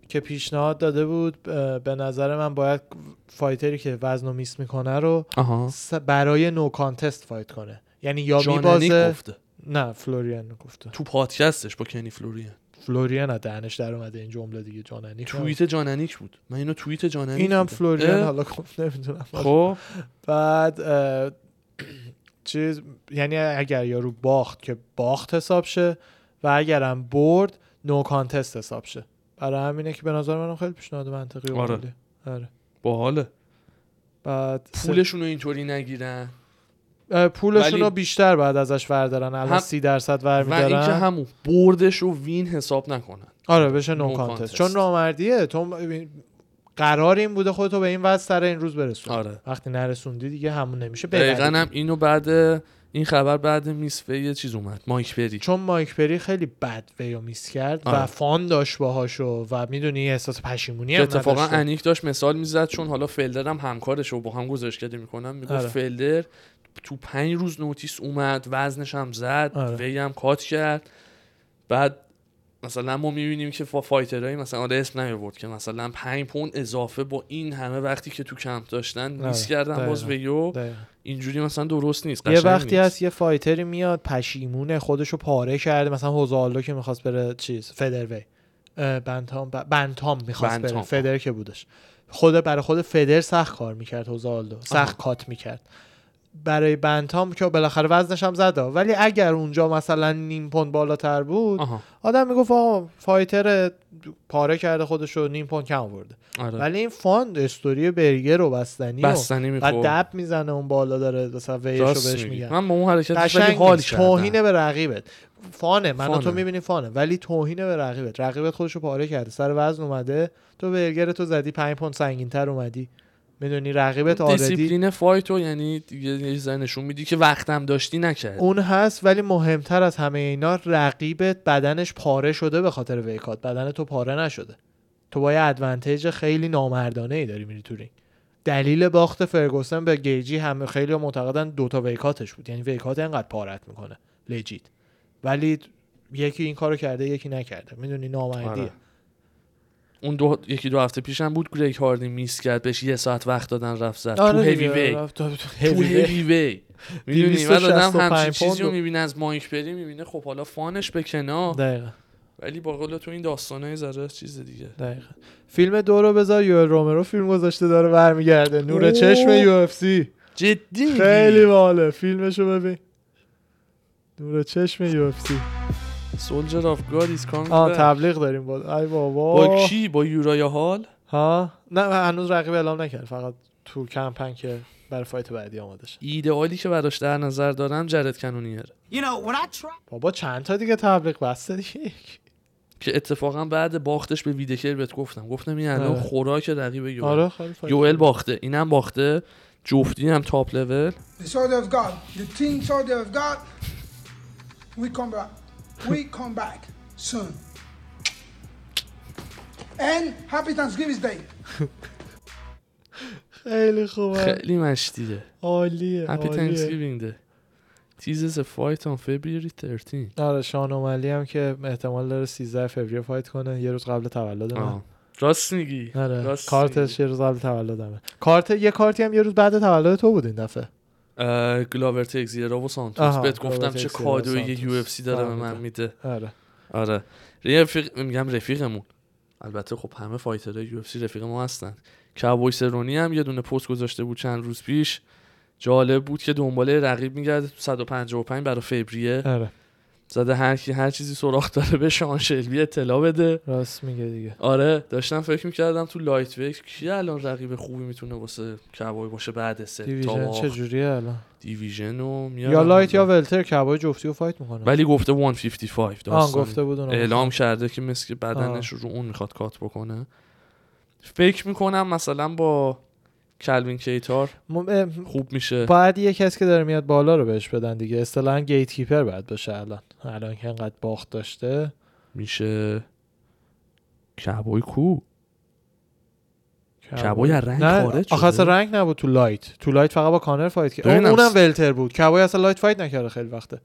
Speaker 1: که پیشنهاد داده بود اه، به نظر من باید فایتری که وزن و میس میکنه رو
Speaker 2: آها
Speaker 1: س- برای نو کانتست فایت کنه یعنی یا
Speaker 2: جاننیک
Speaker 1: میبازه
Speaker 2: گفته
Speaker 1: نه فلوریان گفته
Speaker 2: تو پادکستش با کنی فلوریان
Speaker 1: فلوریان از دهنش در اومده این جمله دیگه جاننی
Speaker 2: توییت جاننیک بود من اینو توییت جاننیک
Speaker 1: اینم
Speaker 2: دیدم.
Speaker 1: فلوریان
Speaker 2: اه،
Speaker 1: حالا گفت نمیدونم
Speaker 2: خب
Speaker 1: بعد اه، چیز یعنی اگر یارو باخت که باخت حساب شه و اگرم برد نو کانتست حساب شه برای همینه که به نظر من خیلی پیشنهاد منطقی و
Speaker 2: آره.
Speaker 1: عالیه. آره.
Speaker 2: باحاله
Speaker 1: بعد سه-
Speaker 2: پولشون رو اینطوری نگیرن
Speaker 1: اه، پولشون
Speaker 2: ولی-
Speaker 1: رو بیشتر بعد ازش وردارن الان
Speaker 2: هم-
Speaker 1: سی درصد
Speaker 2: و اینکه
Speaker 1: برمیدارن
Speaker 2: همون بردش رو وین حساب نکنن
Speaker 1: آره بشه
Speaker 2: No
Speaker 1: نو
Speaker 2: contest.
Speaker 1: کانتست چون نامردیه تو م- قرار این بوده خودتو به این وضع سر این روز برسون
Speaker 2: آره
Speaker 1: وقتی نرسوندی دیگه همون نمیشه
Speaker 2: دقیقا
Speaker 1: ببری.
Speaker 2: هم اینو بعد این خبر بعد میسفه یه چیز اومد مایک بری
Speaker 1: چون مایک پری خیلی بد ویو میس کرد
Speaker 2: آره.
Speaker 1: و فان داشت باهاشو و میدونی احساس پشیمونی
Speaker 2: که
Speaker 1: هم
Speaker 2: اتفاقا
Speaker 1: نداشته.
Speaker 2: انیک داشت مثال میزد چون حالا فلدر هم همکارش رو با هم گزارش کرده میکنم میگفت
Speaker 1: آره.
Speaker 2: فلدر تو پنج روز نوتیس اومد وزنش هم زد
Speaker 1: آره.
Speaker 2: وی هم کات کرد بعد مثلا ما میبینیم که فا- فایترهایی مثلا آره اسم نیاورد که مثلا 5 پوند اضافه با این همه وقتی که تو کمپ داشتن میس
Speaker 1: آره.
Speaker 2: کردن باز
Speaker 1: دقیقاً.
Speaker 2: ویو
Speaker 1: دقیقاً.
Speaker 2: اینجوری مثلا درست نیست
Speaker 1: آره. یه
Speaker 2: قشنگ
Speaker 1: وقتی
Speaker 2: نیست.
Speaker 1: هست یه فایتری میاد پشیمونه خودشو پاره کرده مثلا هوزالو که میخواست بره چیز فدروی اه، بنتام ب- بنتام میخواست
Speaker 2: بنتام.
Speaker 1: بره فدر که بودش خود برای خود فدر سخت کار میکرد هوزالو سخت کات میکرد برای بنتام که بالاخره وزنش هم زده ولی اگر اونجا مثلا نیم پوند بالاتر بود
Speaker 2: آها
Speaker 1: آدم میگفت آقا فایتر پاره کرده خودشو نیم پوند کم آورده
Speaker 2: آره.
Speaker 1: ولی این فاند استوری برگر و بستنی و
Speaker 2: بستنی
Speaker 1: بعد
Speaker 2: میخورد
Speaker 1: دب میزنه اون بالا داره مثلا ویشو
Speaker 2: راست
Speaker 1: بهش
Speaker 2: میگی.
Speaker 1: میگن
Speaker 2: من با اون حرکت خیلی
Speaker 1: قشنگ
Speaker 2: حال
Speaker 1: نیست.
Speaker 2: کردم
Speaker 1: توهینه به رقیبت فانه من و تو
Speaker 2: فانه.
Speaker 1: میبینی فانه ولی توهینه به رقیبت رقیبت خودشو پاره کرده سر وزن اومده تو برگر تو زدی 5 پوند سنگینتر اومدی میدونی رقیبت آردی
Speaker 2: خب، دیسیپلین فایت رو یعنی دیگه یه چیز نشون میدی که وقتم داشتی نکرد
Speaker 1: اون هست ولی مهمتر از همه اینا رقیبت بدنش پاره شده به خاطر ویکات بدن تو پاره نشده تو با یه ادوانتیج خیلی نامردانه ای داری میری تو رینگ دلیل باخت فرگوسن به گیجی همه خیلی معتقدن دوتا ویکاتش بود یعنی ویکات انقدر پارت میکنه لجیت ولی یکی این کارو کرده یکی نکرده میدونی نامردیه
Speaker 2: آره. اون دو یکی دو هفته پیشم بود گریگ هاردی میس کرد بهش یه ساعت وقت دادن رفت زد تو
Speaker 1: آره
Speaker 2: هیوی
Speaker 1: دیگه،
Speaker 2: وی
Speaker 1: رفت تو- تو
Speaker 2: تو
Speaker 1: heavyweight.
Speaker 2: هیوی وی میدونی
Speaker 1: 265
Speaker 2: من آدم همچین
Speaker 1: پوند
Speaker 2: چیزی رو
Speaker 1: رو-
Speaker 2: میبینه از مایک بری میبینه خب حالا فانش به کنار
Speaker 1: دقیقا
Speaker 2: ولی با قول تو این داستانه ذره چیز دیگه
Speaker 1: دقیقا فیلم دو رو بذار یوئل رومرو فیلم گذاشته داره برمیگرده نور چشم یو اف سی
Speaker 2: جدی میگی؟
Speaker 1: خیلی باله فیلمشو ببین نور چشم یو اف سی
Speaker 2: سولجر آف گاد ایز کامینگ
Speaker 1: آه
Speaker 2: بک.
Speaker 1: تبلیغ داریم با ای بابا
Speaker 2: بله. با کی با یورایا هال
Speaker 1: ها نه هنوز رقیب اعلام نکرد فقط تو کمپن که برای فایت بعدی آماده شه
Speaker 2: ایدئالی که براش در نظر دارم جرد کنونیر
Speaker 4: You know, when I try.
Speaker 1: بابا چند تا دیگه تبلیغ بسته دیگه
Speaker 2: که اتفاقا بعد باختش به ویدکر بهت گفتم گفتم این الان
Speaker 1: آره.
Speaker 2: خوراک رقیب یوئل
Speaker 1: آره خیلی فایت.
Speaker 2: یوئل باخته اینم باخته جفتی هم تاپ
Speaker 1: آره.
Speaker 2: لول
Speaker 7: the soldier of God, the team soldier of God, we come back. We come back soon. And happy Thanksgiving Day.
Speaker 1: خیلی خوبه
Speaker 2: خیلی مشتیه
Speaker 1: عالیه
Speaker 2: هپی
Speaker 1: عالیه
Speaker 2: تانکسگیوینگ ده تیزز فایت آن فبری 13
Speaker 1: آره شان اوملی هم که احتمال داره 13 فوریه فایت کنه یه روز قبل تولد من
Speaker 2: آه. راست میگی
Speaker 1: آره
Speaker 2: راست
Speaker 1: کارتش یه روز قبل تولدمه کارت یه کارتی هم یه روز بعد تولد تو بود این دفعه
Speaker 2: میگی. اه، گلاور تگزیرا و سانتوس
Speaker 1: آها،
Speaker 2: بهت گفتم
Speaker 1: گلاور
Speaker 2: چه
Speaker 1: تگزیرا و
Speaker 2: کادوی یو
Speaker 1: سانتوس.
Speaker 2: اف سی داره به من
Speaker 1: فهمیدم.
Speaker 2: میده
Speaker 1: آره
Speaker 2: آره رفیق میگم رفیقمون البته خب همه فایترهای یو اف سی رفیق ما هستن کابوی سرونی هم یه دونه پست گذاشته بود چند روز پیش جالب بود که دنباله رقیب میگرده تو 155 برای فوریه
Speaker 1: آره
Speaker 2: زده هر کی هر چیزی سراغ داره به شان شلبی اطلاع بده
Speaker 1: راست میگه دیگه
Speaker 2: آره داشتم فکر میکردم تو لایت ویک کی الان رقیب خوبی میتونه واسه کبای باشه بعد سه تا
Speaker 1: دیویژن چه
Speaker 2: باخت.
Speaker 1: جوریه الان
Speaker 2: دیویژن رو میارم
Speaker 1: یا لایت یا ولتر کبای جفتی رو فایت میکنه
Speaker 2: ولی گفته 155
Speaker 1: آن
Speaker 2: داستان
Speaker 1: گفته بود اونم.
Speaker 2: اعلام کرده که مثل که بدنش رو اون میخواد کات بکنه فکر میکنم مثلا با کلوین کیتار
Speaker 1: م- اه،
Speaker 2: خوب میشه
Speaker 1: باید یه کسی که داره میاد بالا رو بهش بدن دیگه اصطلاحا گیت کیپر باید باشه الان الان که انقدر باخت داشته
Speaker 2: میشه کبای کو
Speaker 1: کبوی
Speaker 2: کبای از رنگ
Speaker 1: نه
Speaker 2: خارج
Speaker 1: آخه اصلا
Speaker 2: شده؟
Speaker 1: رنگ نبود تو لایت تو لایت فقط با کانر فایت کرد
Speaker 2: ببینم.
Speaker 1: اون- اونم ولتر بود کبای اصلا لایت فایت نکرده خیلی وقته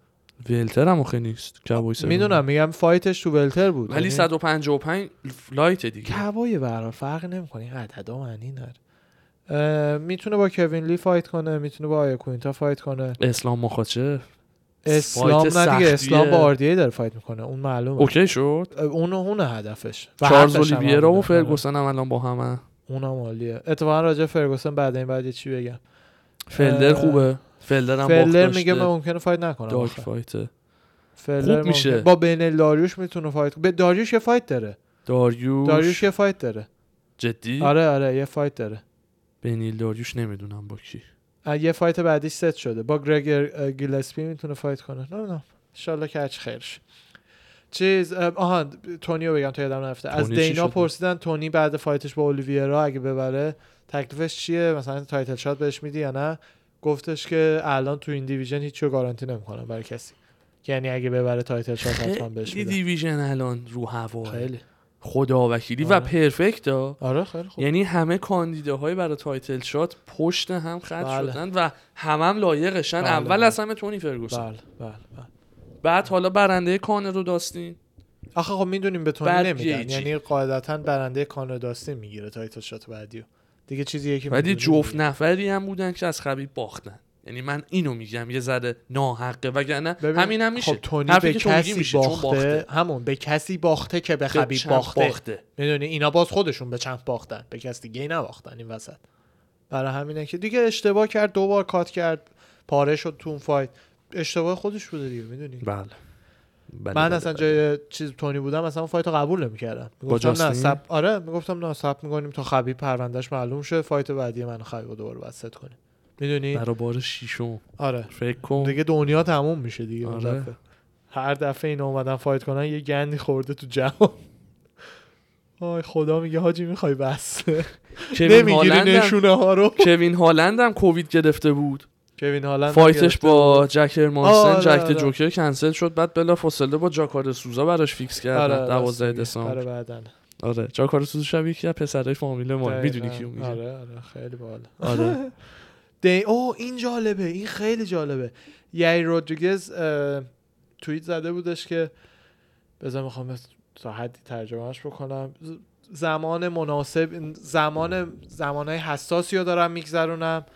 Speaker 2: ولتر هم آخه نیست کبای سرونی.
Speaker 1: میدونم میگم فایتش تو ولتر بود
Speaker 2: ولی
Speaker 1: یعنی-
Speaker 2: 155 لایت دیگه
Speaker 1: کبای برحال فرق نمیکنه این عددا معنی نداره اه، میتونه با کوین لی فایت کنه میتونه با آیا کوینتا فایت کنه
Speaker 2: اسلام مخاچف
Speaker 1: اسلام
Speaker 2: فایت
Speaker 1: نه دیگه
Speaker 2: سختیه.
Speaker 1: اسلام با آردی داره فایت میکنه اون معلومه
Speaker 2: اوکی شد
Speaker 1: اه، اون اون هدفش و
Speaker 2: چارلز
Speaker 1: حقش هم
Speaker 2: اولیویرا و
Speaker 1: همونه.
Speaker 2: فرگوسن هم الان با همه
Speaker 1: اونم عالیه اتفاقا راجع به فرگوسن بعد این بعد یه چی بگم
Speaker 2: فلدر
Speaker 1: اه،
Speaker 2: خوبه فلدر هم
Speaker 1: فلر
Speaker 2: باخت
Speaker 1: میگه
Speaker 2: داشته.
Speaker 1: من ممکنه فایت نکنم
Speaker 2: داگ
Speaker 1: آخه.
Speaker 2: فایت
Speaker 1: فلر
Speaker 2: خوب
Speaker 1: ممکنه-
Speaker 2: میشه.
Speaker 1: با بین داریوش میتونه فایت به داریوش یه فایت داره
Speaker 2: داریوش,
Speaker 1: داریوش یه فایت داره
Speaker 2: جدی
Speaker 1: آره آره یه فایت داره
Speaker 2: بنیل داریوش نمیدونم با کی
Speaker 1: اه، یه فایت بعدیش ست شده با گرگر اه، گیلسپی میتونه فایت کنه نه نه انشالله که هرچی خیرش چیز اه، آها د- تونیو بگم تا یادم نرفته از
Speaker 2: تونی چی
Speaker 1: دینا
Speaker 2: شده؟
Speaker 1: پرسیدن تونی بعد فایتش با اولیویرا اگه ببره تکلیفش چیه مثلا تایتل شات بهش میدی یا نه گفتش که الان تو این دیویژن هیچی رو گارانتی نمیکنم برای کسی یعنی اگه ببره تایتل شات حتما بهش
Speaker 2: خیلی
Speaker 1: میدم
Speaker 2: دیویژن خب. الان رو هوا
Speaker 1: خیلی
Speaker 2: خدا وکیلی و
Speaker 1: آره.
Speaker 2: پرفکت ها
Speaker 1: آره خیلی خوب
Speaker 2: یعنی همه کاندیداهای برای تایتل شات پشت هم خط
Speaker 1: بله.
Speaker 2: شدن و همم هم لایقشن
Speaker 1: بله،
Speaker 2: اول
Speaker 1: بله.
Speaker 2: از همه تونی فرگوسن
Speaker 1: بله بله بله
Speaker 2: بعد حالا برنده کانر رو داستین
Speaker 1: آخه خب میدونیم به تونی
Speaker 2: بعد
Speaker 1: نمیدن
Speaker 2: GG.
Speaker 1: یعنی قاعدتا برنده کانر داستین میگیره تایتل شات بعدیو دیگه چیزی که
Speaker 2: ولی
Speaker 1: می‌دونیم
Speaker 2: جفت نفری هم بودن که از خبیب باختن یعنی من اینو میگم یه ذره ناحقه وگرنه
Speaker 1: ببین،
Speaker 2: همین هم میشه
Speaker 1: خب تونی
Speaker 2: حرفی
Speaker 1: به
Speaker 2: که تو میگی
Speaker 1: کسی
Speaker 2: میشه، چون
Speaker 1: باخته, همون به کسی باخته که به
Speaker 2: به
Speaker 1: خبیب
Speaker 2: چمپ
Speaker 1: باخته,
Speaker 2: باخته.
Speaker 1: میدونی اینا باز خودشون به چمپ باختن به کس دیگه ای نباختن این وسط برای همینه که دیگه اشتباه کرد دو بار کات کرد پاره شد تو اون فایت اشتباه خودش بوده دیگه میدونی
Speaker 2: بله بله،
Speaker 1: من
Speaker 2: بله،
Speaker 1: اصلا
Speaker 2: بله.
Speaker 1: جای چیز تونی بودم اصلا اون فایت رو قبول نمیکردم میگفتم نه
Speaker 2: جاستین؟
Speaker 1: سب آره میگفتم نه سب میکنیم تا خبیب پروندهش معلوم شه فایت بعدی من و خبیب رو دوباره وسط کنیم میدونی
Speaker 2: برابر شیشم
Speaker 1: آره
Speaker 2: فکر کن
Speaker 1: دیگه دنیا تموم میشه دیگه اون
Speaker 2: آره.
Speaker 1: دفعه. هر دفعه اینا اومدن فایت کنن یه گندی خورده تو جهان آی خدا میگه حاجی میخوای بس
Speaker 2: کوین
Speaker 1: نمیگیری
Speaker 2: هالند
Speaker 1: نشونه ها رو
Speaker 2: کوین هالند هم کووید گرفته بود
Speaker 1: کوین هالند هم
Speaker 2: فایتش
Speaker 1: بله، گرفته
Speaker 2: با جک هرمانسن
Speaker 1: آره،
Speaker 2: جک
Speaker 1: آره.
Speaker 2: د جوکر کنسل شد بعد بلا فاصله با جاکار سوزا براش فیکس
Speaker 1: بود. آره،
Speaker 2: کردن 12
Speaker 1: راست میگه. آره
Speaker 2: دسامبر
Speaker 1: بعدن
Speaker 2: آره جاکار سوزا شب یکی از پسرای فامیل ما میدونی
Speaker 1: دقیقاً.
Speaker 2: کیو میگه
Speaker 1: آره آره خیلی باحال
Speaker 2: آره
Speaker 1: دی او این جالبه این خیلی جالبه یعنی رودریگز اه، توییت زده بودش که بذار میخوام تا حدی ترجمهش بکنم ز- زمان مناسب زمان زمانهای حساسی رو دارم میگذرونم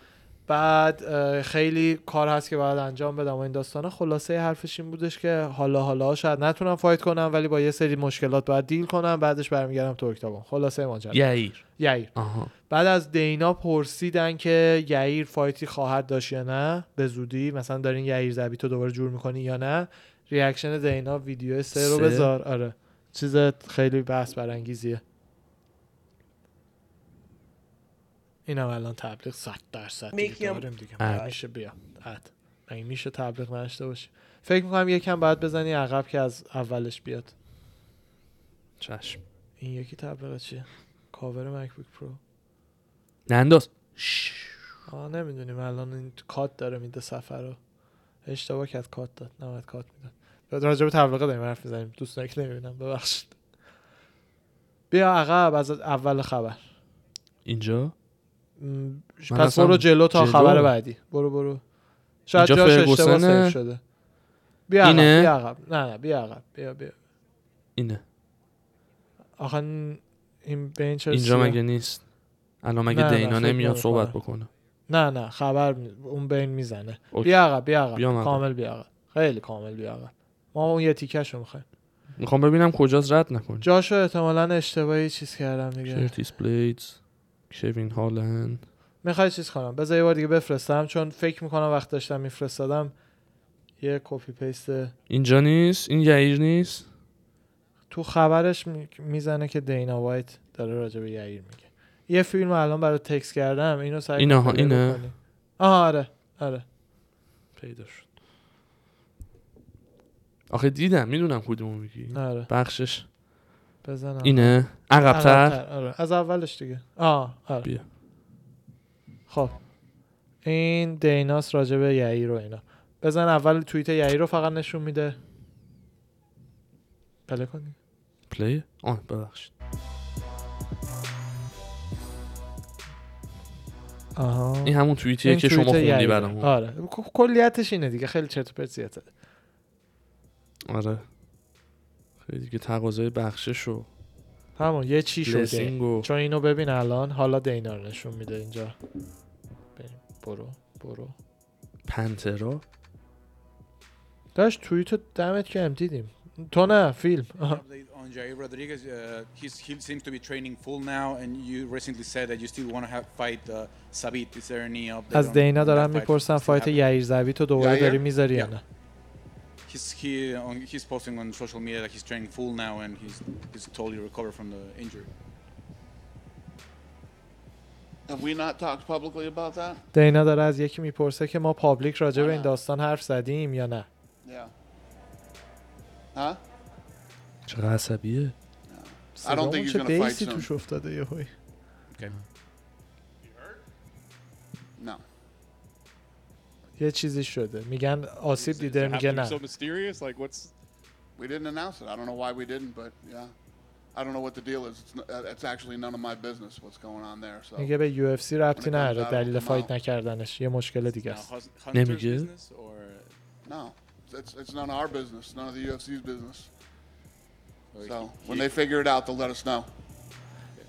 Speaker 1: بعد اه، خیلی کار هست که باید انجام بدم و این داستانا خلاصه حرفش این بودش که حالا حالا شاید نتونم فایت کنم ولی با یه سری مشکلات باید دیل کنم بعدش برمیگردم تو اکتاگون خلاصه ماجرا
Speaker 2: یعیر
Speaker 1: یعیر
Speaker 2: آها
Speaker 1: بعد از دینا پرسیدن که یعیر فایتی خواهد داشت یا نه به زودی مثلا دارین یعیر زبی تو دوباره جور میکنی یا نه ریاکشن دینا ویدیو سه رو
Speaker 2: سه؟
Speaker 1: بذار آره چیز خیلی بحث برانگیزیه اینم الان تبلیغ 100 درصد دیگه
Speaker 4: Make him-
Speaker 1: داریم دیگه مگه میشه بیا اد. مگه میشه تبلیغ نشته باشی فکر میکنم یکم باید بزنی عقب که از اولش بیاد
Speaker 2: چشم
Speaker 1: این یکی تبلیغ چیه کاور مکبوک پرو
Speaker 2: ننداز
Speaker 1: آه نمیدونیم الان این کات داره میده سفر رو اشتباه کرد کات داد نباید کات میداد بعد راجع به تبلیغه داریم حرف میزنیم دوستانی که نمیبینم ببخشید بیا عقب از اول خبر
Speaker 2: اینجا
Speaker 1: م،
Speaker 2: من
Speaker 1: پس
Speaker 2: اصلا
Speaker 1: برو جلو تا
Speaker 2: جلو.
Speaker 1: خبر بعدی برو برو شاید
Speaker 2: اینجا
Speaker 1: جاش اشتباه
Speaker 2: فرگوسنه.
Speaker 1: سیو شده بیا عقب
Speaker 2: اینه؟
Speaker 1: بیا عقب نه نه بیا عقب بیا بیا
Speaker 2: اینه
Speaker 1: آخه این- این به این چه
Speaker 2: اینجا
Speaker 1: سیاه؟
Speaker 2: مگه نیست الان
Speaker 1: نه، آره.
Speaker 2: مگه
Speaker 1: نه،
Speaker 2: دینا
Speaker 1: فکر
Speaker 2: نمیاد صحبت
Speaker 1: نمی‌کنم.
Speaker 2: بکنه
Speaker 1: نه نه خبر می- اون بین میزنه
Speaker 2: اوکی.
Speaker 1: بیا عقب بیا عقب
Speaker 2: بیام عقب.
Speaker 1: کامل بیا عقب خیلی کامل بیا عقب ما اون یه تیکش رو میخوایم
Speaker 2: میخوام ببینم کجاست رد نکن
Speaker 1: جاشو احتمالا اشتباهی چیز کردم دیگه
Speaker 2: کرتیس بلیدز کوین هالند
Speaker 1: میخوای چیز کنم بذار یه بار دیگه بفرستم چون فکر میکنم وقت داشتم میفرستادم یه کپی پیست
Speaker 2: اینجا نیست این یعیر نیست
Speaker 1: تو خبرش می- میزنه که دینا وایت داره راجع به یعیر میگه یه فیلم الان برای تکس کردم اینو سعی
Speaker 2: اینه
Speaker 1: کن
Speaker 2: ها،
Speaker 1: پیدا
Speaker 2: اینه.
Speaker 1: کنی. آها آره آره
Speaker 2: پیدا شد آخه دیدم میدونم کدومو میگی
Speaker 1: آره
Speaker 2: بخشش
Speaker 1: بزنم
Speaker 2: اینه عقبتر
Speaker 1: عقب‌تر، آره از اولش دیگه آه آره
Speaker 2: بیا.
Speaker 1: خب این دیناس راجع به یعیر و اینا بزن اول توییت یعیر رو فقط نشون میده پله کنی
Speaker 2: پلی آه ببخشید
Speaker 1: آها
Speaker 2: این همون توییتیه
Speaker 1: این
Speaker 2: که شما
Speaker 1: توییت
Speaker 2: خوندی
Speaker 1: یعیره.
Speaker 2: برامون
Speaker 1: آره ک- کلیتش اینه دیگه خیلی چرت و پرت زیاد زده
Speaker 2: آره خیلی دیگه تقاضای بخشش و
Speaker 1: همون یه چی شده
Speaker 2: بلسینگ و
Speaker 1: چون اینو ببین الان حالا دینا رو نشون میده اینجا بریم. برو برو
Speaker 2: پنترا
Speaker 1: داشت توییت رو دمت کم دیدیم تو نه فیلم آها.
Speaker 8: update on Jair Rodriguez. Uh, his heel seems to be training full now, and you recently said that you still want to have fight uh, Sabit. Is there any update?
Speaker 1: از
Speaker 8: on-
Speaker 1: دینا
Speaker 8: on
Speaker 1: دارم
Speaker 8: that fight?
Speaker 1: میپرسم
Speaker 8: Still
Speaker 1: فایت
Speaker 8: happening?
Speaker 1: یعیر زبی تو دوباره
Speaker 8: یعیر؟
Speaker 1: داری میذاری یا
Speaker 8: Yeah.
Speaker 1: نه
Speaker 8: He's he on, he's posting on social media that he's training full now, and he's he's totally recovered from the injury.
Speaker 9: Have we not talked publicly about that?
Speaker 1: دینا داره از یکی میپرسه که ما پابلیک راجع به
Speaker 9: آره.
Speaker 1: این داستان حرف زدیم یا نه
Speaker 9: Yeah. Huh?
Speaker 2: چقدر عصبیه
Speaker 9: I don't
Speaker 1: صدامون
Speaker 9: think he's
Speaker 1: چه
Speaker 9: gonna fight
Speaker 1: بیسی
Speaker 9: soon.
Speaker 1: توش افتاده یهوی
Speaker 8: Okay.
Speaker 9: No.
Speaker 1: یه چیزی شده میگن آسیب دیده میگه نه
Speaker 9: mysterious. Like, what's? We didn't announce it. I don't know why we didn't, but yeah, I don't know what the deal is. It's, n- uh, it's actually none of my business what's going on there. So.
Speaker 1: میگه به یو اف سی ربطی
Speaker 9: Wanna come
Speaker 1: نداره
Speaker 9: down
Speaker 1: دلیل
Speaker 9: and come
Speaker 1: فایت
Speaker 9: out.
Speaker 1: نکردنش یه مشکل دیگه
Speaker 8: Now,
Speaker 1: است
Speaker 8: Hus- Hunter's
Speaker 2: Nemiga.
Speaker 8: business or
Speaker 9: No, it's it's none of our business. None of the UFC's business.
Speaker 8: Or
Speaker 9: So
Speaker 8: he-
Speaker 9: when they figure it out, they'll let us know.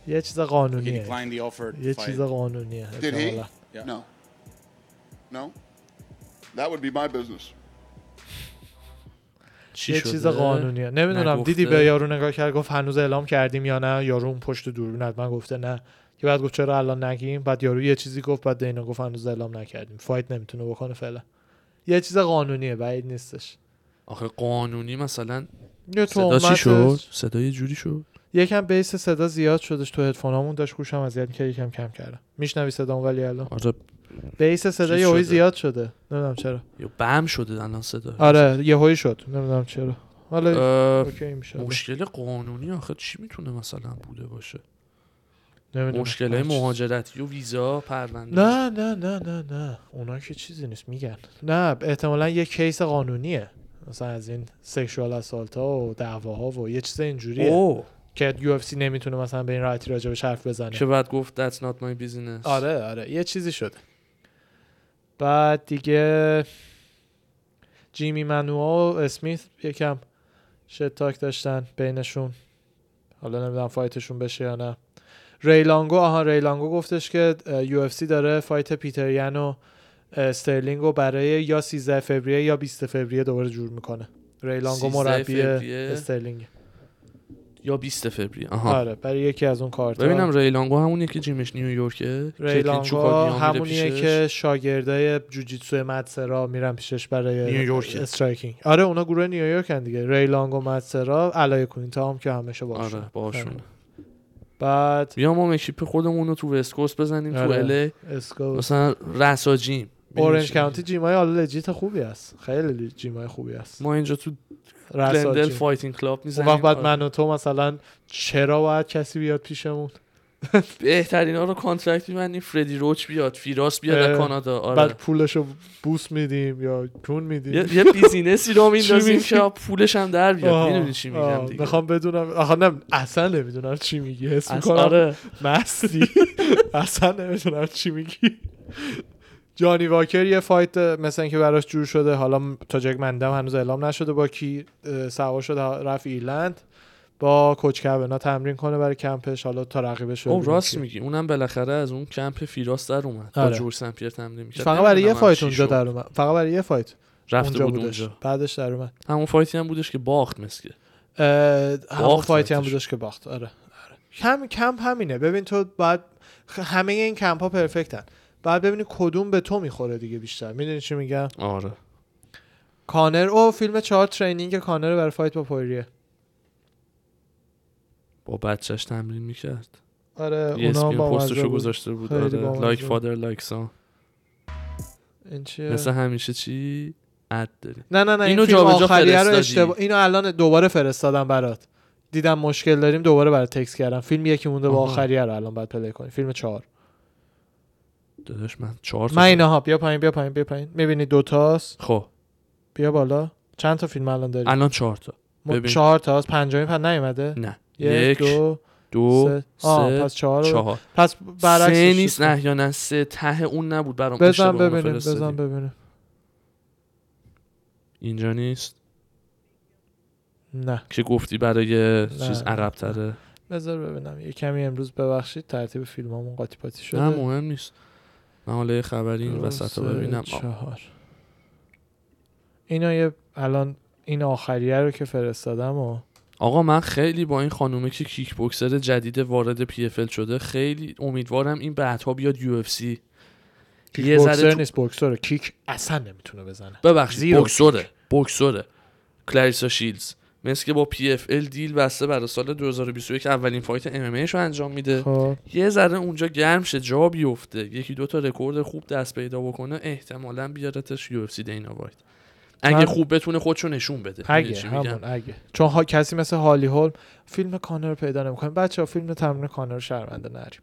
Speaker 1: یه چیز
Speaker 8: he
Speaker 1: قانونیه
Speaker 8: declined the offer. to
Speaker 1: یه
Speaker 8: fight.
Speaker 1: چیز قانونیه
Speaker 9: Did he?
Speaker 1: احتمالاً.
Speaker 8: Yeah.
Speaker 9: No. No. That would be my business.
Speaker 2: چی
Speaker 1: یه
Speaker 2: شده؟
Speaker 1: چیز قانونیه نمیدونم
Speaker 2: نگفته.
Speaker 1: دیدی به یارو نگاه کرد گفت هنوز اعلام کردیم یا نه یارو اون پشت دوربین حتما گفته نه که بعد گفت چرا الان نگیم بعد یارو یه چیزی گفت بعد دینا گفت هنوز اعلام نکردیم فایت نمیتونه بکنه فعلا یه چیز قانونیه بعید نیستش
Speaker 2: آخه قانونی مثلا
Speaker 1: یه
Speaker 2: صدا چی
Speaker 1: تهمتش-
Speaker 2: شد صدا یه جوری شد
Speaker 1: یکم بیس صدا زیاد شدش تو هدفونامون داشت گوشم اذیت که یکم کم کردم میشنوی صدام ولی الان
Speaker 2: آره
Speaker 1: بیس صدا
Speaker 2: چیز
Speaker 1: یهویی
Speaker 2: شده.
Speaker 1: زیاد شده نمیدونم چرا
Speaker 2: یا بم شده الان صدا
Speaker 1: آره یهویی شد نمیدونم چرا حالا
Speaker 2: اه،
Speaker 1: اوکی میشه
Speaker 2: مشکل قانونی آخه چی میتونه مثلا بوده باشه
Speaker 1: نمی‌دونم.
Speaker 2: مشکل مهاجرتی و ویزا پرونده
Speaker 1: نه نه نه نه نه اونا که چیزی نیست میگن نه احتمالا یه کیس قانونیه مثلا از این سکشوال اسالت ها و دعواها و یه چیز اینجوریه
Speaker 2: اوه
Speaker 1: که یو اف سی نمیتونه مثلا به این راحتی راجبش حرف بزنه
Speaker 2: که بعد گفت that's not my business
Speaker 1: آره آره یه چیزی شده بعد دیگه جیمی منوها و اسمیت یکم شتاک داشتن بینشون حالا نمیدونم فایتشون بشه یا نه ریلانگو آها ریلانگو گفتش که یو اف سی داره فایت پیتریان و اه، استرلینگ رو برای یا 13 فوریه یا 20 فوریه دوباره جور میکنه ریلانگو
Speaker 2: 13
Speaker 1: مربی
Speaker 2: فوریه؟
Speaker 1: استرلینگ
Speaker 2: یا 20 فوریه آها
Speaker 1: آره برای یکی از اون کارت
Speaker 2: ببینم ریلانگو همونیه که جیمش نیویورکه که
Speaker 1: ریلانگا
Speaker 2: کلینچوکا میان میره
Speaker 1: همونیه
Speaker 2: پیشش؟
Speaker 1: که شاگردای جوجیتسو مدسرا میرن پیشش برای
Speaker 2: نیویورکه.
Speaker 1: استرایکینگ آره اونا گروه نیویورکن دیگه ریلانگو مدسرا علای کوینتا هم که همیشه باشون
Speaker 2: آره باشون
Speaker 1: بعد
Speaker 2: بیا ما اکیپ خودمون رو تو وستکوست بزنیم تو
Speaker 1: آره.
Speaker 2: اله
Speaker 1: اسکو
Speaker 2: مثلا رساجیم
Speaker 1: اورنج کاونتی جیمای حالا لجیت خوبی است خیلی جیمای خوبی است
Speaker 2: ما اینجا تو
Speaker 1: رسا
Speaker 2: گلندل
Speaker 1: جیم.
Speaker 2: فایتینگ کلاب
Speaker 1: اون
Speaker 2: میزنیم آره.
Speaker 1: وقت بعد من و تو مثلا چرا باید کسی بیاد پیشمون
Speaker 2: بهترین ها رو کانترکت میبندیم فردی روچ بیاد فیراس بیاد از
Speaker 1: اه،
Speaker 2: کانادا
Speaker 1: بعد
Speaker 2: آره
Speaker 1: پولش رو بوس میدیم یا جون میدیم
Speaker 2: یه, یه بیزینسی رو میندازیم
Speaker 1: میگی؟
Speaker 2: که پولش هم در بیاد میدونی چی میگم
Speaker 1: آه،
Speaker 2: دیگه
Speaker 1: میخوام بدونم آخه نه اصلا نمیدونم چی میگی حس
Speaker 2: از-
Speaker 1: میکنم
Speaker 2: آره
Speaker 1: مستی اصلا نمیدونم چی میگی جانی واکر یه فایت مثل اینکه براش جور شده حالا تا جک مندم هنوز اعلام نشده با کی اه، سوار شده رفت ایرلند با کوچ کونا تمرین کنه برای کمپش حالا تا رقیبش رو
Speaker 2: او
Speaker 1: ببینیم
Speaker 2: راست
Speaker 1: که.
Speaker 2: میگی اونم بالاخره از اون کمپ فیراس در اومد با
Speaker 1: آره.
Speaker 2: جور سمپیر تمرین میکرد
Speaker 1: فقط برای یه
Speaker 2: نمی‌دونم هم
Speaker 1: فایت
Speaker 2: چی
Speaker 1: اونجا
Speaker 2: شد.
Speaker 1: در اومد فقط برای یه فایت
Speaker 2: رفته
Speaker 1: اونجا
Speaker 2: بود
Speaker 1: بودش
Speaker 2: اونجا
Speaker 1: بعدش در اومد
Speaker 2: همون فایتی هم بودش که باخت مسکه
Speaker 1: اه، همون
Speaker 2: باخت
Speaker 1: فایتی هم
Speaker 2: فایتش.
Speaker 1: بودش که باخت آره, آره. کم کمپ همینه ببین تو باید خ- همه این کمپ ها پرفکتن بعد ببینی کدوم به تو میخوره دیگه بیشتر میدونی چی میگم
Speaker 2: آره
Speaker 1: کانر او فیلم چهار ترینینگ کانر برای فایت با پوریه
Speaker 2: با بچهش تمرین میکرد
Speaker 1: آره
Speaker 2: یه
Speaker 1: اونا
Speaker 2: اسپین
Speaker 1: هم با
Speaker 2: پستشو
Speaker 1: مزه بود
Speaker 2: گذاشته بود
Speaker 1: خیلی
Speaker 2: آره
Speaker 1: بامزه
Speaker 2: لایک
Speaker 1: بود.
Speaker 2: فادر لایک سان
Speaker 1: این چیه
Speaker 2: مثل همیشه چی اد داری
Speaker 1: نه نه نه این
Speaker 2: اینو
Speaker 1: فیلم
Speaker 2: جابجا
Speaker 1: آخریه رو
Speaker 2: فرستادی.
Speaker 1: اشتباه اینو الان دوباره فرستادم برات دیدم مشکل داریم دوباره برات تکس کردم فیلم یکی مونده با
Speaker 2: آها.
Speaker 1: آخریه رو الان باید پلی کنی فیلم چهار
Speaker 2: داداش من چهار تا
Speaker 1: من اینها بیا پایین بیا پایین بیا پایین میبینی دوتاست
Speaker 2: خب
Speaker 1: بیا بالا چند تا فیلم الان داری
Speaker 2: الان چهار تا
Speaker 1: ما-
Speaker 2: ببین.
Speaker 1: چهار تا از پنجمی پر نیومده
Speaker 2: نه
Speaker 1: یک
Speaker 2: یک
Speaker 1: دو
Speaker 2: دو
Speaker 1: سه آه
Speaker 2: سه
Speaker 1: پس چهار رو-
Speaker 2: چهار
Speaker 1: پس برعکسش
Speaker 2: سه
Speaker 1: شد.
Speaker 2: نیست نه یا نه سه ته اون نبود برام
Speaker 1: بزن
Speaker 2: اشتباه اونو
Speaker 1: ببینیم
Speaker 2: فرستادی.
Speaker 1: بزن ببینیم
Speaker 2: اینجا نیست
Speaker 1: نه
Speaker 2: که گفتی برای چیز
Speaker 1: نه.
Speaker 2: عقب تره
Speaker 1: بذار ببینم یه کمی امروز ببخشید ترتیب فیلمامون قاطی پاتی شده
Speaker 2: نه مهم نیست من حالا یه خبری این
Speaker 1: دو،
Speaker 2: وسط رو
Speaker 1: سه،
Speaker 2: ببینم آه،
Speaker 1: چهار اینا یه الان این آخریه رو که فرستادم و
Speaker 2: آقا من خیلی با این خانومه که کیک بوکسر جدید وارد پی اف ال شده خیلی امیدوارم این بعدها بیاد یو اف سی یه
Speaker 1: کیک
Speaker 2: ذره
Speaker 1: بوکسر
Speaker 2: تو-
Speaker 1: نیست بوکسر کیک اصلا نمیتونه بزنه
Speaker 2: ببخشید
Speaker 1: زیرو
Speaker 2: بوکسوره بوکسوره کلاریسا شیلز مثل که با پی اف ال دیل بسته برای سال 2021 اولین فایت ام ام رو انجام میده
Speaker 1: خب
Speaker 2: یه ذره اونجا گرم شه جا بیفته یکی دو تا رکورد خوب دست پیدا بکنه احتمالا بیارتش یو اف سی دینا وایت اگه
Speaker 1: من-
Speaker 2: خوب بتونه خودشو نشون بده می‌دونی
Speaker 1: اگه
Speaker 2: چی میگم؟
Speaker 1: همون اگه چون ها کسی مثل هالی هول فیلم کانر رو پیدا نمیکنه بچه ها فیلم تمرین کانر رو شرمنده نریم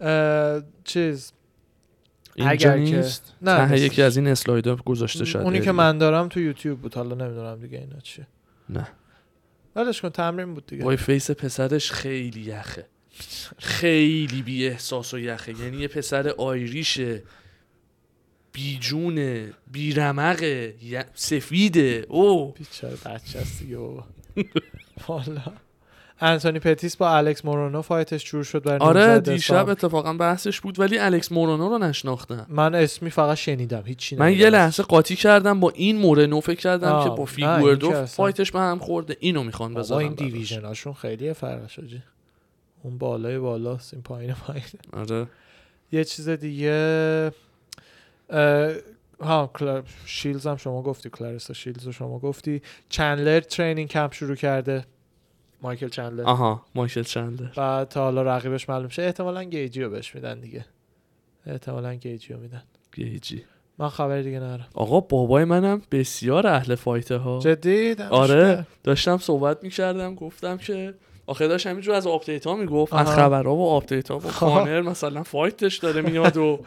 Speaker 1: اه، چیز
Speaker 2: اینجا
Speaker 1: اگر که-
Speaker 2: نیست
Speaker 1: نه،
Speaker 2: ته
Speaker 1: نیستش.
Speaker 2: یکی از این اسلایدها گذاشته شده
Speaker 1: اونی که من دارم تو یوتیوب بود حالا نمیدونم دیگه اینا چیه
Speaker 2: نه.
Speaker 1: ولش کن تمرین بود دیگه
Speaker 2: وای فیس پسرش خیلی یخه خیلی بی احساس و یخه یعنی یه پسر آیریشه بیجونه بیرمقه ی- سفیده او
Speaker 1: بیچاره بچه هست دیگه بابا والا انتونی پتیس با الکس مورونو فایتش جور شد برای 19
Speaker 2: آره
Speaker 1: دسامبر.
Speaker 2: دیشب اتفاقا بحثش بود ولی الکس مورونو رو نشناختم
Speaker 1: من اسمی فقط شنیدم هیچی
Speaker 2: من یه
Speaker 1: نمی‌دونم.
Speaker 2: لحظه قاطی کردم با این مورنو فکر کردم
Speaker 1: یعنی آه،
Speaker 2: که با
Speaker 1: نه، این که
Speaker 2: فیگوردو
Speaker 1: اصلا-
Speaker 2: فایتش به هم خورده اینو میخوان
Speaker 1: بابا
Speaker 2: بذارم
Speaker 1: این
Speaker 2: براش.
Speaker 1: دیویژناشون خیلی فرقش آجی اون بالای بالاست این پایین پایین
Speaker 2: آره
Speaker 1: یه چیز دیگه اه، ها کلا- شیلز هم شما گفتی کلاریسا شیلز رو شما گفتی چندلر ترینینگ کمپ شروع کرده مایکل چندلر
Speaker 2: آها مایکل چندلر
Speaker 1: و تا حالا رقیبش معلوم شه احتمالا گیجی رو بهش میدن دیگه احتمالا گیجی رو میدن
Speaker 2: گیجی
Speaker 1: من خبر دیگه ندارم
Speaker 2: آقا بابای منم بسیار اهل فایته ها
Speaker 1: جدی دمش
Speaker 2: آره
Speaker 1: گرم.
Speaker 2: داشتم صحبت میکردم گفتم که آخه داشت همینجور از آپدیت ها میگفت از
Speaker 1: آها.
Speaker 2: خبرها و آپدیت ها و کانر مثلا فایتش داره میاد و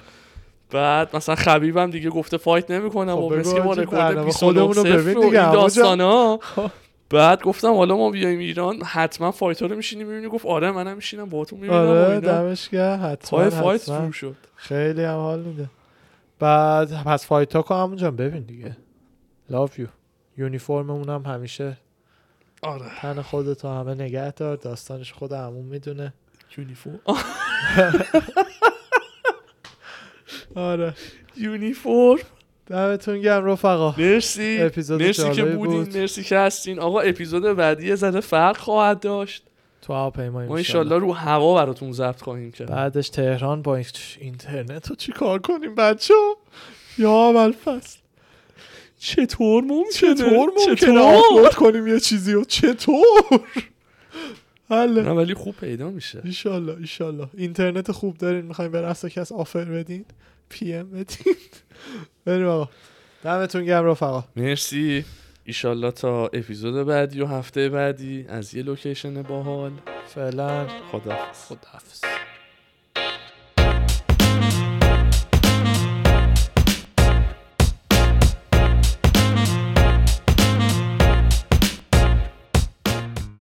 Speaker 2: بعد مثلا خبیبم دیگه گفته فایت نمیکنم
Speaker 1: خب
Speaker 2: و
Speaker 1: بگو
Speaker 2: مسی با
Speaker 1: آجی،
Speaker 2: رکورد
Speaker 1: برنامه
Speaker 2: 29
Speaker 1: خودمون رو
Speaker 2: صفر
Speaker 1: ببین
Speaker 2: و این
Speaker 1: دیگه، عمو جان.
Speaker 2: داستان ها
Speaker 1: خب.
Speaker 2: بعد گفتم حالا ما بیایم ایران حتما فایت ها رو میشینیم میبینی گفت آره منم میشینم باهاتون میبینم و
Speaker 1: آره
Speaker 2: اینا.
Speaker 1: دمش گرم حتما
Speaker 2: پای فایت
Speaker 1: حتما
Speaker 2: شروع شد
Speaker 1: خیلی هم حال میده بعد پس فایت ها که عمو جان ببین دیگه لاف یو یونیفرممون هم همیشه
Speaker 2: آره
Speaker 1: تن خودت و همه نگه دار داستانش خود عموم میدونه
Speaker 2: یونیفرم
Speaker 1: آره
Speaker 2: یونیفرم
Speaker 1: دمتون گرم رفقا
Speaker 2: مرسی
Speaker 1: اپیزود
Speaker 2: مرسی که
Speaker 1: جالبی
Speaker 2: بودین
Speaker 1: بود.
Speaker 2: مرسی که هستین آقا اپیزود بعدی یه ذره فرق خواهد داشت
Speaker 1: تو هواپیما
Speaker 2: ما
Speaker 1: انشالله
Speaker 2: انشالله رو هوا براتون ضبط خواهیم کرد
Speaker 1: بعدش تهران با اینترنت رو چی کار کنیم بچه یا اول فصل
Speaker 2: چطور ممکنه
Speaker 1: چطور ممکنه آپلود کنیم یه چیزی رو چطور حله
Speaker 2: نه ولی خوب پیدا میشه
Speaker 1: ایشالله ایشالله اینترنت خوب دارین میخوایم به رسا کس آفر بدین پی ام بدین بریم آقا دمتون گرم رفقا
Speaker 2: مرسی ایشالله تا اپیزود بعدی و هفته بعدی از یه لوکیشن باحال
Speaker 1: فعلا
Speaker 2: خداحافظ
Speaker 1: خداحافظ